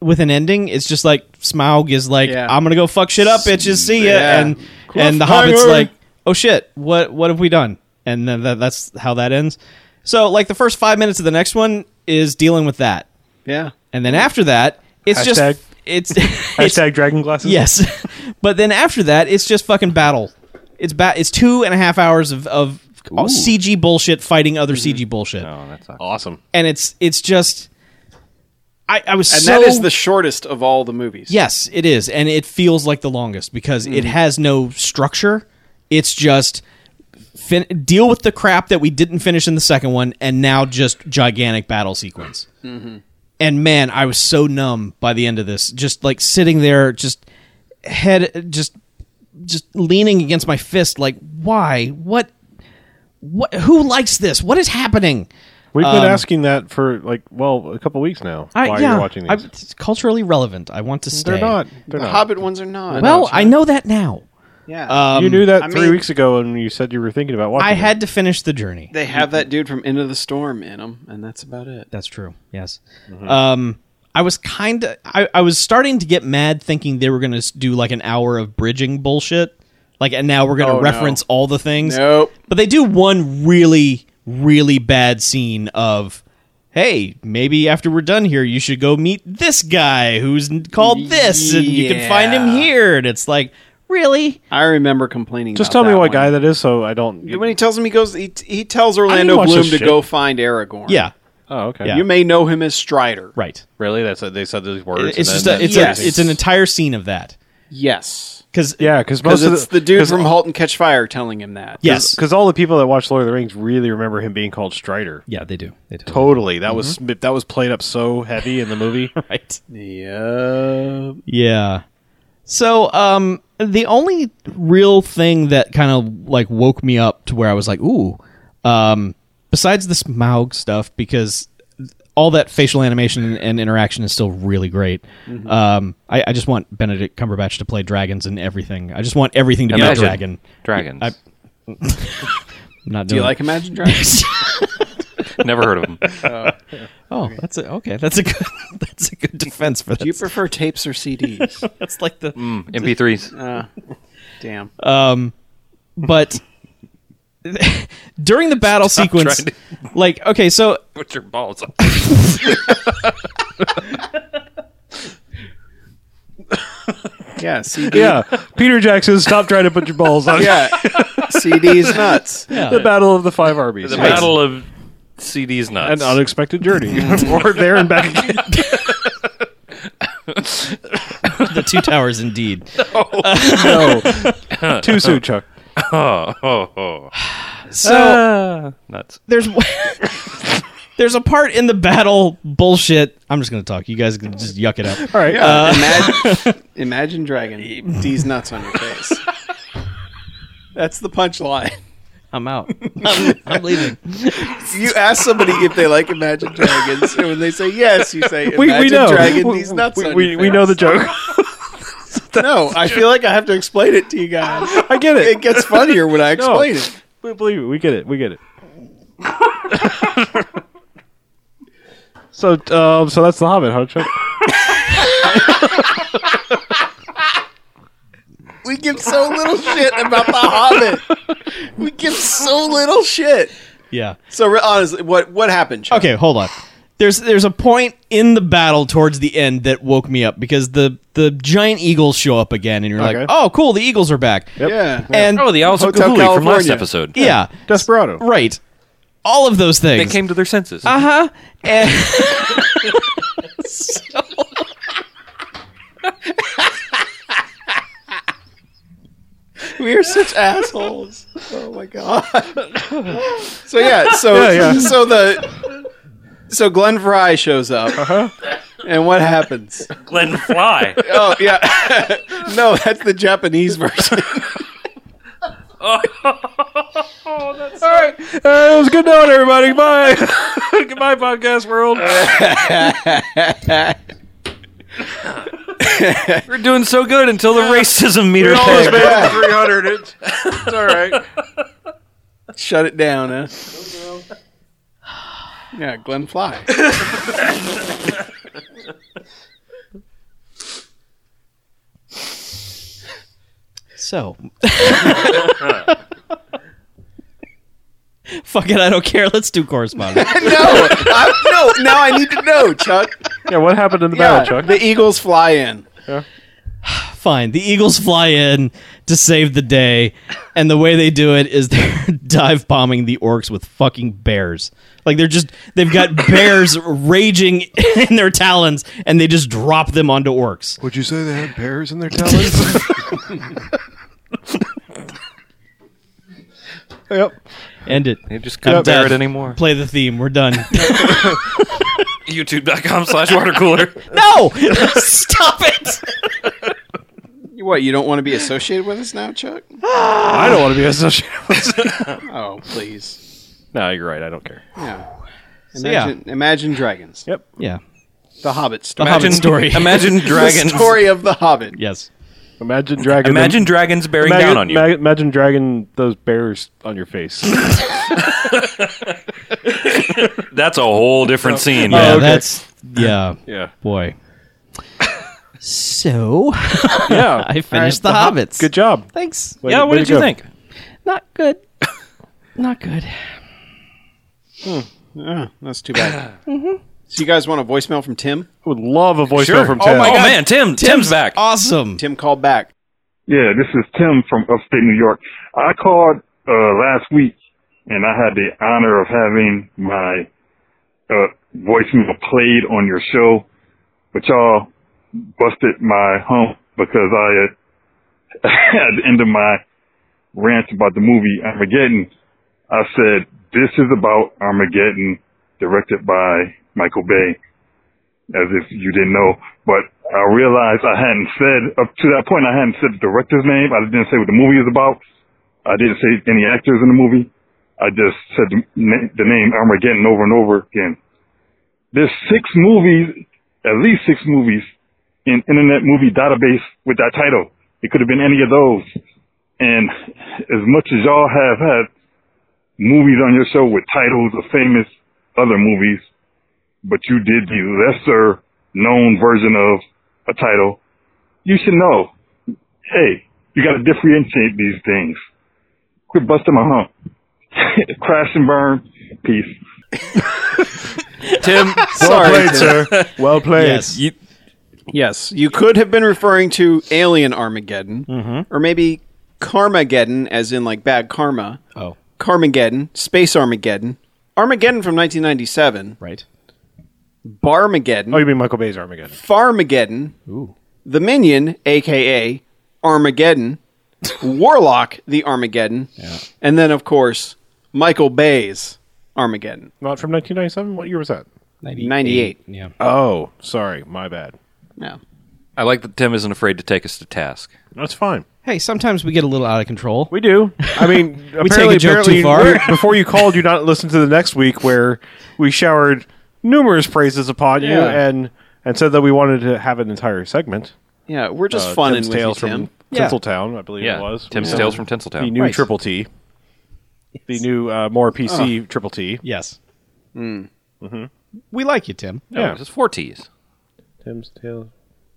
Speaker 5: with an ending. It's just like Smaug is like,
Speaker 4: Yeah.
Speaker 5: "I'm gonna go fuck shit up, bitches. See ya."
Speaker 4: Yeah.
Speaker 5: And and the
Speaker 4: Cliffhanger.
Speaker 5: Hobbit's like, "Oh shit, what what have we done?" And then that, that's how that ends. So like the first five minutes of the next one is dealing with that,
Speaker 4: Yeah.
Speaker 5: and then after that, it's
Speaker 2: Hashtag-
Speaker 5: just it's it's
Speaker 2: Hashtag dragon
Speaker 4: Mm-hmm.
Speaker 2: glasses?
Speaker 5: Yes, but then after that, it's just fucking battle. It's ba- It's two and a half hours of, of CG bullshit fighting
Speaker 4: Mm-hmm.
Speaker 5: other CG bullshit,
Speaker 3: Oh, that sucks.
Speaker 2: Awesome.
Speaker 5: and it's it's just. I, I was
Speaker 4: And
Speaker 5: so
Speaker 4: that is the shortest of all the movies.
Speaker 5: yes, it is, and it feels like the longest because
Speaker 2: Mm.
Speaker 5: it has no structure. It's just fin- deal with the crap that we didn't finish in the second one, and now just gigantic battle sequence.
Speaker 2: Mm-hmm.
Speaker 5: And man, I was so numb by the end of this. Just like sitting there, just head, just just leaning against my fist. Like, why? What? What? Who likes this? What is happening?
Speaker 2: We've been asking that for, like, well, a couple weeks now.
Speaker 5: I,
Speaker 2: why
Speaker 5: yeah,
Speaker 2: you're watching these.
Speaker 5: I- it's culturally relevant. I want to stay.
Speaker 2: they're not. They're
Speaker 4: The
Speaker 2: not.
Speaker 4: Hobbit ones are not.
Speaker 5: Well, I know that now.
Speaker 4: yeah.
Speaker 5: Um,
Speaker 2: you knew that
Speaker 4: I
Speaker 2: three
Speaker 4: mean-
Speaker 2: weeks ago when you said you were thinking about watching
Speaker 5: I
Speaker 2: it.
Speaker 5: had to finish the journey.
Speaker 4: they have that dude from End of the Storm in them, and that's about it.
Speaker 5: That's true. Yes.
Speaker 4: Mm-hmm.
Speaker 5: Um, I was kind of. I, I was starting to get mad, thinking they were going to do like an hour of bridging bullshit. Like, and now we're going to
Speaker 4: Oh, no.
Speaker 5: reference all the things.
Speaker 4: Nope.
Speaker 5: But they do one really, really bad scene of. Hey, maybe after we're done here, you should go meet this guy who's n- called this, and you can find him
Speaker 4: Yeah.
Speaker 5: here. And it's like, really?
Speaker 4: I remember complaining.
Speaker 2: Just
Speaker 4: about
Speaker 2: tell me
Speaker 4: that
Speaker 2: what
Speaker 4: one.
Speaker 2: guy that is so I don't.
Speaker 4: When he tells him he goes, he, he tells Orlando
Speaker 2: watch
Speaker 4: Bloom
Speaker 2: this
Speaker 4: to
Speaker 2: shit.
Speaker 4: go find Aragorn.
Speaker 5: Yeah,
Speaker 2: oh, okay.
Speaker 5: Yeah.
Speaker 4: You may know him as Strider.
Speaker 5: right.
Speaker 2: Really? That's They said those words.
Speaker 5: It's just a, it's,
Speaker 4: Yes.
Speaker 5: a, it's an entire scene of that
Speaker 4: Yes.
Speaker 5: because
Speaker 2: Yeah, because most
Speaker 4: Because
Speaker 2: of
Speaker 4: it's the, dude from Halt and Catch Fire telling him that.
Speaker 5: yes,
Speaker 2: because all the people that watch Lord of the Rings really remember him being called Strider.
Speaker 5: yeah, they do. They totally
Speaker 2: Totally, that
Speaker 4: Mm-hmm.
Speaker 2: was that was played up so heavy in the movie.
Speaker 5: right.
Speaker 4: Yeah.
Speaker 5: Yeah. So, um, the only real thing that kind of like woke me up to where I was like, ooh, um, besides the Smaug stuff, because all that facial animation and interaction is still really great.
Speaker 4: Mm-hmm.
Speaker 5: Um, I, I just want Benedict Cumberbatch to play dragons and everything. I just want everything to be
Speaker 3: Imagine.
Speaker 5: a dragon.
Speaker 3: Dragons.
Speaker 5: I- I'm not
Speaker 4: Do
Speaker 5: doing
Speaker 4: you like Imagine Dragons?
Speaker 3: Never heard of them.
Speaker 5: Oh, that's a, okay. That's a good. That's a good defense for
Speaker 4: Do you
Speaker 5: that.
Speaker 4: prefer tapes or CDs?
Speaker 5: That's like the
Speaker 3: Mm, MP3s.
Speaker 4: Uh, Damn.
Speaker 2: Uh,
Speaker 5: Um, but during the battle sequence
Speaker 3: trying
Speaker 5: like okay so
Speaker 3: Put your balls up.
Speaker 4: Yeah, CD.
Speaker 2: Yeah, Peter Jackson, stop trying to put your balls on.
Speaker 4: yeah. CD's nuts.
Speaker 2: the Battle of the Five Armies.
Speaker 3: The
Speaker 2: Yes.
Speaker 3: battle of CDs nuts.
Speaker 2: An unexpected journey, or there and back again.
Speaker 5: the two towers indeed.
Speaker 2: No, too soon, Chuck.
Speaker 3: oh, oh, oh.
Speaker 5: So
Speaker 3: nuts.
Speaker 5: there's there's a part in the battle bullshit. I'm just gonna talk. You guys can just yuck it up.
Speaker 2: All right,
Speaker 4: Yeah, imagine, imagine Dragon D's nuts on your face. That's the punchline.
Speaker 5: I'm out. I'm, I'm leaving.
Speaker 4: You ask somebody if they like Imagine Dragons, and when they say yes, you say Imagine
Speaker 2: we, we know.
Speaker 4: Dragon
Speaker 2: we,
Speaker 4: D's nuts
Speaker 2: we,
Speaker 4: on
Speaker 2: we,
Speaker 4: your
Speaker 2: we
Speaker 4: face."
Speaker 2: know the joke.
Speaker 4: No, I feel like I have to explain it to you guys.
Speaker 2: I get it.
Speaker 4: It gets funnier when I
Speaker 2: No.
Speaker 4: explain it.
Speaker 2: We believe it. We get it. We get it. so, um, so that's the Hobbit, huh, Chuck?
Speaker 4: We give so little shit about the Hobbit. We give so little shit.
Speaker 5: Yeah.
Speaker 4: So re- honestly, what what happened? Chuck?
Speaker 5: Okay, hold on. There's there's a point in the battle towards the end that woke me up because the the giant eagles show up again and you're
Speaker 2: Okay.
Speaker 5: like, "Oh, cool, the eagles are back."
Speaker 4: Yeah.
Speaker 5: And
Speaker 3: Oh, the Owls of
Speaker 4: Hotel
Speaker 3: Kahuli from last
Speaker 4: California.
Speaker 3: episode.
Speaker 5: yeah,
Speaker 2: Desperado.
Speaker 5: right. All of those
Speaker 3: They
Speaker 5: things.
Speaker 3: came to their senses.
Speaker 5: uh-huh. And
Speaker 4: We are such assholes. Oh my god. so yeah, so
Speaker 2: Yeah, yeah.
Speaker 4: so the so Glenn Fry shows up.
Speaker 2: Uh-huh.
Speaker 4: And what happens?
Speaker 3: Glenn Fly.
Speaker 4: Oh yeah. no, that's the Japanese version.
Speaker 2: All right. Uh, it was good knowing everybody. Bye. Goodbye, podcast world.
Speaker 3: We're doing so good until the racism meter.
Speaker 2: almost made
Speaker 3: thing.
Speaker 2: it to 300. It's, it's all right.
Speaker 4: Shut it down, huh? Yeah, Glenn Fly.
Speaker 5: so Fuck it, I don't care. Let's do correspondence.
Speaker 4: no, I, no. Now I need to know, Chuck.
Speaker 2: Yeah, what happened in the
Speaker 4: Yeah,
Speaker 2: battle, Chuck?
Speaker 4: the Eagles fly in.
Speaker 5: Fine. The Eagles fly in to save the day, and the way they do it is they're dive bombing the orcs with fucking bears. Like they're just they've got bears raging in their talons, and they just drop them onto orcs.
Speaker 2: Would you say they had pears in their talons? yep.
Speaker 5: End it.
Speaker 3: They just couldn't
Speaker 5: I'm
Speaker 3: bear
Speaker 5: done.
Speaker 3: it anymore.
Speaker 5: Play the theme. We're done.
Speaker 3: YouTube.com slash water cooler.
Speaker 5: no, stop it.
Speaker 4: You What? You don't want to be associated with us now, Chuck?
Speaker 2: I don't want to be associated with
Speaker 4: Oh, please.
Speaker 2: No, you're right. I don't care.
Speaker 4: No.
Speaker 5: So, yeah.
Speaker 4: Imagine, imagine dragons.
Speaker 2: Yep.
Speaker 5: Yeah,
Speaker 4: The Hobbit story.
Speaker 5: The Hobbit story.
Speaker 3: Imagine dragons.
Speaker 4: The story of the Hobbit.
Speaker 5: yes.
Speaker 2: Imagine dragon.
Speaker 3: Imagine dragons bearing
Speaker 2: imagine,
Speaker 3: down on you.
Speaker 2: ma- imagine dragging those bears on your face.
Speaker 3: That's a whole different scene.
Speaker 5: Yeah,
Speaker 2: okay.
Speaker 5: that's yeah,
Speaker 2: yeah.
Speaker 5: boy. So
Speaker 2: Yeah.
Speaker 5: I finished the, Hobbits.
Speaker 2: Good job.
Speaker 5: Thanks.
Speaker 2: Way-
Speaker 3: yeah,
Speaker 2: way
Speaker 3: what did
Speaker 2: to
Speaker 3: you
Speaker 2: go.
Speaker 3: think?
Speaker 5: Not good. Not good.
Speaker 4: Oh, that's too bad. So you guys want a voicemail from Tim?
Speaker 2: I would love a voicemail from
Speaker 3: Oh,
Speaker 2: Tim.
Speaker 3: my man, Tim. Tim's, back.
Speaker 5: Awesome.
Speaker 4: Tim called back.
Speaker 6: Yeah, this is Tim from upstate New York. I called uh, last week, and I had the honor of having my uh, voicemail played on your show, but y'all busted my hump because I had, at the end of my rant about the movie Armageddon, I said, this is about Armageddon, directed by Michael Bay as if you didn't know. But I realized I hadn't said up to that point. I hadn't said the director's name. I didn't say what the movie is about. I didn't say any actors in the movie. I just said the, na- the name Armageddon over and over again. There's six movies, at least six movies, in Internet Movie Database with that title. It could have been any of those. And as much as y'all have had movies on your show with titles of famous other movies, but you did the lesser known version of a title, you should know, hey, you gotta differentiate these things. Quit busting my hump. Crash and burn. Peace.
Speaker 3: Tim,
Speaker 4: Sorry,
Speaker 2: Well played, sir. Well played.
Speaker 5: Yes.
Speaker 3: you,
Speaker 4: Yes, you could have been referring to Alien Armageddon, or maybe Carmageddon, as in like bad karma.
Speaker 5: Oh,
Speaker 4: Carmageddon, Space Armageddon, Armageddon from 1997,
Speaker 5: right.
Speaker 4: Barmageddon,
Speaker 2: Oh, you mean Michael Bay's Armageddon?
Speaker 4: Farmageddon,
Speaker 5: Ooh.
Speaker 4: The Minion, aka Armageddon, Warlock, the Armageddon, and then of course Michael Bay's Armageddon.
Speaker 2: Not from 1997. What year was that?
Speaker 5: 98.
Speaker 4: 98.
Speaker 5: Yeah.
Speaker 2: Oh, sorry, my bad.
Speaker 4: Yeah.
Speaker 3: I like that Tim isn't afraid to take us to task.
Speaker 2: That's fine.
Speaker 5: Hey, sometimes we get a little out of control.
Speaker 2: We do. I mean, apparently,
Speaker 5: take a joke
Speaker 2: apparently
Speaker 5: too far.
Speaker 2: before you called, you not listened to the next week where we showered numerous praises upon you
Speaker 4: Yeah.
Speaker 2: and and said that we wanted to have an entire segment.
Speaker 4: Yeah, we're just
Speaker 2: uh,
Speaker 4: fun and
Speaker 2: Tim's
Speaker 4: with you,
Speaker 2: Tales
Speaker 4: Tim.
Speaker 2: from
Speaker 5: Yeah.
Speaker 2: Tinseltown, I believe
Speaker 3: Yeah,
Speaker 2: it was.
Speaker 3: Tim's
Speaker 2: Yeah.
Speaker 3: Tales from
Speaker 2: The
Speaker 3: Tinseltown.
Speaker 2: new
Speaker 5: Right.
Speaker 2: Triple T. The new uh, more PC Triple T.
Speaker 5: Yes. We like you, Tim.
Speaker 3: No,
Speaker 2: yeah.
Speaker 3: it's just four T's.
Speaker 2: Tim's Tales.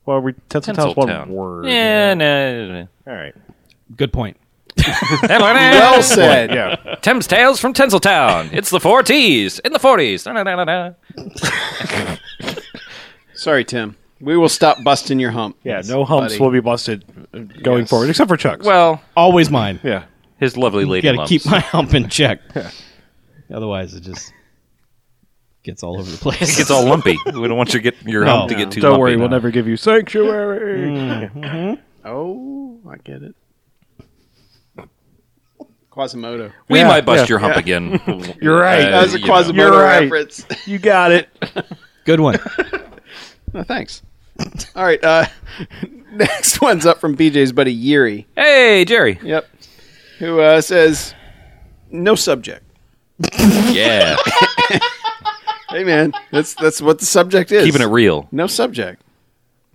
Speaker 2: Well, we Tinseltown's one
Speaker 3: Tinseltown.
Speaker 2: word.
Speaker 3: Yeah, no.
Speaker 2: All right.
Speaker 5: Good point.
Speaker 4: Well said.
Speaker 2: Yeah.
Speaker 3: Tim's Tales from Tinseltown. It's the four T's in the 40s. Da, da, da, da, da.
Speaker 4: Sorry, Tim. We will stop busting your hump.
Speaker 2: Yeah. No humps
Speaker 4: buddy.
Speaker 2: will be busted uh, going
Speaker 4: Yes.
Speaker 2: forward, except for Chuck's.
Speaker 3: Well,
Speaker 5: Always mine.
Speaker 2: yeah.
Speaker 3: his lovely lady
Speaker 5: Got to
Speaker 3: lumps.
Speaker 5: keep my hump in check. Otherwise, it just gets all over the place.
Speaker 3: It gets all lumpy. We don't want you to get your
Speaker 5: No.
Speaker 3: hump to get too
Speaker 2: Don't
Speaker 3: lumpy.
Speaker 2: worry, we'll
Speaker 3: No.
Speaker 2: never give you sanctuary.
Speaker 4: Mm. Oh, I get it. Quasimodo.
Speaker 3: We
Speaker 2: Yeah,
Speaker 3: might bust
Speaker 2: yeah.
Speaker 3: your hump again.
Speaker 2: You're right.
Speaker 3: Uh,
Speaker 4: That was a
Speaker 3: you know.
Speaker 4: Quasimodo
Speaker 2: You're right.
Speaker 4: reference.
Speaker 2: You got it.
Speaker 5: Good one.
Speaker 4: No, thanks. All right. Uh, next one's up from BJ's buddy Yuri.
Speaker 3: Hey, Jerry.
Speaker 4: Yep. Who uh, says, no subject.
Speaker 3: Yeah.
Speaker 4: Hey, man. That's, that's what the subject is.
Speaker 3: Keeping it real.
Speaker 4: No subject.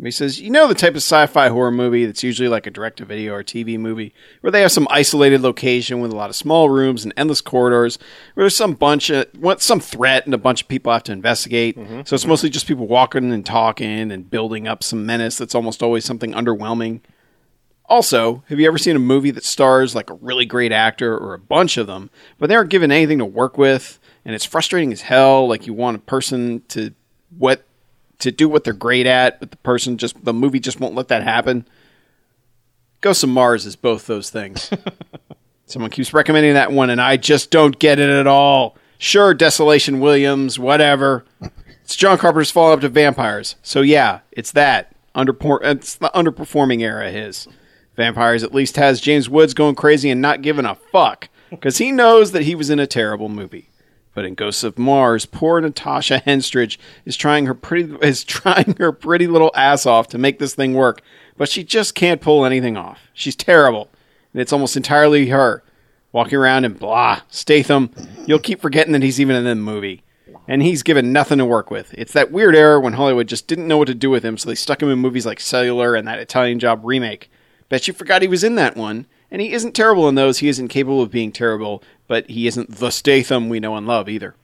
Speaker 4: He says, you know the type of sci-fi horror movie that's usually like a direct-to-video or TV movie, where they have some isolated location with a lot of small rooms and endless corridors, where there's some bunch of what some threat and a bunch of people have to investigate. So it's mostly just people walking and talking and building up some menace. That's almost always something underwhelming. Also, have you ever seen a movie that stars like a really great actor or a bunch of them, but they aren't given anything to work with, and it's frustrating as hell? Like you want a person to what to do what they're great at, but the person just the movie just won't let that happen. Ghosts of Mars is both those things. Someone keeps recommending that one, and I just don't get it at all. Sure, Desolation Williams, whatever. It's John Carpenter's follow-up to Vampires. So yeah, it's that underpor- It's the underperforming era. of His Vampires at least has James Woods going crazy and not giving a fuck because he knows that he was in a terrible movie. But in Ghosts of Mars, poor Natasha Henstridge is trying her pretty is trying her pretty little ass off to make this thing work, but she just can't pull anything off. She's terrible, and it's almost entirely her walking around and blah. Statham, you'll keep forgetting that he's even in the movie, and he's given nothing to work with. It's that weird era when Hollywood just didn't know what to do with him, so they stuck him in movies like Cellular and that Italian Job remake. Bet you forgot he was in that one. And he isn't terrible in those. He isn't capable of being terrible, but he isn't the Statham we know and love either.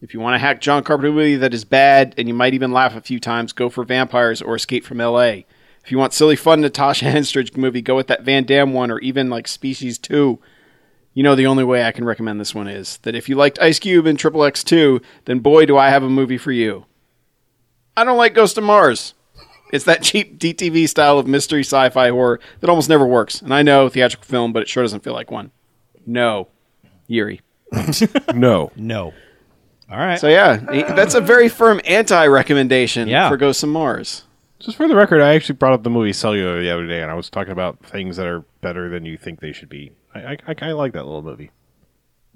Speaker 4: If you want to hack John Carpenter movie that is bad and you might even laugh a few times, go for Vampires or Escape from L.A. If you want silly fun Natasha Henstridge movie, go with that Van Damme one or even like Species 2. You know the only way I can recommend this one is that if you liked Ice Cube and Triple X2, then boy do I have a movie for you. I don't like Ghost of Mars. It's that cheap DTV style of mystery sci-fi horror that almost never works. And I know theatrical film, but it sure doesn't feel like one. No, Yuri.
Speaker 2: No.
Speaker 5: No. All right.
Speaker 4: So yeah, he- that's a very firm anti-recommendation
Speaker 5: Yeah.
Speaker 4: for Ghosts of Mars.
Speaker 2: Just for the record, I actually brought up the movie Cellular the other day, and I was talking about things that are better than you think they should be. I I, I, I like that little movie.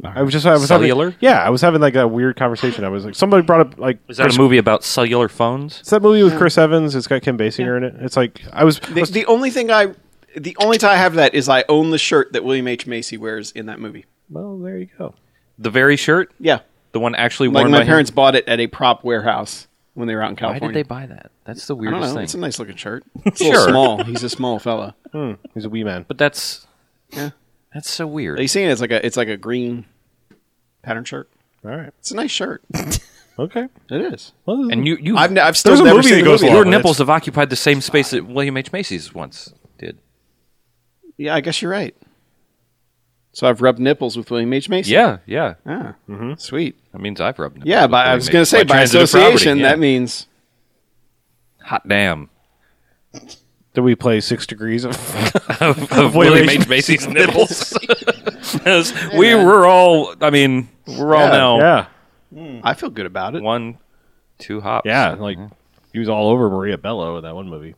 Speaker 2: I was just I was
Speaker 3: Cellular?
Speaker 2: Having, yeah, I was having like a weird conversation. I was like, somebody brought up like
Speaker 3: Is that
Speaker 2: Chris-
Speaker 3: a movie about cellular phones?
Speaker 2: It's that movie with Chris Evans. It's got Kim Basinger in it. It's like I was. I
Speaker 4: The,
Speaker 2: was-
Speaker 4: the only thing I, the only tie I have that is I own the shirt that William H Macy wears in that movie.
Speaker 2: well, there you go.
Speaker 3: The very shirt?
Speaker 4: Yeah,
Speaker 3: The one actually
Speaker 4: like
Speaker 3: worn by
Speaker 4: my
Speaker 3: him?
Speaker 4: parents bought it at a prop warehouse when they were out in
Speaker 3: Why
Speaker 4: California.
Speaker 3: did they buy that? That's the
Speaker 4: I don't know.
Speaker 3: weirdest
Speaker 4: It's a
Speaker 3: thing.
Speaker 4: nice looking shirt. It's a
Speaker 3: Sure.
Speaker 4: little small. He's a small fella.
Speaker 2: Hmm, he's a wee man.
Speaker 3: But that's
Speaker 4: Yeah.
Speaker 3: that's so weird.
Speaker 4: Are you seeing it? It's like a it's like a green pattern shirt.
Speaker 2: All right.
Speaker 4: It's a nice shirt. It
Speaker 2: Okay.
Speaker 4: is.
Speaker 2: Well,
Speaker 3: and you, you
Speaker 4: I've, ne- Oh, I've still
Speaker 2: There's a
Speaker 4: never
Speaker 2: movie
Speaker 4: seen
Speaker 2: that
Speaker 4: the
Speaker 2: goes
Speaker 4: movie.
Speaker 2: along
Speaker 3: your
Speaker 2: Yeah, with
Speaker 3: nipples have occupied the same space that William H. Macy's once did.
Speaker 4: Yeah, I guess you're right. So I've rubbed nipples with William H Macy.
Speaker 3: Yeah, yeah.
Speaker 4: Ah, sweet.
Speaker 3: That means I've rubbed. nipples
Speaker 4: Yeah,
Speaker 3: with
Speaker 4: by, I
Speaker 3: William
Speaker 4: was
Speaker 3: H.
Speaker 4: going to say by
Speaker 3: transitive
Speaker 4: association,
Speaker 3: property, yeah.
Speaker 4: that means
Speaker 3: Hot damn.
Speaker 2: Did we play Six Degrees of
Speaker 3: Of, of William H. Macy's nipples. 'Cause We were all, I mean, we're all now
Speaker 2: Yeah,
Speaker 4: I feel good about it.
Speaker 3: one, two hops.
Speaker 2: yeah. Like he was all over Maria Bello in that one movie.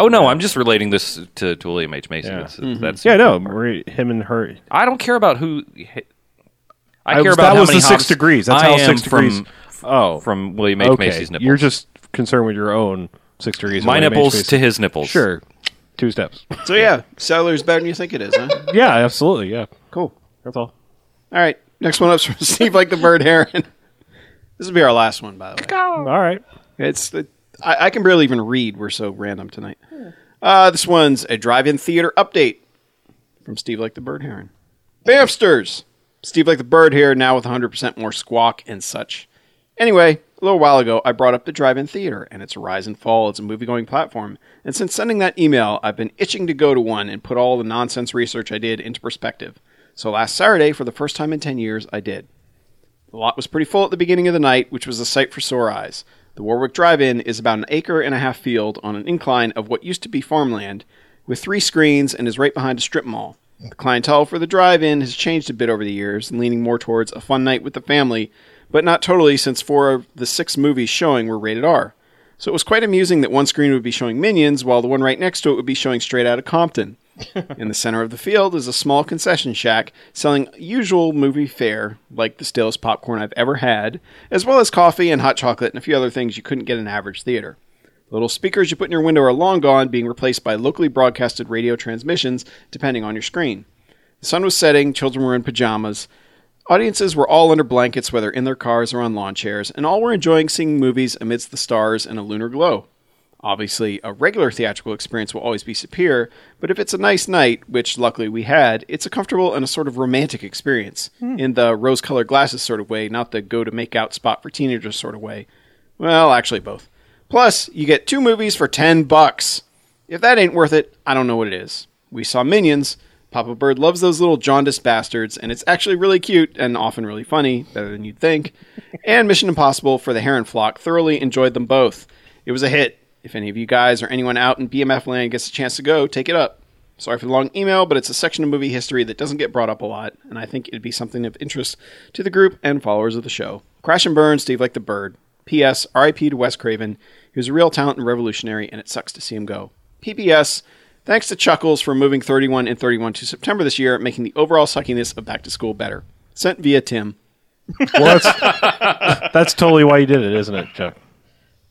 Speaker 3: Oh, no, I'm just relating this to, to William H. Macy.
Speaker 2: Yeah.
Speaker 3: That's, that's,
Speaker 2: Yeah, no, Maria, him and her.
Speaker 3: I don't care about who. I
Speaker 2: I
Speaker 3: care
Speaker 2: was-
Speaker 3: about
Speaker 2: that
Speaker 3: how
Speaker 2: was
Speaker 3: many
Speaker 2: the six
Speaker 3: hops
Speaker 2: degrees. That's
Speaker 3: I
Speaker 2: how
Speaker 3: am
Speaker 2: six degrees.
Speaker 3: From,
Speaker 2: Oh,
Speaker 3: from William H.
Speaker 2: okay.
Speaker 3: Macy's nipples.
Speaker 2: You're just concerned with your own Six Degrees. of
Speaker 3: my
Speaker 2: William H.
Speaker 3: nipples
Speaker 2: Macy.
Speaker 3: to his nipples.
Speaker 2: Sure, two steps.
Speaker 4: So yeah, cellular's better than you think it is, huh?
Speaker 2: yeah, absolutely. Yeah,
Speaker 4: cool.
Speaker 2: that's all.
Speaker 4: All right, next one up's from Steve like the bird heron. This will be our last one, by the way.
Speaker 2: All right.
Speaker 4: It's it, I, I can barely even read. We're so random tonight. Uh, this one's a drive-in theater update from Steve like the bird heron. Bamsters, Steve like the bird here now with 100% more squawk and such. Anyway, a little while ago, I brought up the drive-in theater and its rise and fall as a movie-going platform. And since sending that email, I've been itching to go to one and put all the nonsense research I did into perspective. So last Saturday, for the first time in 10 years, I did. The lot was pretty full at the beginning of the night, which was a sight for sore eyes. The Warwick Drive In is about an acre and a half field on an incline of what used to be farmland, with three screens and is right behind a strip mall. The clientele for the drive in has changed a bit over the years, leaning more towards a fun night with the family, but not totally since four of the six movies showing were rated R. So it was quite amusing that one screen would be showing Minions, while the one right next to it would be showing Straight Outta Compton. In the center of the field is a small concession shack selling usual movie fare, like the stillest popcorn I've ever had, as well as coffee and hot chocolate and a few other things you couldn't get in an average theater. The little speakers you put in your window are long gone, being replaced by locally broadcasted radio transmissions, depending on your screen. The sun was setting, children were in pajamas. Audiences were all under blankets, whether in their cars or on lawn chairs, and all were enjoying seeing movies amidst the stars and a lunar glow. Obviously, a regular theatrical experience will always be superior, but if it's a nice night, which luckily we had, it's a comfortable and a sort of romantic experience in the rose colored glasses sort of way, not the go to make out spot for teenagers sort of way. Well, actually, both. Plus, you get two movies for 10 bucks. If that ain't worth it, I don't know what it is. We saw Minions. Papa Bird loves those little jaundiced bastards, and it's actually really cute and often really funny, better than you'd think. and Mission Impossible for the Heron Flock thoroughly enjoyed them both. It was a hit. If any of you guys or anyone out in BMF land gets a chance to go, take it up. Sorry for the long email, but it's a section of movie history that doesn't get brought up a lot, and I think it'd be something of interest to the group and followers of the show. Crash and burn, Steve like the bird. P.S. RIP to Wes Craven. He was a real talent and revolutionary, and it sucks to see him go. P.P.S. Thanks to Chuckles for moving 31 and 31 to September this year, making the overall suckiness of Back to School better. Sent via Tim.
Speaker 2: Well, that's, that's totally why you did it, isn't it, Chuck?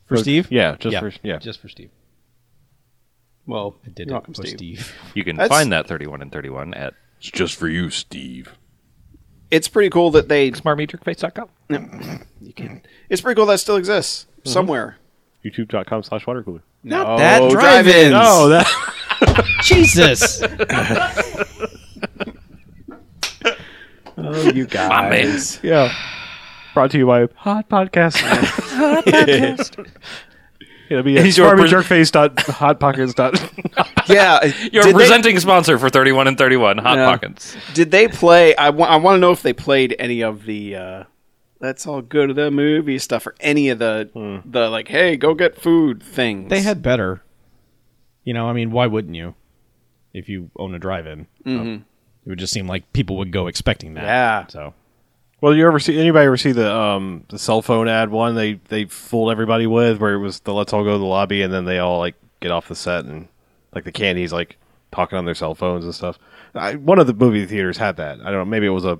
Speaker 5: For Steve?
Speaker 2: Yeah, just for yeah.
Speaker 5: Just for Steve.
Speaker 4: Well,
Speaker 5: I did
Speaker 4: you're
Speaker 5: it
Speaker 4: welcome,
Speaker 5: for
Speaker 4: Steve.
Speaker 5: Steve.
Speaker 3: You can
Speaker 4: That's-
Speaker 3: find that 31 and 31 at
Speaker 1: It's just for you, Steve.
Speaker 4: It's pretty cool that they.
Speaker 3: smartmetrickface.com.
Speaker 4: It's pretty cool that still exists somewhere.
Speaker 2: YouTube.com slash water cooler.
Speaker 5: Not that drive-ins.
Speaker 4: drive-ins.
Speaker 2: Oh, that
Speaker 5: Jesus.
Speaker 4: Oh, you guys.
Speaker 3: My man.
Speaker 2: yeah. Brought to you by Hot Podcast. Hot Podcast. It'll be at
Speaker 3: He's your pres-
Speaker 2: jerkface dot hot pockets dot.
Speaker 4: Yeah.
Speaker 3: Your
Speaker 4: did they-
Speaker 3: presenting sponsor for 31 and 31, Hot
Speaker 4: Yeah.
Speaker 3: Pockets.
Speaker 4: Did they play? I want to know if they played any of the. Uh, Let's all go to the movie stuff or any of the the like. Hey, go get food things.
Speaker 5: they had better. You know, I mean, why wouldn't you? If you own a drive-in, Um, it would just seem like people would go expecting that.
Speaker 4: Yeah.
Speaker 5: So
Speaker 2: Well, you ever see anybody ever see the um the cell phone ad one they they fooled everybody with where it was the let's all go to the lobby and then they all like get off the set and like the candy's like talking on their cell phones and stuff. I, one of the movie theaters had that. I don't know. Maybe it was a.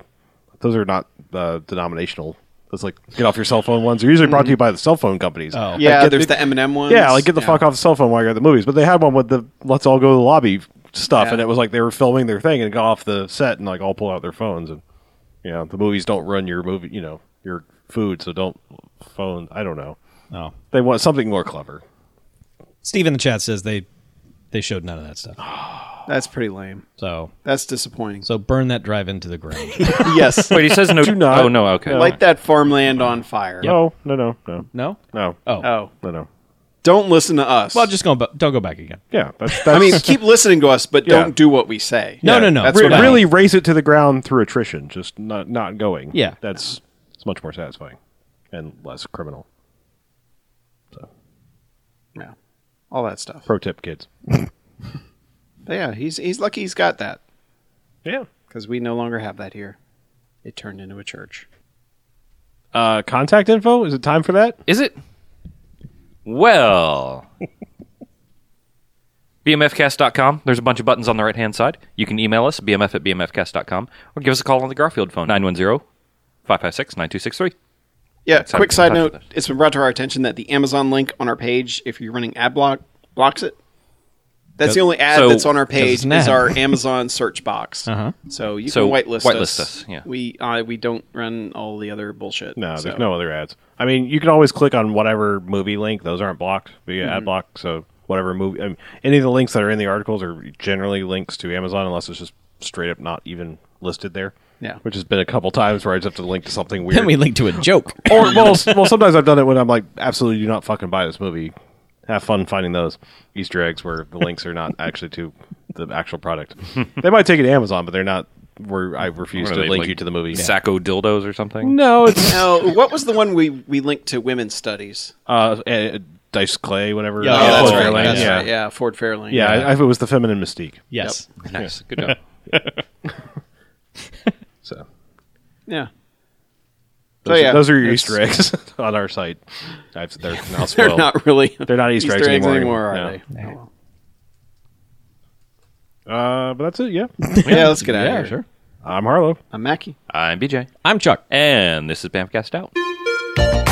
Speaker 2: Those are not uh, denominational. Those like get off your cell phone ones. They're usually brought to you by the cell phone companies.
Speaker 5: Oh.
Speaker 2: Like,
Speaker 4: Mm-hmm. Yeah,
Speaker 2: get-
Speaker 4: there's the Eminem ones.
Speaker 2: yeah, like get the fuck off the cell phone while you're at the movies. But they had one with the let's all go to the lobby stuff,
Speaker 4: Yeah.
Speaker 2: and it was like they were filming their thing and got off the set and like all pulled out their phones and you know the movies don't run your movie, you know your food, so don't phone. I don't know.
Speaker 5: no.
Speaker 2: They want something more clever.
Speaker 5: oh. Steve in the chat says they they showed none of that stuff.
Speaker 4: That's pretty lame.
Speaker 5: So
Speaker 4: That's disappointing.
Speaker 5: so burn that drive-in to the ground.
Speaker 4: yes,
Speaker 3: Wait, he says no.
Speaker 2: Do not.
Speaker 3: Oh, no, okay.
Speaker 4: light that farmland on fire.
Speaker 2: No, Oh, no, no, no,
Speaker 5: no.
Speaker 2: no,
Speaker 5: Oh.
Speaker 4: Oh,
Speaker 2: no, no.
Speaker 4: don't listen to us.
Speaker 5: Well, just go. ba- Don't go back again.
Speaker 2: Yeah, that's, that's
Speaker 4: I mean, keep listening to us, but
Speaker 2: Yeah.
Speaker 4: don't do what we say.
Speaker 5: No, no, no.
Speaker 4: That's
Speaker 2: re-
Speaker 4: what I-
Speaker 2: really race it to the ground through attrition, just not not going.
Speaker 5: Yeah.
Speaker 2: that's it's much more satisfying and less criminal.
Speaker 4: Yeah. all that stuff.
Speaker 2: Pro tip, kids.
Speaker 4: But yeah, he's he's lucky he's got that
Speaker 2: Yeah.
Speaker 4: because we no longer have that here. It turned into a church.
Speaker 2: Uh, contact info. Is it time for that?
Speaker 3: Is it? Well, bmfcast.com. There's a bunch of buttons on the right hand side. You can email us, bmf at bmfcast.com, or give us a call on the Garfield phone, 910 556 9263.
Speaker 4: Yeah,
Speaker 3: how we
Speaker 4: quick
Speaker 3: get in
Speaker 4: side
Speaker 3: touch
Speaker 4: note.
Speaker 3: with us.
Speaker 4: It's been brought to our attention that the Amazon link on our page, if you're running ad block, blocks it. That's the only ad
Speaker 3: so-
Speaker 4: that's on our
Speaker 5: 'cause it's
Speaker 4: page
Speaker 5: an
Speaker 4: is
Speaker 5: ad.
Speaker 4: our Amazon search box.
Speaker 5: Uh-huh.
Speaker 4: So you
Speaker 3: So
Speaker 4: can whitelist,
Speaker 3: whitelist
Speaker 4: us.
Speaker 3: us, yeah.
Speaker 4: We uh, we don't run all the other bullshit.
Speaker 2: No,
Speaker 4: so-
Speaker 2: there's no other ads. I mean, you can always click on whatever movie link. Those aren't blocked via ad block. So whatever movie, I mean, any of the links that are in the articles are generally links to Amazon, unless it's just straight up not even listed there.
Speaker 4: Yeah.
Speaker 2: Which has been a couple times where I just have to link to something weird.
Speaker 5: Then we link to a joke.
Speaker 2: or well, s- well, sometimes I've done it when I'm like, absolutely do not fucking buy this movie. Have fun finding those Easter eggs where the links are not actually to the actual product. they might take it to Amazon, but they're not. Where I refuse to
Speaker 3: What are they,
Speaker 2: link
Speaker 3: like,
Speaker 2: you to the movie.
Speaker 3: Sacco dildos or something?
Speaker 2: No, it's
Speaker 4: No, what was the one we we linked to women's studies?
Speaker 2: uh, eh, Dice Clay, whatever.
Speaker 5: Yeah, Oh, that's
Speaker 2: Ford
Speaker 5: right,
Speaker 2: Fairlane,
Speaker 5: that's
Speaker 2: yeah.
Speaker 4: yeah, yeah, Ford Fairlane.
Speaker 2: Yeah, I, I, it was the feminine mystique.
Speaker 5: Yes.
Speaker 3: Nice. Good job.
Speaker 2: So
Speaker 4: yeah.
Speaker 2: those,
Speaker 4: yeah,
Speaker 2: those are your
Speaker 4: it's-
Speaker 2: Easter eggs on our site. I've, they're now
Speaker 4: They're
Speaker 2: spoiled.
Speaker 4: not really.
Speaker 2: They're not Easter,
Speaker 4: Easter eggs
Speaker 2: anymore,
Speaker 4: anymore,
Speaker 2: no.
Speaker 4: are they? Oh, well.
Speaker 2: Uh, but that's it. Yeah,
Speaker 4: Yeah, let's get out
Speaker 5: Yeah,
Speaker 4: of here.
Speaker 5: sure.
Speaker 2: I'm Harlow.
Speaker 4: I'm Mackie.
Speaker 3: I'm BJ,
Speaker 5: I'm Chuck.
Speaker 3: and this is Bamcast Out.